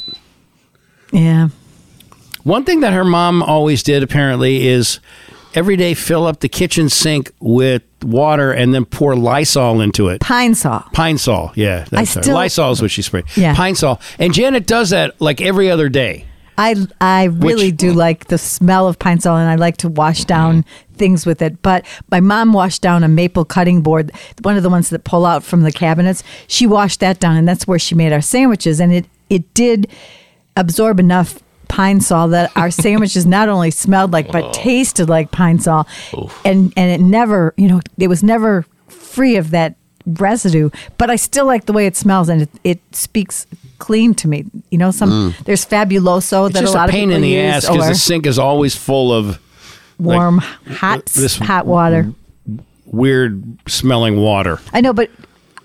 [SPEAKER 4] yeah.
[SPEAKER 1] One thing that her mom always did apparently is every day fill up the kitchen sink with water and then pour Lysol into it.
[SPEAKER 4] Pine saw.
[SPEAKER 1] Pine Sol, yeah. That's her.
[SPEAKER 4] still-
[SPEAKER 1] Lysol is what she sprayed.
[SPEAKER 4] Yeah.
[SPEAKER 1] Pine Sol. And Janet does that like every other day.
[SPEAKER 4] I I really do like the smell of pine sol, and I like to wash down things with it. But my mom washed down a maple cutting board, one of the ones that pull out from the cabinets. She washed that down, and that's where she made our sandwiches. And it it did absorb enough pine sol that our sandwiches not only smelled like but tasted like pine sol, and and it never you know it was never free of that residue but i still like the way it smells and it, it speaks clean to me you know some there's fabuloso
[SPEAKER 1] It's
[SPEAKER 4] that
[SPEAKER 1] just
[SPEAKER 4] a lot
[SPEAKER 1] a pain
[SPEAKER 4] of
[SPEAKER 1] in
[SPEAKER 4] people
[SPEAKER 1] the
[SPEAKER 4] use,
[SPEAKER 1] ass because
[SPEAKER 4] or
[SPEAKER 1] the sink is always full of
[SPEAKER 4] warm hot
[SPEAKER 1] this- Mm-hmm.
[SPEAKER 4] hot water.
[SPEAKER 1] weird smelling water.
[SPEAKER 4] I know, but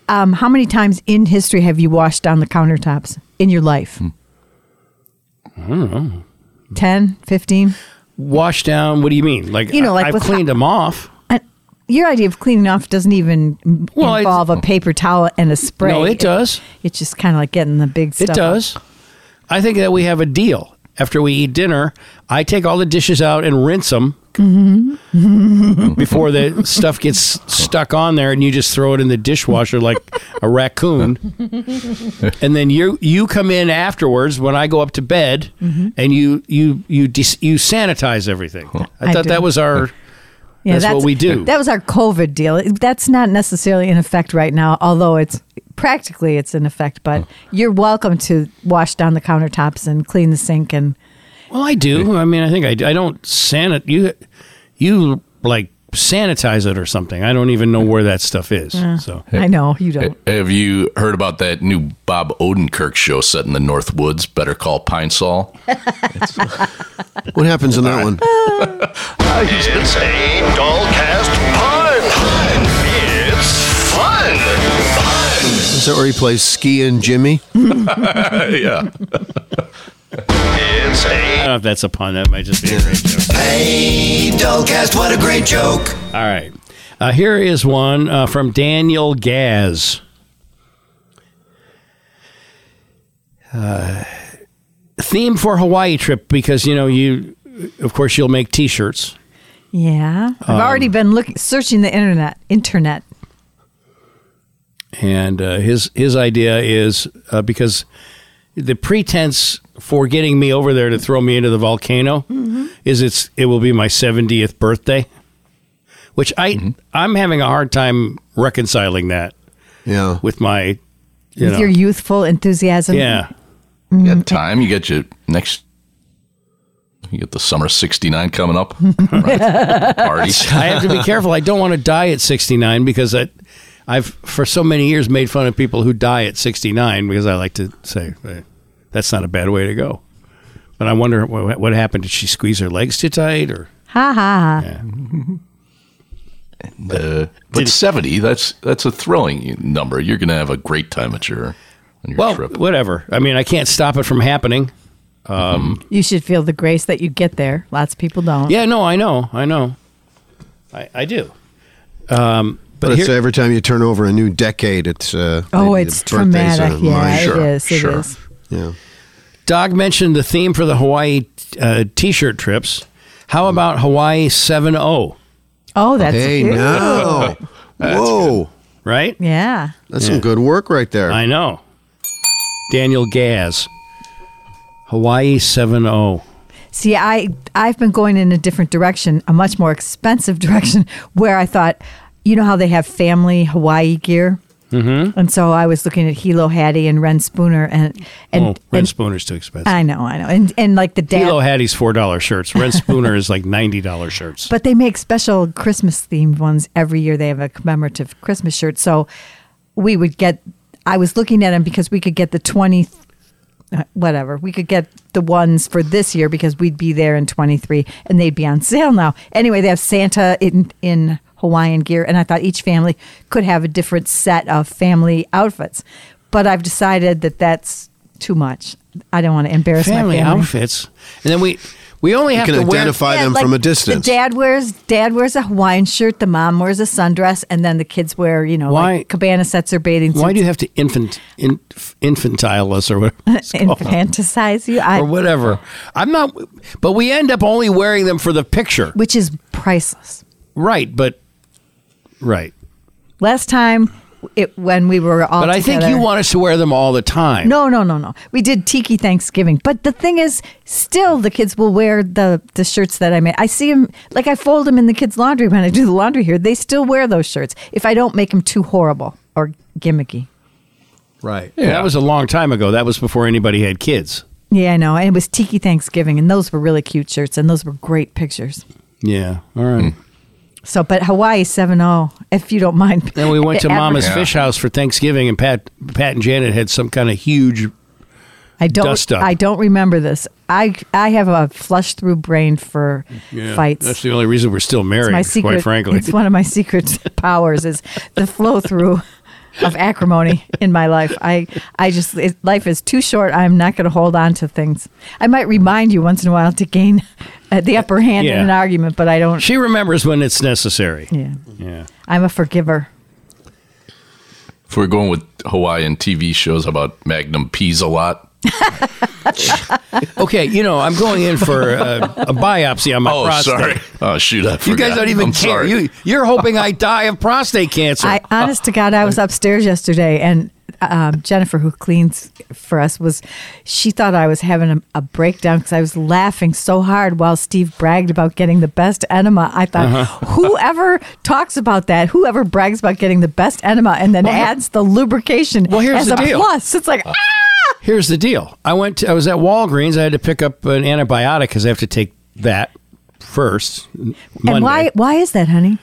[SPEAKER 4] um, how many times in history have you washed down the countertops in your life?
[SPEAKER 1] Hmm.
[SPEAKER 4] I don't know. 10, 15?
[SPEAKER 1] Wash down, what do you mean? Like,
[SPEAKER 4] You know, like
[SPEAKER 1] I, have
[SPEAKER 4] with-
[SPEAKER 1] cleaned them off.
[SPEAKER 4] And your idea of cleaning off doesn't even m-
[SPEAKER 1] Well, it-
[SPEAKER 4] involve a paper towel and a spray.
[SPEAKER 1] No, it does.
[SPEAKER 4] it's just kind of like getting the big
[SPEAKER 1] It
[SPEAKER 4] stuff. out.
[SPEAKER 1] does. I think that we have a deal. After we eat dinner, I take all the dishes out and rinse them before the stuff gets stuck on there, and you just throw it in the dishwasher like a raccoon. and then you you come in afterwards when I go up to bed, and you you you dis you sanitize everything. I,
[SPEAKER 4] I
[SPEAKER 1] thought
[SPEAKER 4] do.
[SPEAKER 1] that was our
[SPEAKER 4] Yeah,
[SPEAKER 1] That's what we do.
[SPEAKER 4] That was our COVID deal. That's not necessarily in effect right now, although it's practically it's in effect. But you're welcome to wash down the countertops and clean the sink and
[SPEAKER 1] Well, I do. I mean, I think I, I don't sanit you. You like sanitize it or something. I don't even know where that stuff is. So
[SPEAKER 4] I know you don't.
[SPEAKER 2] Have you heard about that new Bob Odenkirk show set in the North Woods, Better Call Pine Sol?
[SPEAKER 3] What happens in that one?
[SPEAKER 9] It's a doll cast pun. It's fun.
[SPEAKER 3] Is that where he plays Ski and Jimmy?
[SPEAKER 2] yeah.
[SPEAKER 9] It's
[SPEAKER 1] I
[SPEAKER 9] a
[SPEAKER 1] don't know if that's a pun. That might just be a great joke.
[SPEAKER 6] Hey, Dolecast, what a great joke.
[SPEAKER 1] All right. Uh, here is one uh, from Daniel Gaz. Uh, theme for Hawaii trip because you know you, of course, you'll make T-shirts.
[SPEAKER 4] Yeah, I've
[SPEAKER 1] Um,
[SPEAKER 4] already been looking, searching the internet. Internet.
[SPEAKER 1] and uh, his his idea is uh, because the pretense for getting me over there to throw me into the volcano
[SPEAKER 4] Mm-hmm.
[SPEAKER 1] is it's it will be my 70th birthday which i
[SPEAKER 4] Mm-hmm.
[SPEAKER 1] i'm having a hard time reconciling that
[SPEAKER 3] Yeah.
[SPEAKER 1] with my you
[SPEAKER 4] With
[SPEAKER 1] know
[SPEAKER 4] your youthful enthusiasm.
[SPEAKER 1] yeah
[SPEAKER 4] Mm-hmm.
[SPEAKER 2] You got time. You got your next. You get the summer '69 coming up.
[SPEAKER 4] *laughs*
[SPEAKER 2] Right. Party.
[SPEAKER 1] i have to be careful i don't want to die at 69 because i i've for so many years made fun of people who die at 69 because i like to say eh, that's not a bad way to go but i wonder what, what happened did she squeeze her legs too tight or
[SPEAKER 4] Ha ha. ha.
[SPEAKER 2] Uh, but 70. That's that's a thrilling number. You're gonna have a great time at your on your
[SPEAKER 1] Well,
[SPEAKER 2] trip.
[SPEAKER 1] whatever. I mean, I can't stop it from happening.
[SPEAKER 4] You should feel the grace that you get there. Lots of people don't.
[SPEAKER 1] Yeah, no, I know, I know, I, I do. Um, but
[SPEAKER 3] But it's
[SPEAKER 1] here,
[SPEAKER 3] every time you turn over a new decade, it's uh,
[SPEAKER 4] Oh,
[SPEAKER 3] maybe
[SPEAKER 4] it's
[SPEAKER 3] the birthdays
[SPEAKER 4] traumatic.
[SPEAKER 3] are
[SPEAKER 4] Yeah,
[SPEAKER 3] mine.
[SPEAKER 2] Sure,
[SPEAKER 4] it is. It is.
[SPEAKER 2] sure.
[SPEAKER 3] Yeah.
[SPEAKER 1] Dog mentioned the theme for the Hawaii uh, T-shirt trips. How about Hawaii Seven O?
[SPEAKER 4] Oh, that's
[SPEAKER 3] Hey,
[SPEAKER 4] cute. *laughs*
[SPEAKER 3] now, whoa,
[SPEAKER 1] Right?
[SPEAKER 4] Yeah.
[SPEAKER 3] that's some good work right there.
[SPEAKER 1] I know. Daniel Gaz, Hawaii Seven oh. O.
[SPEAKER 4] See, I I've been going in a different direction, a much more expensive *laughs* direction, where I thought, you know how they have family Hawaii gear, mm-hmm. and so I was looking at Hilo Hattie and Ren Spooner, and and,
[SPEAKER 1] Oh, Ren
[SPEAKER 4] and-
[SPEAKER 1] Spooner's too expensive.
[SPEAKER 4] I know, I know, and and like the dad,
[SPEAKER 1] Hilo Hattie's four dollar shirts. Ren Spooner is like ninety dollar
[SPEAKER 4] *laughs*
[SPEAKER 1] shirts.
[SPEAKER 4] but they make special Christmas themed ones every year. They have a commemorative Christmas shirt, so we would get. I was looking at them because we could get the twenty, uh, whatever. We could get the ones for this year because we'd be there in twenty three, and they'd be on sale now. Anyway, they have Santa in in Hawaiian gear, and I thought each family could have a different set of family outfits, but I've decided that that's too much. I don't want to embarrass
[SPEAKER 1] family,
[SPEAKER 4] my family.
[SPEAKER 1] outfits, and then we we only have
[SPEAKER 3] can
[SPEAKER 1] to wear.
[SPEAKER 3] identify them from a distance.
[SPEAKER 4] The dad wears dad wears a Hawaiian shirt, the mom wears a sundress, and then the kids wear you know
[SPEAKER 1] Why-
[SPEAKER 4] like cabana sets or bathing suits.
[SPEAKER 1] Why do you have to infant, in, infantile us
[SPEAKER 4] *laughs*
[SPEAKER 1] or whatever? it's called?
[SPEAKER 4] infantilize you? I,
[SPEAKER 1] *laughs* or whatever. I'm not, but we end up only wearing them for the picture,
[SPEAKER 4] which is priceless.
[SPEAKER 1] right? But right.
[SPEAKER 4] Last time, it when we were all.
[SPEAKER 1] But I think you
[SPEAKER 4] together-
[SPEAKER 1] want us to wear them all the time.
[SPEAKER 4] No, no, no, no. We did tiki Thanksgiving, but the thing is, still the kids will wear the the shirts that I made. I see them like I fold them in the kids' laundry when I do the laundry here. They still wear those shirts if I don't make them too horrible or gimmicky.
[SPEAKER 1] right. That was a long time ago. That was before anybody had kids.
[SPEAKER 4] Yeah, I know. And it was Tiki Thanksgiving, and those were really cute shirts, and those were great pictures.
[SPEAKER 1] Yeah. All
[SPEAKER 2] Hmm.
[SPEAKER 1] right.
[SPEAKER 4] So, but Hawaii 7 0, if you don't mind.
[SPEAKER 1] Then we
[SPEAKER 4] *laughs*
[SPEAKER 1] went to
[SPEAKER 4] Ever-
[SPEAKER 1] Mama's
[SPEAKER 2] Yeah.
[SPEAKER 1] Fish House for Thanksgiving, and Pat, Pat and Janet had some kind of huge.
[SPEAKER 4] I don't,
[SPEAKER 1] dust up.
[SPEAKER 4] I don't remember this. I I have a flush through brain for fights.
[SPEAKER 1] That's the only reason we're still
[SPEAKER 4] It's
[SPEAKER 1] married.
[SPEAKER 4] my secret.
[SPEAKER 1] Quite frankly.
[SPEAKER 4] It's one of my secret *laughs* powers is the flow through of acrimony in my life. I I just it, life is too short. I'm not going to hold on to things. I might remind you once in a while to gain uh, the upper hand in
[SPEAKER 1] Yeah.
[SPEAKER 4] an argument, but I don't.
[SPEAKER 1] She remembers when it's necessary.
[SPEAKER 4] yeah,
[SPEAKER 1] Yeah.
[SPEAKER 4] I'm a forgiver.
[SPEAKER 2] If we're going with Hawaiian TV shows, how about Magnum Peas a lot?
[SPEAKER 1] Okay, you know, I'm going in for a, a biopsy on my
[SPEAKER 2] Oh,
[SPEAKER 1] prostate.
[SPEAKER 2] sorry. Oh, shoot. I forgot.
[SPEAKER 1] You guys don't even
[SPEAKER 2] I'm
[SPEAKER 1] care.
[SPEAKER 2] sorry.
[SPEAKER 1] You, you're hoping I die of prostate cancer.
[SPEAKER 4] I honest to God, I was
[SPEAKER 1] Oh.
[SPEAKER 4] upstairs yesterday, and um, Jennifer, who cleans for us, was she thought I was having a, a breakdown because I was laughing so hard while Steve bragged about getting the best enema. I thought,
[SPEAKER 1] Uh-huh.
[SPEAKER 4] *laughs* whoever talks about that, whoever brags about getting the best enema, and then adds the lubrication
[SPEAKER 1] Well, here's
[SPEAKER 4] as
[SPEAKER 1] the
[SPEAKER 4] a
[SPEAKER 1] deal. Uh,
[SPEAKER 4] plus, it's like. ah!
[SPEAKER 1] Here's the deal. I went. To, I was at Walgreens. I had to pick up an antibiotic because I have to take that first. Monday.
[SPEAKER 4] And why? Why is that, honey?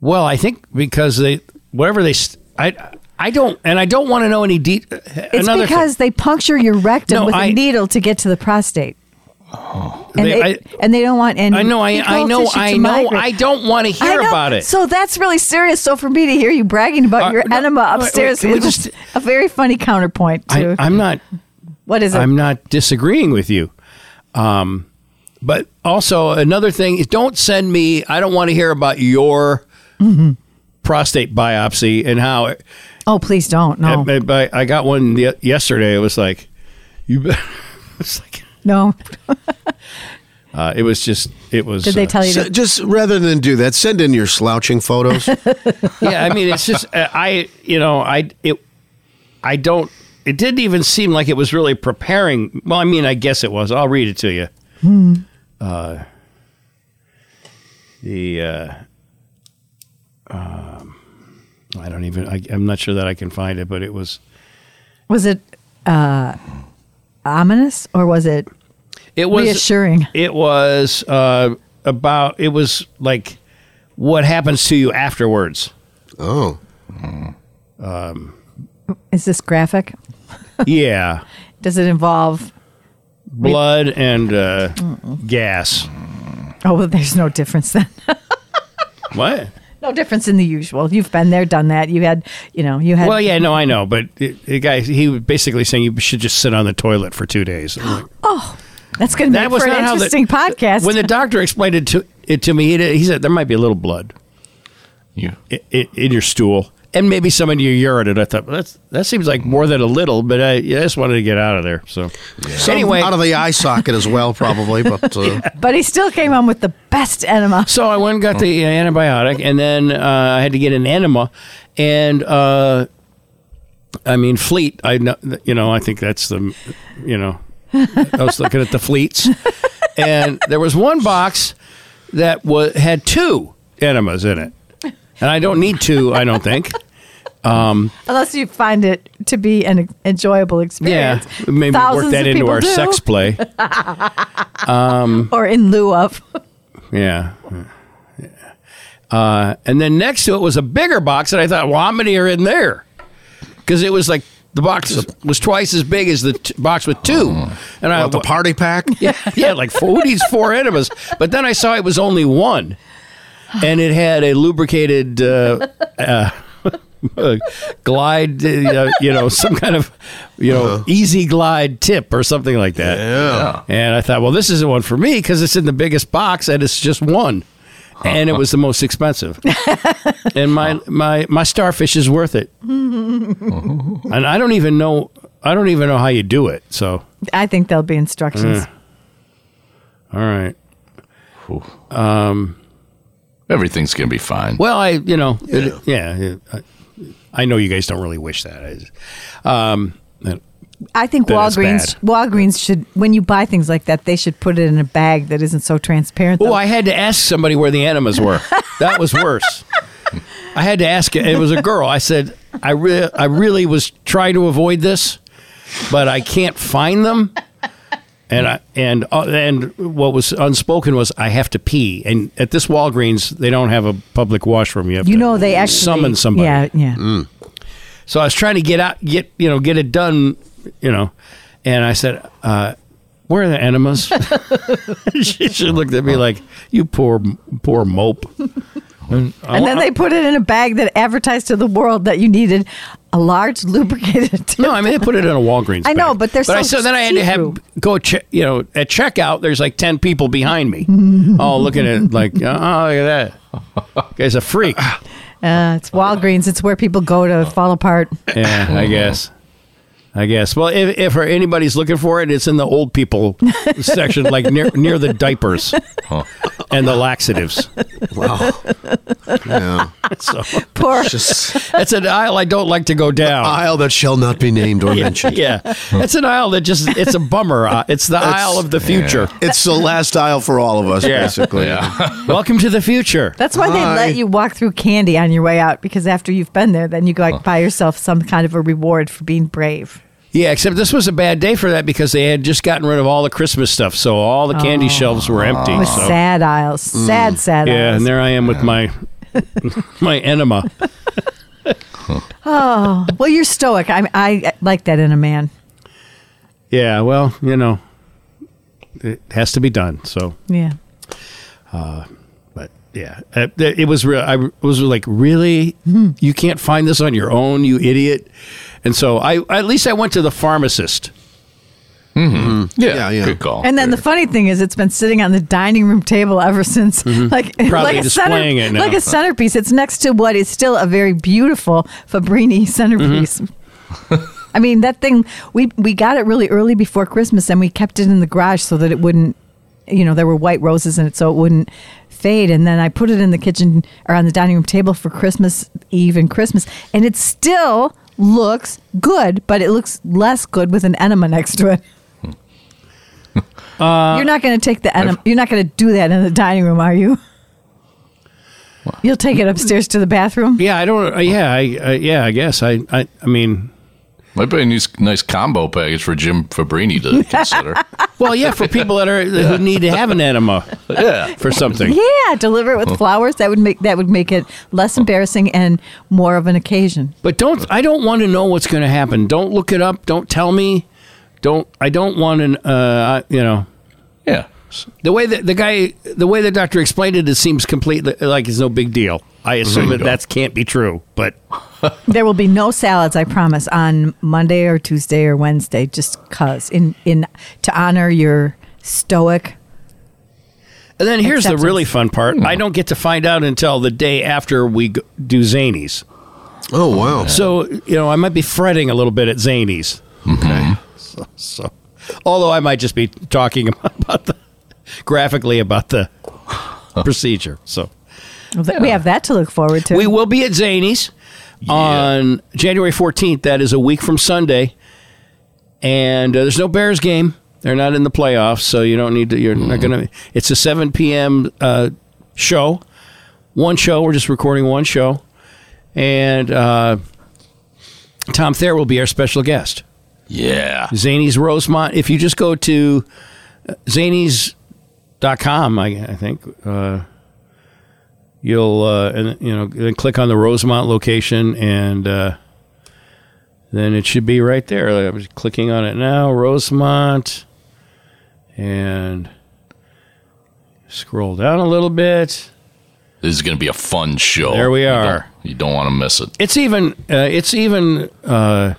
[SPEAKER 1] Well, I think because they whatever they. St- I I don't and I don't want to know any deep.
[SPEAKER 4] It's
[SPEAKER 1] another thing.
[SPEAKER 4] because they puncture your rectum
[SPEAKER 1] No,
[SPEAKER 4] with a
[SPEAKER 1] I-
[SPEAKER 4] needle to get to the prostate. And
[SPEAKER 1] They-
[SPEAKER 4] they,
[SPEAKER 1] I-
[SPEAKER 4] and they don't want any.
[SPEAKER 1] I know. I, I
[SPEAKER 4] fecal
[SPEAKER 1] know.
[SPEAKER 4] tissue
[SPEAKER 1] I
[SPEAKER 4] to
[SPEAKER 1] know.
[SPEAKER 4] migrate.
[SPEAKER 1] I don't want to
[SPEAKER 4] I
[SPEAKER 1] hear
[SPEAKER 4] know.
[SPEAKER 1] about it.
[SPEAKER 4] So that's really serious. So for me to hear you bragging about
[SPEAKER 1] Uh,
[SPEAKER 4] your
[SPEAKER 1] no,
[SPEAKER 4] enema
[SPEAKER 1] wait, wait,
[SPEAKER 4] upstairs
[SPEAKER 1] we
[SPEAKER 4] is
[SPEAKER 1] just-
[SPEAKER 4] a very funny counterpoint to
[SPEAKER 1] I, I'm not.
[SPEAKER 4] what is it?
[SPEAKER 1] I'm not disagreeing with you. Um, but also another thing is don't send me. I don't want to hear about your prostate biopsy and how. It,
[SPEAKER 4] oh, please don't. No,
[SPEAKER 1] I, I- I got one the, yesterday. It was like you. bet- It's like
[SPEAKER 4] no.
[SPEAKER 1] *laughs* uh, it was just. It was. uh,
[SPEAKER 4] Did they tell you?
[SPEAKER 3] So
[SPEAKER 4] To,
[SPEAKER 3] just rather than do that, send in your slouching photos.
[SPEAKER 4] *laughs*
[SPEAKER 1] Uh, yeah, I mean, it's just uh, I. You know, I. It. I don't. It didn't even seem like it was really preparing. Well, I mean, I guess it was. I'll read it to you. Uh, the. Uh, um, I don't even. I, I'm not sure that I can find it, but it was.
[SPEAKER 4] was it uh, ominous or was it
[SPEAKER 1] It was
[SPEAKER 4] reassuring?
[SPEAKER 1] It was uh, about. It was like what happens to you afterwards.
[SPEAKER 3] oh,
[SPEAKER 4] Is this graphic?
[SPEAKER 1] Yeah,
[SPEAKER 4] Does it involve?
[SPEAKER 1] blood and uh, gas.
[SPEAKER 4] Oh, well, there's no difference then. *laughs*
[SPEAKER 1] What?
[SPEAKER 4] no difference in the usual. You've been there, done that. You had, you know, you had.
[SPEAKER 1] Well, yeah, no, I know, but it, the guy he was basically saying you should just sit on the toilet for two days. I'm
[SPEAKER 4] *gasps*
[SPEAKER 1] like,
[SPEAKER 4] That's going to
[SPEAKER 1] that
[SPEAKER 4] be
[SPEAKER 1] was
[SPEAKER 4] for an
[SPEAKER 1] not how the-
[SPEAKER 4] interesting podcast.
[SPEAKER 1] when the doctor explained it to it to me, he, did- he said there might be a little blood
[SPEAKER 2] You-
[SPEAKER 1] in, in your stool and maybe some in your urine. And I thought well, that's that seems like more than a little, but I, I just wanted to get out of there. So
[SPEAKER 3] Some
[SPEAKER 1] anyway,
[SPEAKER 3] out of the eye socket as well, probably. But
[SPEAKER 4] *laughs*
[SPEAKER 3] uh,
[SPEAKER 4] but he still came on with the best enema.
[SPEAKER 1] So I went and got the antibiotic, and then uh, I had to get an enema, and uh, I mean fleet. I know, you know, I think that's the, you know, I was looking at the fleets, and there was one box that was had two enemas in it, and I don't need two. I don't think.
[SPEAKER 4] *laughs* Unless you find it to be an enjoyable experience.
[SPEAKER 1] Yeah, maybe work
[SPEAKER 4] Thousands
[SPEAKER 1] that
[SPEAKER 4] of
[SPEAKER 1] into
[SPEAKER 4] people
[SPEAKER 1] our
[SPEAKER 4] do,
[SPEAKER 1] sex play.
[SPEAKER 4] Or in lieu of. *laughs*
[SPEAKER 1] Yeah. Yeah. Uh, and then next to it was a bigger box, and I thought, well, how many are in there? Because it was like the box was twice as big as the t- box with two. And I
[SPEAKER 3] what, the party pack. *laughs*
[SPEAKER 1] yeah, yeah, like four, who needs four enemas? But then I saw it was only one, and it had a lubricated uh, *laughs* uh, glide, uh, you know, some kind of you know easy glide tip or something like that.
[SPEAKER 3] Yeah.
[SPEAKER 1] And I thought, well, this isn't one for me because it's in the biggest box and it's just one. And it was the most expensive, and my my my starfish is worth it. and I don't even know I don't even know how you do it. So
[SPEAKER 4] I think there'll be instructions.
[SPEAKER 1] Mm. Eh. all right,
[SPEAKER 2] Everything's going to be fine.
[SPEAKER 1] Well, I, you know, it- yeah, it- I, I know you guys don't really wish that. I just- Um,
[SPEAKER 4] I think
[SPEAKER 1] Then it's
[SPEAKER 4] Walgreens Walgreens should when you buy things like that, they should put it in a bag that isn't so transparent.
[SPEAKER 1] oh,
[SPEAKER 4] though.
[SPEAKER 1] I had to ask somebody where the enemas were. That was worse. I had to ask it. It was a girl. I said, I re- I really was trying to avoid this, but I can't find them. And I and uh, and what was unspoken was I have to pee. And at this Walgreens, they don't have a public washroom. You have
[SPEAKER 4] you
[SPEAKER 1] to
[SPEAKER 4] know they actually
[SPEAKER 1] summon somebody. Mm.
[SPEAKER 4] Yeah, yeah.
[SPEAKER 1] So I was trying to get out, get you know, get it done, you know, and I said, uh, "Where are the enemas?" *laughs* she, she looked at me like, "You poor, poor mope." And, I
[SPEAKER 4] And
[SPEAKER 1] wa-
[SPEAKER 4] then they put it in a bag that advertised to the world that you needed a large lubricated. tip. *laughs*
[SPEAKER 1] no, I mean they put it in a Walgreens.
[SPEAKER 4] I know,
[SPEAKER 1] bag.
[SPEAKER 4] but they're
[SPEAKER 1] I,
[SPEAKER 4] so
[SPEAKER 1] so then I had to have
[SPEAKER 4] see-through.
[SPEAKER 1] go check, you know, at checkout. There's like ten people behind
[SPEAKER 4] *laughs*
[SPEAKER 1] me, all looking at it like, "Oh, look at that guy's a freak." *laughs*
[SPEAKER 4] Uh, it's Walgreens. It's where people go to fall apart.
[SPEAKER 1] Yeah, I guess. I guess. Well, if, if anybody's looking for it, it's in the old people section, like near near the diapers and the laxatives.
[SPEAKER 3] Wow. Yeah.
[SPEAKER 1] *laughs* So
[SPEAKER 4] Poor.
[SPEAKER 3] Just
[SPEAKER 1] that's an aisle I don't like to go down.
[SPEAKER 3] aisle that shall not be named or
[SPEAKER 1] *laughs*
[SPEAKER 3] mentioned.
[SPEAKER 1] yeah, that's an aisle that just—it's a bummer. Uh, It's the aisle of the future.
[SPEAKER 3] It's the last aisle for all of us,
[SPEAKER 1] Yeah.
[SPEAKER 3] basically.
[SPEAKER 1] *laughs* Welcome to the future.
[SPEAKER 4] That's why they
[SPEAKER 3] Hi.
[SPEAKER 4] let you walk through candy on your way out because after you've been there, then you go like buy yourself some kind of a reward for being brave.
[SPEAKER 1] Yeah, except this was a bad day for that because they had just gotten rid of all the Christmas stuff, so all the candy shelves were empty.
[SPEAKER 4] With
[SPEAKER 1] so-
[SPEAKER 4] sad aisles, sad, sad
[SPEAKER 1] Yeah,
[SPEAKER 4] aisles.
[SPEAKER 1] and there I am with my *laughs* my enema.
[SPEAKER 4] oh, well, you're stoic. I, I like that in a man.
[SPEAKER 1] Yeah, well, you know, it has to be done. So,
[SPEAKER 4] Yeah.
[SPEAKER 1] but yeah, Uh, th- it was real. I was like, really, you can't find this on your own, you idiot. And so I, at least I went to the pharmacist.
[SPEAKER 2] Yeah,
[SPEAKER 3] Yeah, yeah.
[SPEAKER 2] Good call.
[SPEAKER 4] And then the funny thing is, it's been sitting on the dining room table ever since, *laughs* like
[SPEAKER 1] Mm-hmm. Probably
[SPEAKER 4] like a
[SPEAKER 1] displaying it now.
[SPEAKER 4] like a centerpiece. It's next to what is still a very beautiful Fabrini *laughs* centerpiece.
[SPEAKER 1] Mm-hmm.
[SPEAKER 4] *laughs* I mean, that thing we we got it really early before Christmas, and we kept it in the garage so that it wouldn't, you know, there were white roses in it, so it wouldn't fade. And then I put it in the kitchen or on the dining room table for Christmas Eve and Christmas, and it still looks good, but it looks less good with an enema next to it. You're
[SPEAKER 1] Uh,
[SPEAKER 4] not going to take the enema. You're not going to do that in the dining room, are you? You'll take it upstairs to the bathroom.
[SPEAKER 1] Yeah, I don't. Uh, yeah, I, uh, yeah, I guess I, I, I mean,
[SPEAKER 2] Might be a nice, nice combo package for Jim Fabrini to consider.
[SPEAKER 1] well, yeah, for people that *laughs* are who need to have an enema
[SPEAKER 2] yeah.
[SPEAKER 1] for something.
[SPEAKER 4] Yeah, deliver it with flowers. That would make that would make it less embarrassing and more of an occasion.
[SPEAKER 1] But don't I don't want to know what's going to happen. Don't look it up. Don't tell me. Don't I don't want to. Uh, I- you know
[SPEAKER 2] Yeah.
[SPEAKER 1] the way that the guy the way the doctor explained it. It seems completely like it's no big deal. I assume that that can't be true. But
[SPEAKER 4] There will be no salads, I promise, on Monday or Tuesday or Wednesday, just cause in in to honor your stoic.
[SPEAKER 1] and then here's the
[SPEAKER 4] Acceptance.
[SPEAKER 1] really fun part. I don't get to find out until the day after we go, do Zanies.
[SPEAKER 3] Oh, wow.
[SPEAKER 1] So you know I might be fretting a little bit at Zanies. Okay. *laughs* So, so although I might just be talking *laughs* about the graphically about the procedure. So.
[SPEAKER 4] We have that to look forward to.
[SPEAKER 1] We will be at Zanies on January 14th. That is a week from Sunday. And uh, there's no Bears game. They're not in the playoffs, so you don't need to. You're not going to. It's a 7 p.m. Uh, show. One show. We're just recording one show. And uh, Tom Thayer will be our special guest.
[SPEAKER 2] Yeah.
[SPEAKER 1] Zanies Rosemont. If you just go to uh, zanies.com, I, I think uh, you'll uh, and, you know then click on the Rosemont location and uh, then it should be right there. I'm just clicking on it now, Rosemont, and scroll down a little bit.
[SPEAKER 2] This is going to be a fun show.
[SPEAKER 1] There we
[SPEAKER 2] You
[SPEAKER 1] are.
[SPEAKER 2] don't- You don't want to miss it.
[SPEAKER 1] It's even uh, it's even uh,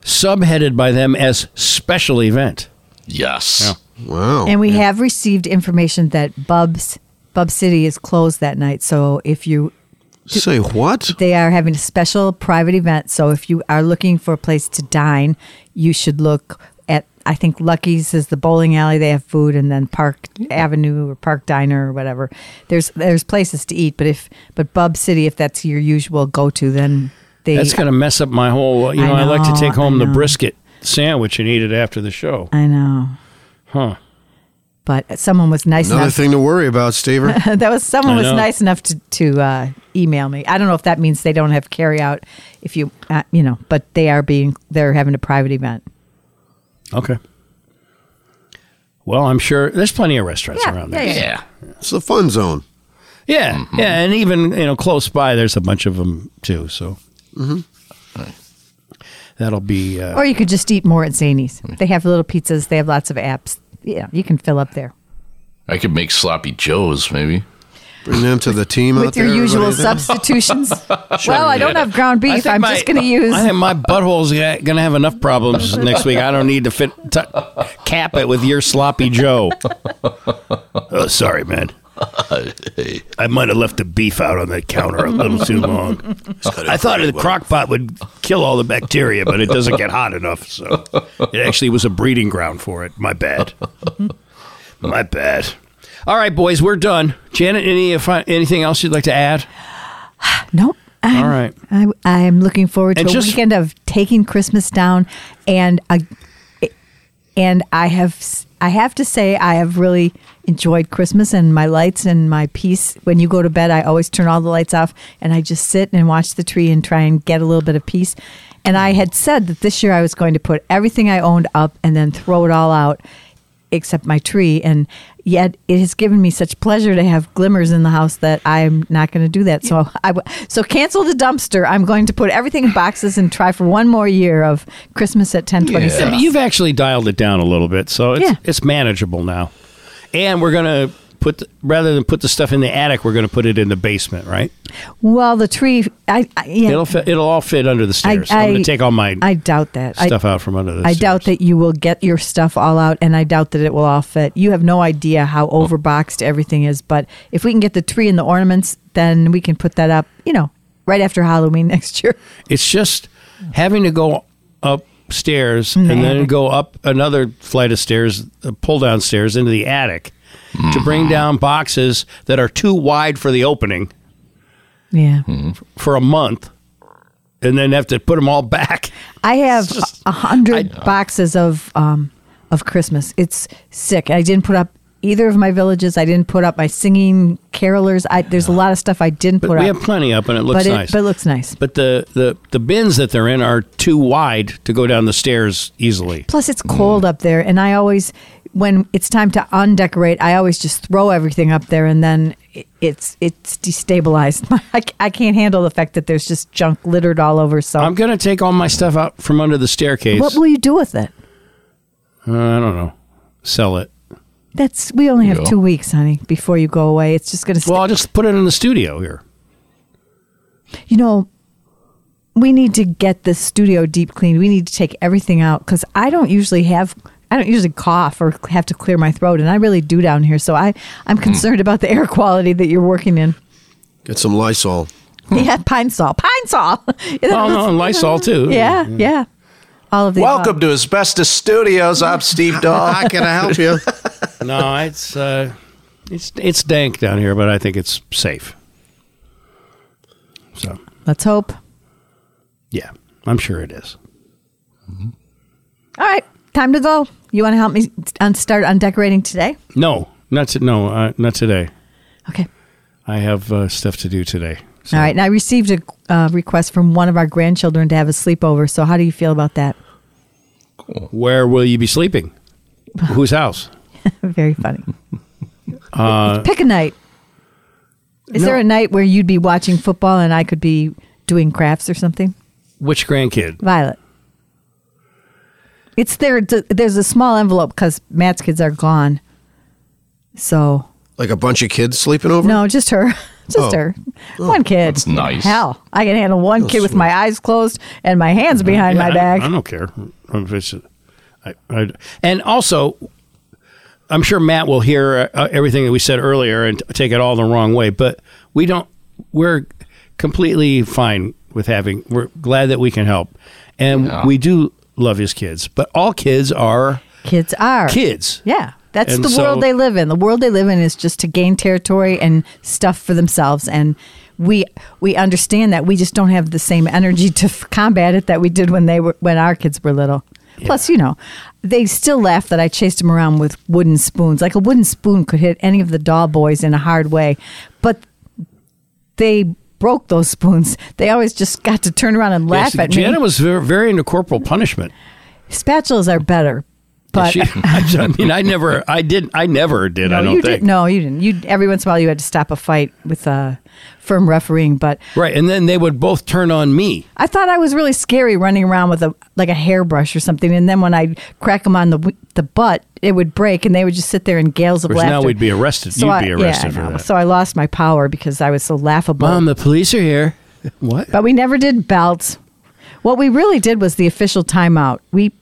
[SPEAKER 1] subheaded by them as special event.
[SPEAKER 2] Yes.
[SPEAKER 3] Wow.
[SPEAKER 4] And we have received information that Bub's Bub City is closed that night. So if you
[SPEAKER 3] Say what?
[SPEAKER 4] they are having a special private event. So if you are looking for a place to dine, you should look at I think Lucky's is the bowling alley. They have food, and then Park Avenue or Park Diner or whatever. There's there's places to eat, but if but Bub City, if that's your usual go to, then they.
[SPEAKER 1] That's going to mess up my whole. You
[SPEAKER 4] I
[SPEAKER 1] know, I, like to
[SPEAKER 4] know,
[SPEAKER 1] take
[SPEAKER 4] I
[SPEAKER 1] home the
[SPEAKER 4] know.
[SPEAKER 1] brisket sandwich and eat it after the show.
[SPEAKER 4] I know,
[SPEAKER 1] Huh.
[SPEAKER 4] but someone was nice
[SPEAKER 3] Another
[SPEAKER 4] enough.
[SPEAKER 3] thing to worry about, Staver.
[SPEAKER 4] *laughs* that was someone
[SPEAKER 1] I
[SPEAKER 4] was
[SPEAKER 1] know.
[SPEAKER 4] nice enough to to uh, email me. I don't know if that means they don't have carry out. If you uh, you know, but they are being they're having a private event.
[SPEAKER 1] Okay. Well, I'm sure there's plenty of restaurants
[SPEAKER 4] Yeah,
[SPEAKER 1] around
[SPEAKER 4] yeah,
[SPEAKER 1] there.
[SPEAKER 4] yeah,
[SPEAKER 2] Yeah.
[SPEAKER 3] It's the fun zone.
[SPEAKER 1] Yeah, yeah, and even you know close by, there's a bunch of them too. So that'll be uh,
[SPEAKER 4] Or you could just eat more at Zany's. They have little pizzas. They have lots of apps. Yeah, you can fill up there
[SPEAKER 2] I could make sloppy joes, maybe.
[SPEAKER 3] Bring them to the team out
[SPEAKER 4] with your
[SPEAKER 3] there,
[SPEAKER 4] usual
[SPEAKER 3] everybody.
[SPEAKER 4] substitutions. well, I don't have ground
[SPEAKER 1] I
[SPEAKER 4] beef.
[SPEAKER 1] think
[SPEAKER 4] I'm
[SPEAKER 1] my-
[SPEAKER 4] just going to use.
[SPEAKER 1] I think my butthole's ga- gonna have enough problems next week. I don't need to fit t- cap it with your sloppy Joe. oh, sorry, man. I might have left the beef out on the counter a little too long. I thought the crock pot would kill all the bacteria, but it doesn't get hot enough. So it actually was a breeding ground for it. My bad. My bad. All right, boys, we're done. Janet, any if I- anything else you'd like to add?
[SPEAKER 4] Nope. I'm,
[SPEAKER 1] All right.
[SPEAKER 4] I, I'm looking forward to
[SPEAKER 1] And
[SPEAKER 4] a
[SPEAKER 1] just-
[SPEAKER 4] weekend of taking Christmas down, and I, and I have s- I have to say I have really enjoyed Christmas and my lights and my peace. When you go to bed, I always turn all the lights off and I just sit and watch the tree and try and get a little bit of peace. And I had said that this year I was going to put everything I owned up and then throw it all out except my tree and yet it has given me such pleasure to have glimmers in the house that I'm not going to do that so I w- so cancel the dumpster I'm going to put everything in boxes and try for one more year of Christmas at 1026
[SPEAKER 1] Yeah, but you've actually dialed it down a little bit, so it's,
[SPEAKER 4] Yeah.
[SPEAKER 1] it's manageable now. And we're gonna put the, rather than put the stuff in the attic, we're gonna put it in the basement, right?
[SPEAKER 4] well the tree I, I yeah
[SPEAKER 1] It'll fit, it'll all fit under the stairs. I, am gonna take all my
[SPEAKER 4] I doubt that. I-
[SPEAKER 1] stuff out from under the.
[SPEAKER 4] I doubt
[SPEAKER 1] stairs.
[SPEAKER 4] that you will get your stuff all out, and I doubt that it will all fit. You have no idea how
[SPEAKER 1] Oh.
[SPEAKER 4] overboxed everything is, but if we can get the tree and the ornaments, then we can put that up, you know, right after Halloween *laughs* next year.
[SPEAKER 1] It's just having to go upstairs and then go up another flight of stairs, uh, pull down stairs into the attic to bring down boxes that are too wide for the opening
[SPEAKER 4] Yeah.
[SPEAKER 1] for a month, and then have to put them all *laughs* back.
[SPEAKER 4] I have
[SPEAKER 1] just-
[SPEAKER 4] a hundred boxes of um, of Christmas. It's sick. I didn't put up either of my villages. I didn't put up my singing carolers. I, there's a lot of stuff I didn't
[SPEAKER 1] But
[SPEAKER 4] put
[SPEAKER 1] we
[SPEAKER 4] up.
[SPEAKER 1] have plenty up, and it looks
[SPEAKER 4] but it,
[SPEAKER 1] nice.
[SPEAKER 4] but it looks nice.
[SPEAKER 1] but the, the, the bins that they're in are too wide to go down the stairs easily.
[SPEAKER 4] Plus, it's cold up there, and I always, when it's time to undecorate, I always just throw everything up there, and then i- it's it's destabilized. *laughs* I, c- I can't handle the fact that there's just junk littered all over. So,
[SPEAKER 1] I'm going to take all my stuff out from under the staircase.
[SPEAKER 4] what will you do with it?
[SPEAKER 1] Uh, I don't know. Sell it.
[SPEAKER 4] That's we only have
[SPEAKER 2] Yeah.
[SPEAKER 4] two weeks, honey, before you go away. It's just gonna. Stay.
[SPEAKER 1] Well, I'll just put it in the studio here.
[SPEAKER 4] you know, we need to get this studio deep cleaned. We need to take everything out because I don't usually have. I don't usually cough or have to clear my throat, and I really do down here. So I, I'm concerned about the *laughs* air quality that you're working in.
[SPEAKER 3] Get some Lysol.
[SPEAKER 4] Yeah, pine saw, pine *laughs* saw.
[SPEAKER 1] Oh, no, and Lysol, too.
[SPEAKER 4] *laughs* Yeah, yeah. All of the
[SPEAKER 9] Welcome to Asbestos Studios.
[SPEAKER 3] *laughs*
[SPEAKER 9] I'm Steve Dahl.
[SPEAKER 3] How can I help you?
[SPEAKER 1] No, it's uh, it's it's dank down here, but I think it's safe. So
[SPEAKER 4] Let's hope.
[SPEAKER 1] yeah, I'm sure it is.
[SPEAKER 4] All right, time to go. You want to help me on start on decorating today?
[SPEAKER 1] No, not to, no, uh, not today.
[SPEAKER 4] Okay.
[SPEAKER 1] I have uh, stuff to do today. So.
[SPEAKER 4] All right. And I received a uh, request from one of our grandchildren to have a sleepover. So how do you feel about that?
[SPEAKER 1] Where will you be
[SPEAKER 4] *laughs*
[SPEAKER 1] sleeping? Whose house?
[SPEAKER 4] Very funny. Pick a night. Is there
[SPEAKER 1] no.
[SPEAKER 4] a night where you'd be watching football and I could be doing crafts or something?
[SPEAKER 1] Which grandkid?
[SPEAKER 4] Violet. It's there. There's a small envelope because Matt's kids are gone. So
[SPEAKER 3] Like a bunch of kids sleeping over?
[SPEAKER 4] no, just her, *laughs* just
[SPEAKER 3] Oh.
[SPEAKER 4] her, one kid.
[SPEAKER 2] that's nice.
[SPEAKER 4] Hell, I can handle one kid with my eyes closed and my hands behind
[SPEAKER 1] Yeah,
[SPEAKER 4] my
[SPEAKER 1] I-
[SPEAKER 4] back.
[SPEAKER 1] I, don't care. If it's, I, I, and also, I'm sure Matt will hear uh, everything that we said earlier and take it all the wrong way. But we don't. We're completely fine with having. We're glad that we can help, and we do love his kids. But all kids are
[SPEAKER 4] kids are
[SPEAKER 1] kids.
[SPEAKER 4] Yeah, that's
[SPEAKER 1] And
[SPEAKER 4] the
[SPEAKER 1] so-
[SPEAKER 4] world they live in. The world they live in is just to gain territory and stuff for themselves. And we we understand that we just don't have the same energy to f- combat it that we did when they were when our kids were little. Plus, you know, they still laugh that I chased them around with wooden spoons. Like a wooden spoon could hit any of the doll boys in a hard way, but they broke those spoons. They always just got to turn around and laugh
[SPEAKER 1] Yes,
[SPEAKER 4] at
[SPEAKER 1] Janet
[SPEAKER 4] me.
[SPEAKER 1] was very, very into corporal punishment.
[SPEAKER 4] Spatulas are better, but *laughs*
[SPEAKER 1] She- I mean, I never, I did, I never did. I don't
[SPEAKER 4] you
[SPEAKER 1] think.
[SPEAKER 4] Did, no, you didn't. You every once in a while you had to stop a fight with uh, firm refereeing, but
[SPEAKER 1] Right, and then they would both turn on me.
[SPEAKER 4] I thought I was really scary running around with a like a hairbrush or something, and then when I crack them on the w- the butt, it would break, and they would just sit there in gales of
[SPEAKER 1] Whereas
[SPEAKER 4] laughter.
[SPEAKER 1] now we'd be arrested.
[SPEAKER 4] So
[SPEAKER 1] You'd
[SPEAKER 4] I-
[SPEAKER 1] be
[SPEAKER 4] yeah,
[SPEAKER 1] arrested
[SPEAKER 4] I
[SPEAKER 1] for
[SPEAKER 4] know.
[SPEAKER 1] that.
[SPEAKER 4] So I lost my power because I was so laughable.
[SPEAKER 1] Mom, the police are
[SPEAKER 3] *laughs*
[SPEAKER 1] here. What?
[SPEAKER 4] But we never did belts. What we really did was the official timeout. We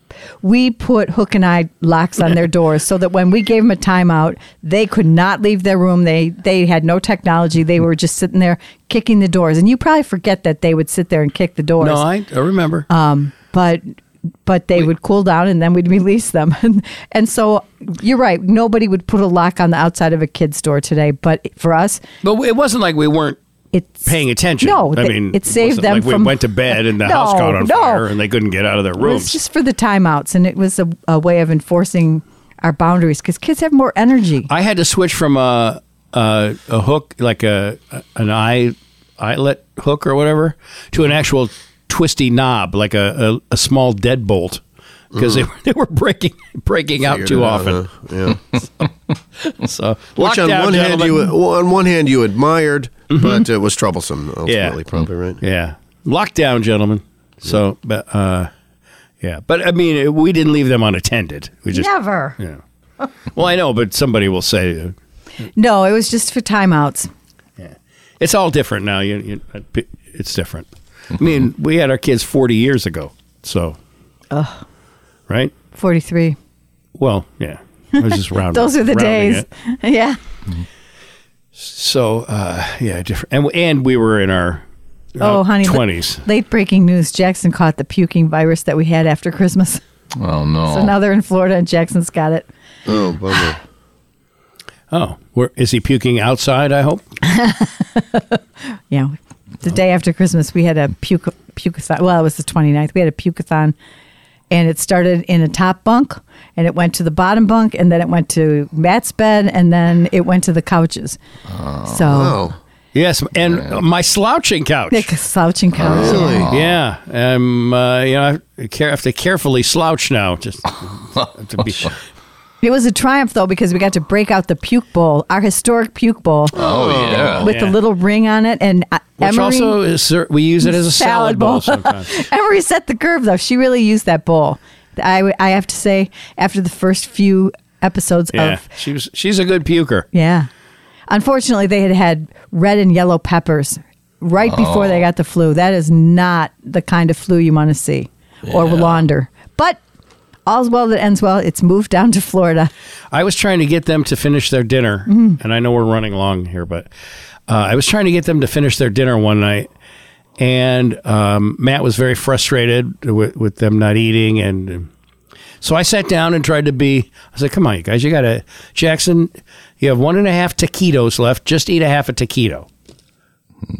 [SPEAKER 4] we put hook and eye locks
[SPEAKER 1] *laughs*
[SPEAKER 4] on their doors so that when we gave them a timeout, they could not leave their room. They they had no technology. They were just sitting there kicking the doors. And you probably forget that they would sit there and kick the doors.
[SPEAKER 1] No, I, I remember.
[SPEAKER 4] Um, but but they would cool down and then we'd release them. *laughs* and, and so you're right. Nobody would put a lock on the outside of a kid's door today. But for us,
[SPEAKER 1] but it wasn't like we weren't paying attention.
[SPEAKER 4] No,
[SPEAKER 1] I
[SPEAKER 4] they-
[SPEAKER 1] mean,
[SPEAKER 4] it saved
[SPEAKER 1] wasn't
[SPEAKER 4] them
[SPEAKER 1] like
[SPEAKER 4] from-
[SPEAKER 1] we went to bed and the
[SPEAKER 4] *laughs* No,
[SPEAKER 1] house caught on
[SPEAKER 4] no.
[SPEAKER 1] fire and they couldn't get out of their
[SPEAKER 4] It was
[SPEAKER 1] rooms.
[SPEAKER 4] just for the timeouts, and it was a, a way of enforcing our boundaries because kids have more energy.
[SPEAKER 1] I had to switch from a a, a hook like a an eye eyelet hook or whatever to an actual twisty knob like a a, a small deadbolt because they were *laughs* they were breaking breaking out
[SPEAKER 3] Mm. Figured
[SPEAKER 1] too
[SPEAKER 3] it out,
[SPEAKER 1] often.
[SPEAKER 3] huh? Yeah.
[SPEAKER 1] So
[SPEAKER 3] Which on
[SPEAKER 1] lockdown,
[SPEAKER 3] one hand
[SPEAKER 1] gentlemen.
[SPEAKER 3] you on one hand you admired, but it was troublesome ultimately,
[SPEAKER 1] Yeah.
[SPEAKER 3] probably right.
[SPEAKER 1] Yeah. Lockdown, gentlemen. So, but, uh, yeah. But I mean, it- we didn't leave them unattended. We just,
[SPEAKER 4] Never.
[SPEAKER 1] Yeah. Well, I know, but somebody will say uh,
[SPEAKER 4] No, it was just for timeouts.
[SPEAKER 1] it's all different now. You, you uh, it's different. I
[SPEAKER 4] *laughs*
[SPEAKER 1] mean, we had our kids 40 years ago. So,
[SPEAKER 4] Ugh.
[SPEAKER 1] right?
[SPEAKER 4] Forty-three.
[SPEAKER 1] Well, yeah. I was
[SPEAKER 4] *laughs*
[SPEAKER 1] just rounding.
[SPEAKER 4] Those are the
[SPEAKER 1] rounding
[SPEAKER 4] days.
[SPEAKER 1] it.
[SPEAKER 4] *laughs* yeah.
[SPEAKER 1] So, uh, yeah, different. And, and we were in our uh,
[SPEAKER 4] oh, honey. la-
[SPEAKER 1] 20s.
[SPEAKER 4] Late breaking news: Jackson caught the puking virus that we had after Christmas. *laughs*
[SPEAKER 2] Oh no!
[SPEAKER 4] So now they're in Florida, and Jackson's got it.
[SPEAKER 3] Oh, bummer.
[SPEAKER 1] Oh, where, is he puking outside? I hope.
[SPEAKER 4] Yeah. The day after Christmas, we had a puke pukeathon. Well, it was the 29th. We had a pukeathon, and it started in a top bunk, and it went to the bottom bunk, and then it went to Matt's bed, and then it went to the couches. so
[SPEAKER 3] Oh,
[SPEAKER 1] Yes. And my slouching couch.
[SPEAKER 4] the slouching couch.
[SPEAKER 3] really?
[SPEAKER 1] Yeah, I'm. Uh, you know, I care- have to carefully slouch now. Just have to be.
[SPEAKER 4] It was a triumph though because we got to break out the puke bowl, our historic puke bowl
[SPEAKER 2] oh yeah.
[SPEAKER 4] with the
[SPEAKER 1] yeah.
[SPEAKER 4] little ring on it, and uh,
[SPEAKER 1] Which
[SPEAKER 4] Emery.
[SPEAKER 1] also is ser- we use it as a salad, bowl. *laughs* sometimes.
[SPEAKER 4] *laughs* Emery set the curve though. She really used that bowl. I, w- I have to say, after the first few episodes
[SPEAKER 1] Yeah,
[SPEAKER 4] of
[SPEAKER 1] she was. She's a good puker.
[SPEAKER 4] Yeah. Unfortunately, they had had red and yellow peppers right before they got the flu. That is not the kind of flu you want to see or launder. But all's well that ends well. It's moved down to Florida.
[SPEAKER 1] I was trying to get them to finish their dinner, and I know we're running long here, but uh, I was trying to get them to finish their dinner one night, and um, Matt was very frustrated with, with them not eating, and um, so I sat down and tried to be. I said, "Come on, you guys, you got to Jackson. You have one and a half taquitos left. Just eat a half a taquito,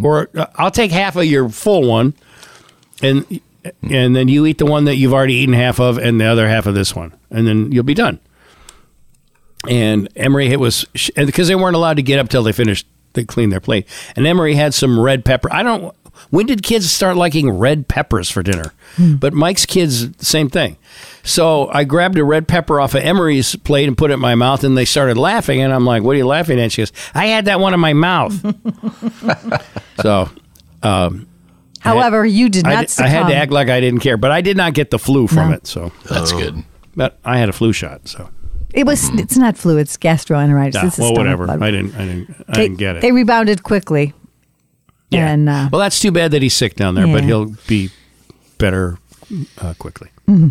[SPEAKER 1] or uh, I'll take half of your full one, and." And then you eat the one that you've already eaten half of, and the other half of this one, and then you'll be done and Emery it was sh- and because they weren't allowed to get up till they finished they cleaned their plate. And Emery had some red pepper. I don't. When did kids start liking red peppers for dinner?
[SPEAKER 4] Hmm.
[SPEAKER 1] But Mike's kids, same thing. So I grabbed a red pepper off of Emery's plate and put it in my mouth, and they started laughing. And I'm like, "What are you laughing at?" She goes, "I had that one in my
[SPEAKER 4] *laughs*
[SPEAKER 1] mouth." so
[SPEAKER 4] However, you did
[SPEAKER 1] I,
[SPEAKER 4] not
[SPEAKER 1] d- I had
[SPEAKER 4] succumb.
[SPEAKER 1] to act like I didn't care, but I did not get the flu from it. So,
[SPEAKER 2] That's good.
[SPEAKER 1] but I had a flu shot. So,
[SPEAKER 4] It was. It's not flu. It's gastroenteritis.
[SPEAKER 1] mm. nah,
[SPEAKER 4] it's a
[SPEAKER 1] well,
[SPEAKER 4] stomach
[SPEAKER 1] whatever.
[SPEAKER 4] bug.
[SPEAKER 1] I didn't. I didn't. I
[SPEAKER 4] They,
[SPEAKER 1] didn't get it.
[SPEAKER 4] they rebounded quickly.
[SPEAKER 1] Yeah.
[SPEAKER 4] And, uh,
[SPEAKER 1] well, that's too bad that he's sick down there, but
[SPEAKER 4] Yeah.
[SPEAKER 1] he'll be better uh, quickly.
[SPEAKER 4] Mm-hmm.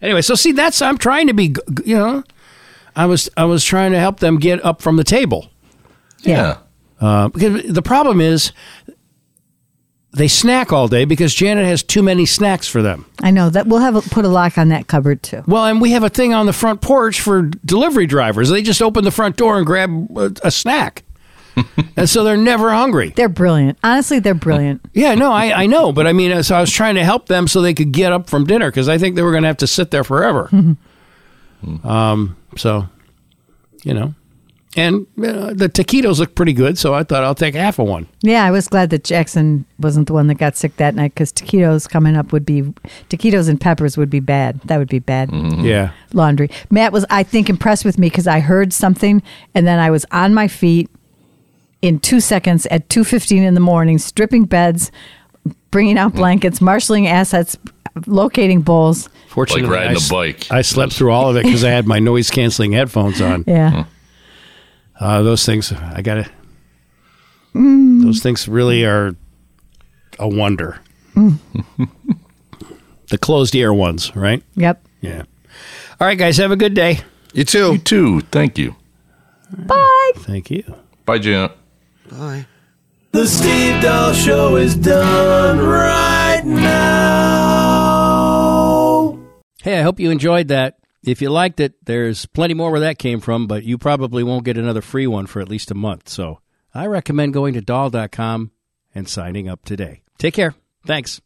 [SPEAKER 1] Anyway, so see, that's I'm trying to be. g- g- You know, I was I was trying to help them get up from the table
[SPEAKER 4] Yeah.
[SPEAKER 2] Yeah.
[SPEAKER 1] uh, because the problem is they snack all day because Janet has too many snacks for them.
[SPEAKER 4] I know that we'll have a, put a lock on that cupboard too.
[SPEAKER 1] Well, and we have a thing on the front porch for delivery drivers. They just open the front door and grab a, a snack, and so they're never hungry.
[SPEAKER 4] They're brilliant. Honestly, they're brilliant.
[SPEAKER 1] Yeah, no, I, I know, but I mean, uh, so I was trying to help them so they could get up from dinner because I think they were going to have to sit there forever. um, so, you know, and uh, the taquitos look pretty good, so I thought I'll take half of one.
[SPEAKER 4] Yeah, I was glad that Jackson wasn't the one that got sick that night because taquitos coming up would be taquitos and peppers would be bad. That would be bad
[SPEAKER 2] Mm-hmm.
[SPEAKER 1] Yeah,
[SPEAKER 4] laundry. Matt was, I think, impressed with me because I heard something and then I was on my feet in two seconds at two fifteen in the morning, stripping beds, bringing out blankets, marshaling assets, locating bowls.
[SPEAKER 1] fortunately,
[SPEAKER 2] riding
[SPEAKER 1] I
[SPEAKER 2] a
[SPEAKER 1] s-
[SPEAKER 2] bike.
[SPEAKER 1] I slept through all of it because I had my noise canceling headphones on.
[SPEAKER 4] Yeah,
[SPEAKER 1] Uh, those things, I gotta. Those things really are a wonder. the closed ear ones, right?
[SPEAKER 4] yep.
[SPEAKER 1] Yeah. All right, guys. Have a good day.
[SPEAKER 3] You too.
[SPEAKER 2] You too. Thank you.
[SPEAKER 1] Thank you.
[SPEAKER 2] Bye, Janet.
[SPEAKER 3] Bye.
[SPEAKER 6] The Steve Dahl Show is done right now.
[SPEAKER 1] Hey, I hope you enjoyed that. If you liked it, there's plenty more where that came from, but you probably won't get another free one for at least a month. So I recommend going to doll.com and signing up today. Take care. Thanks.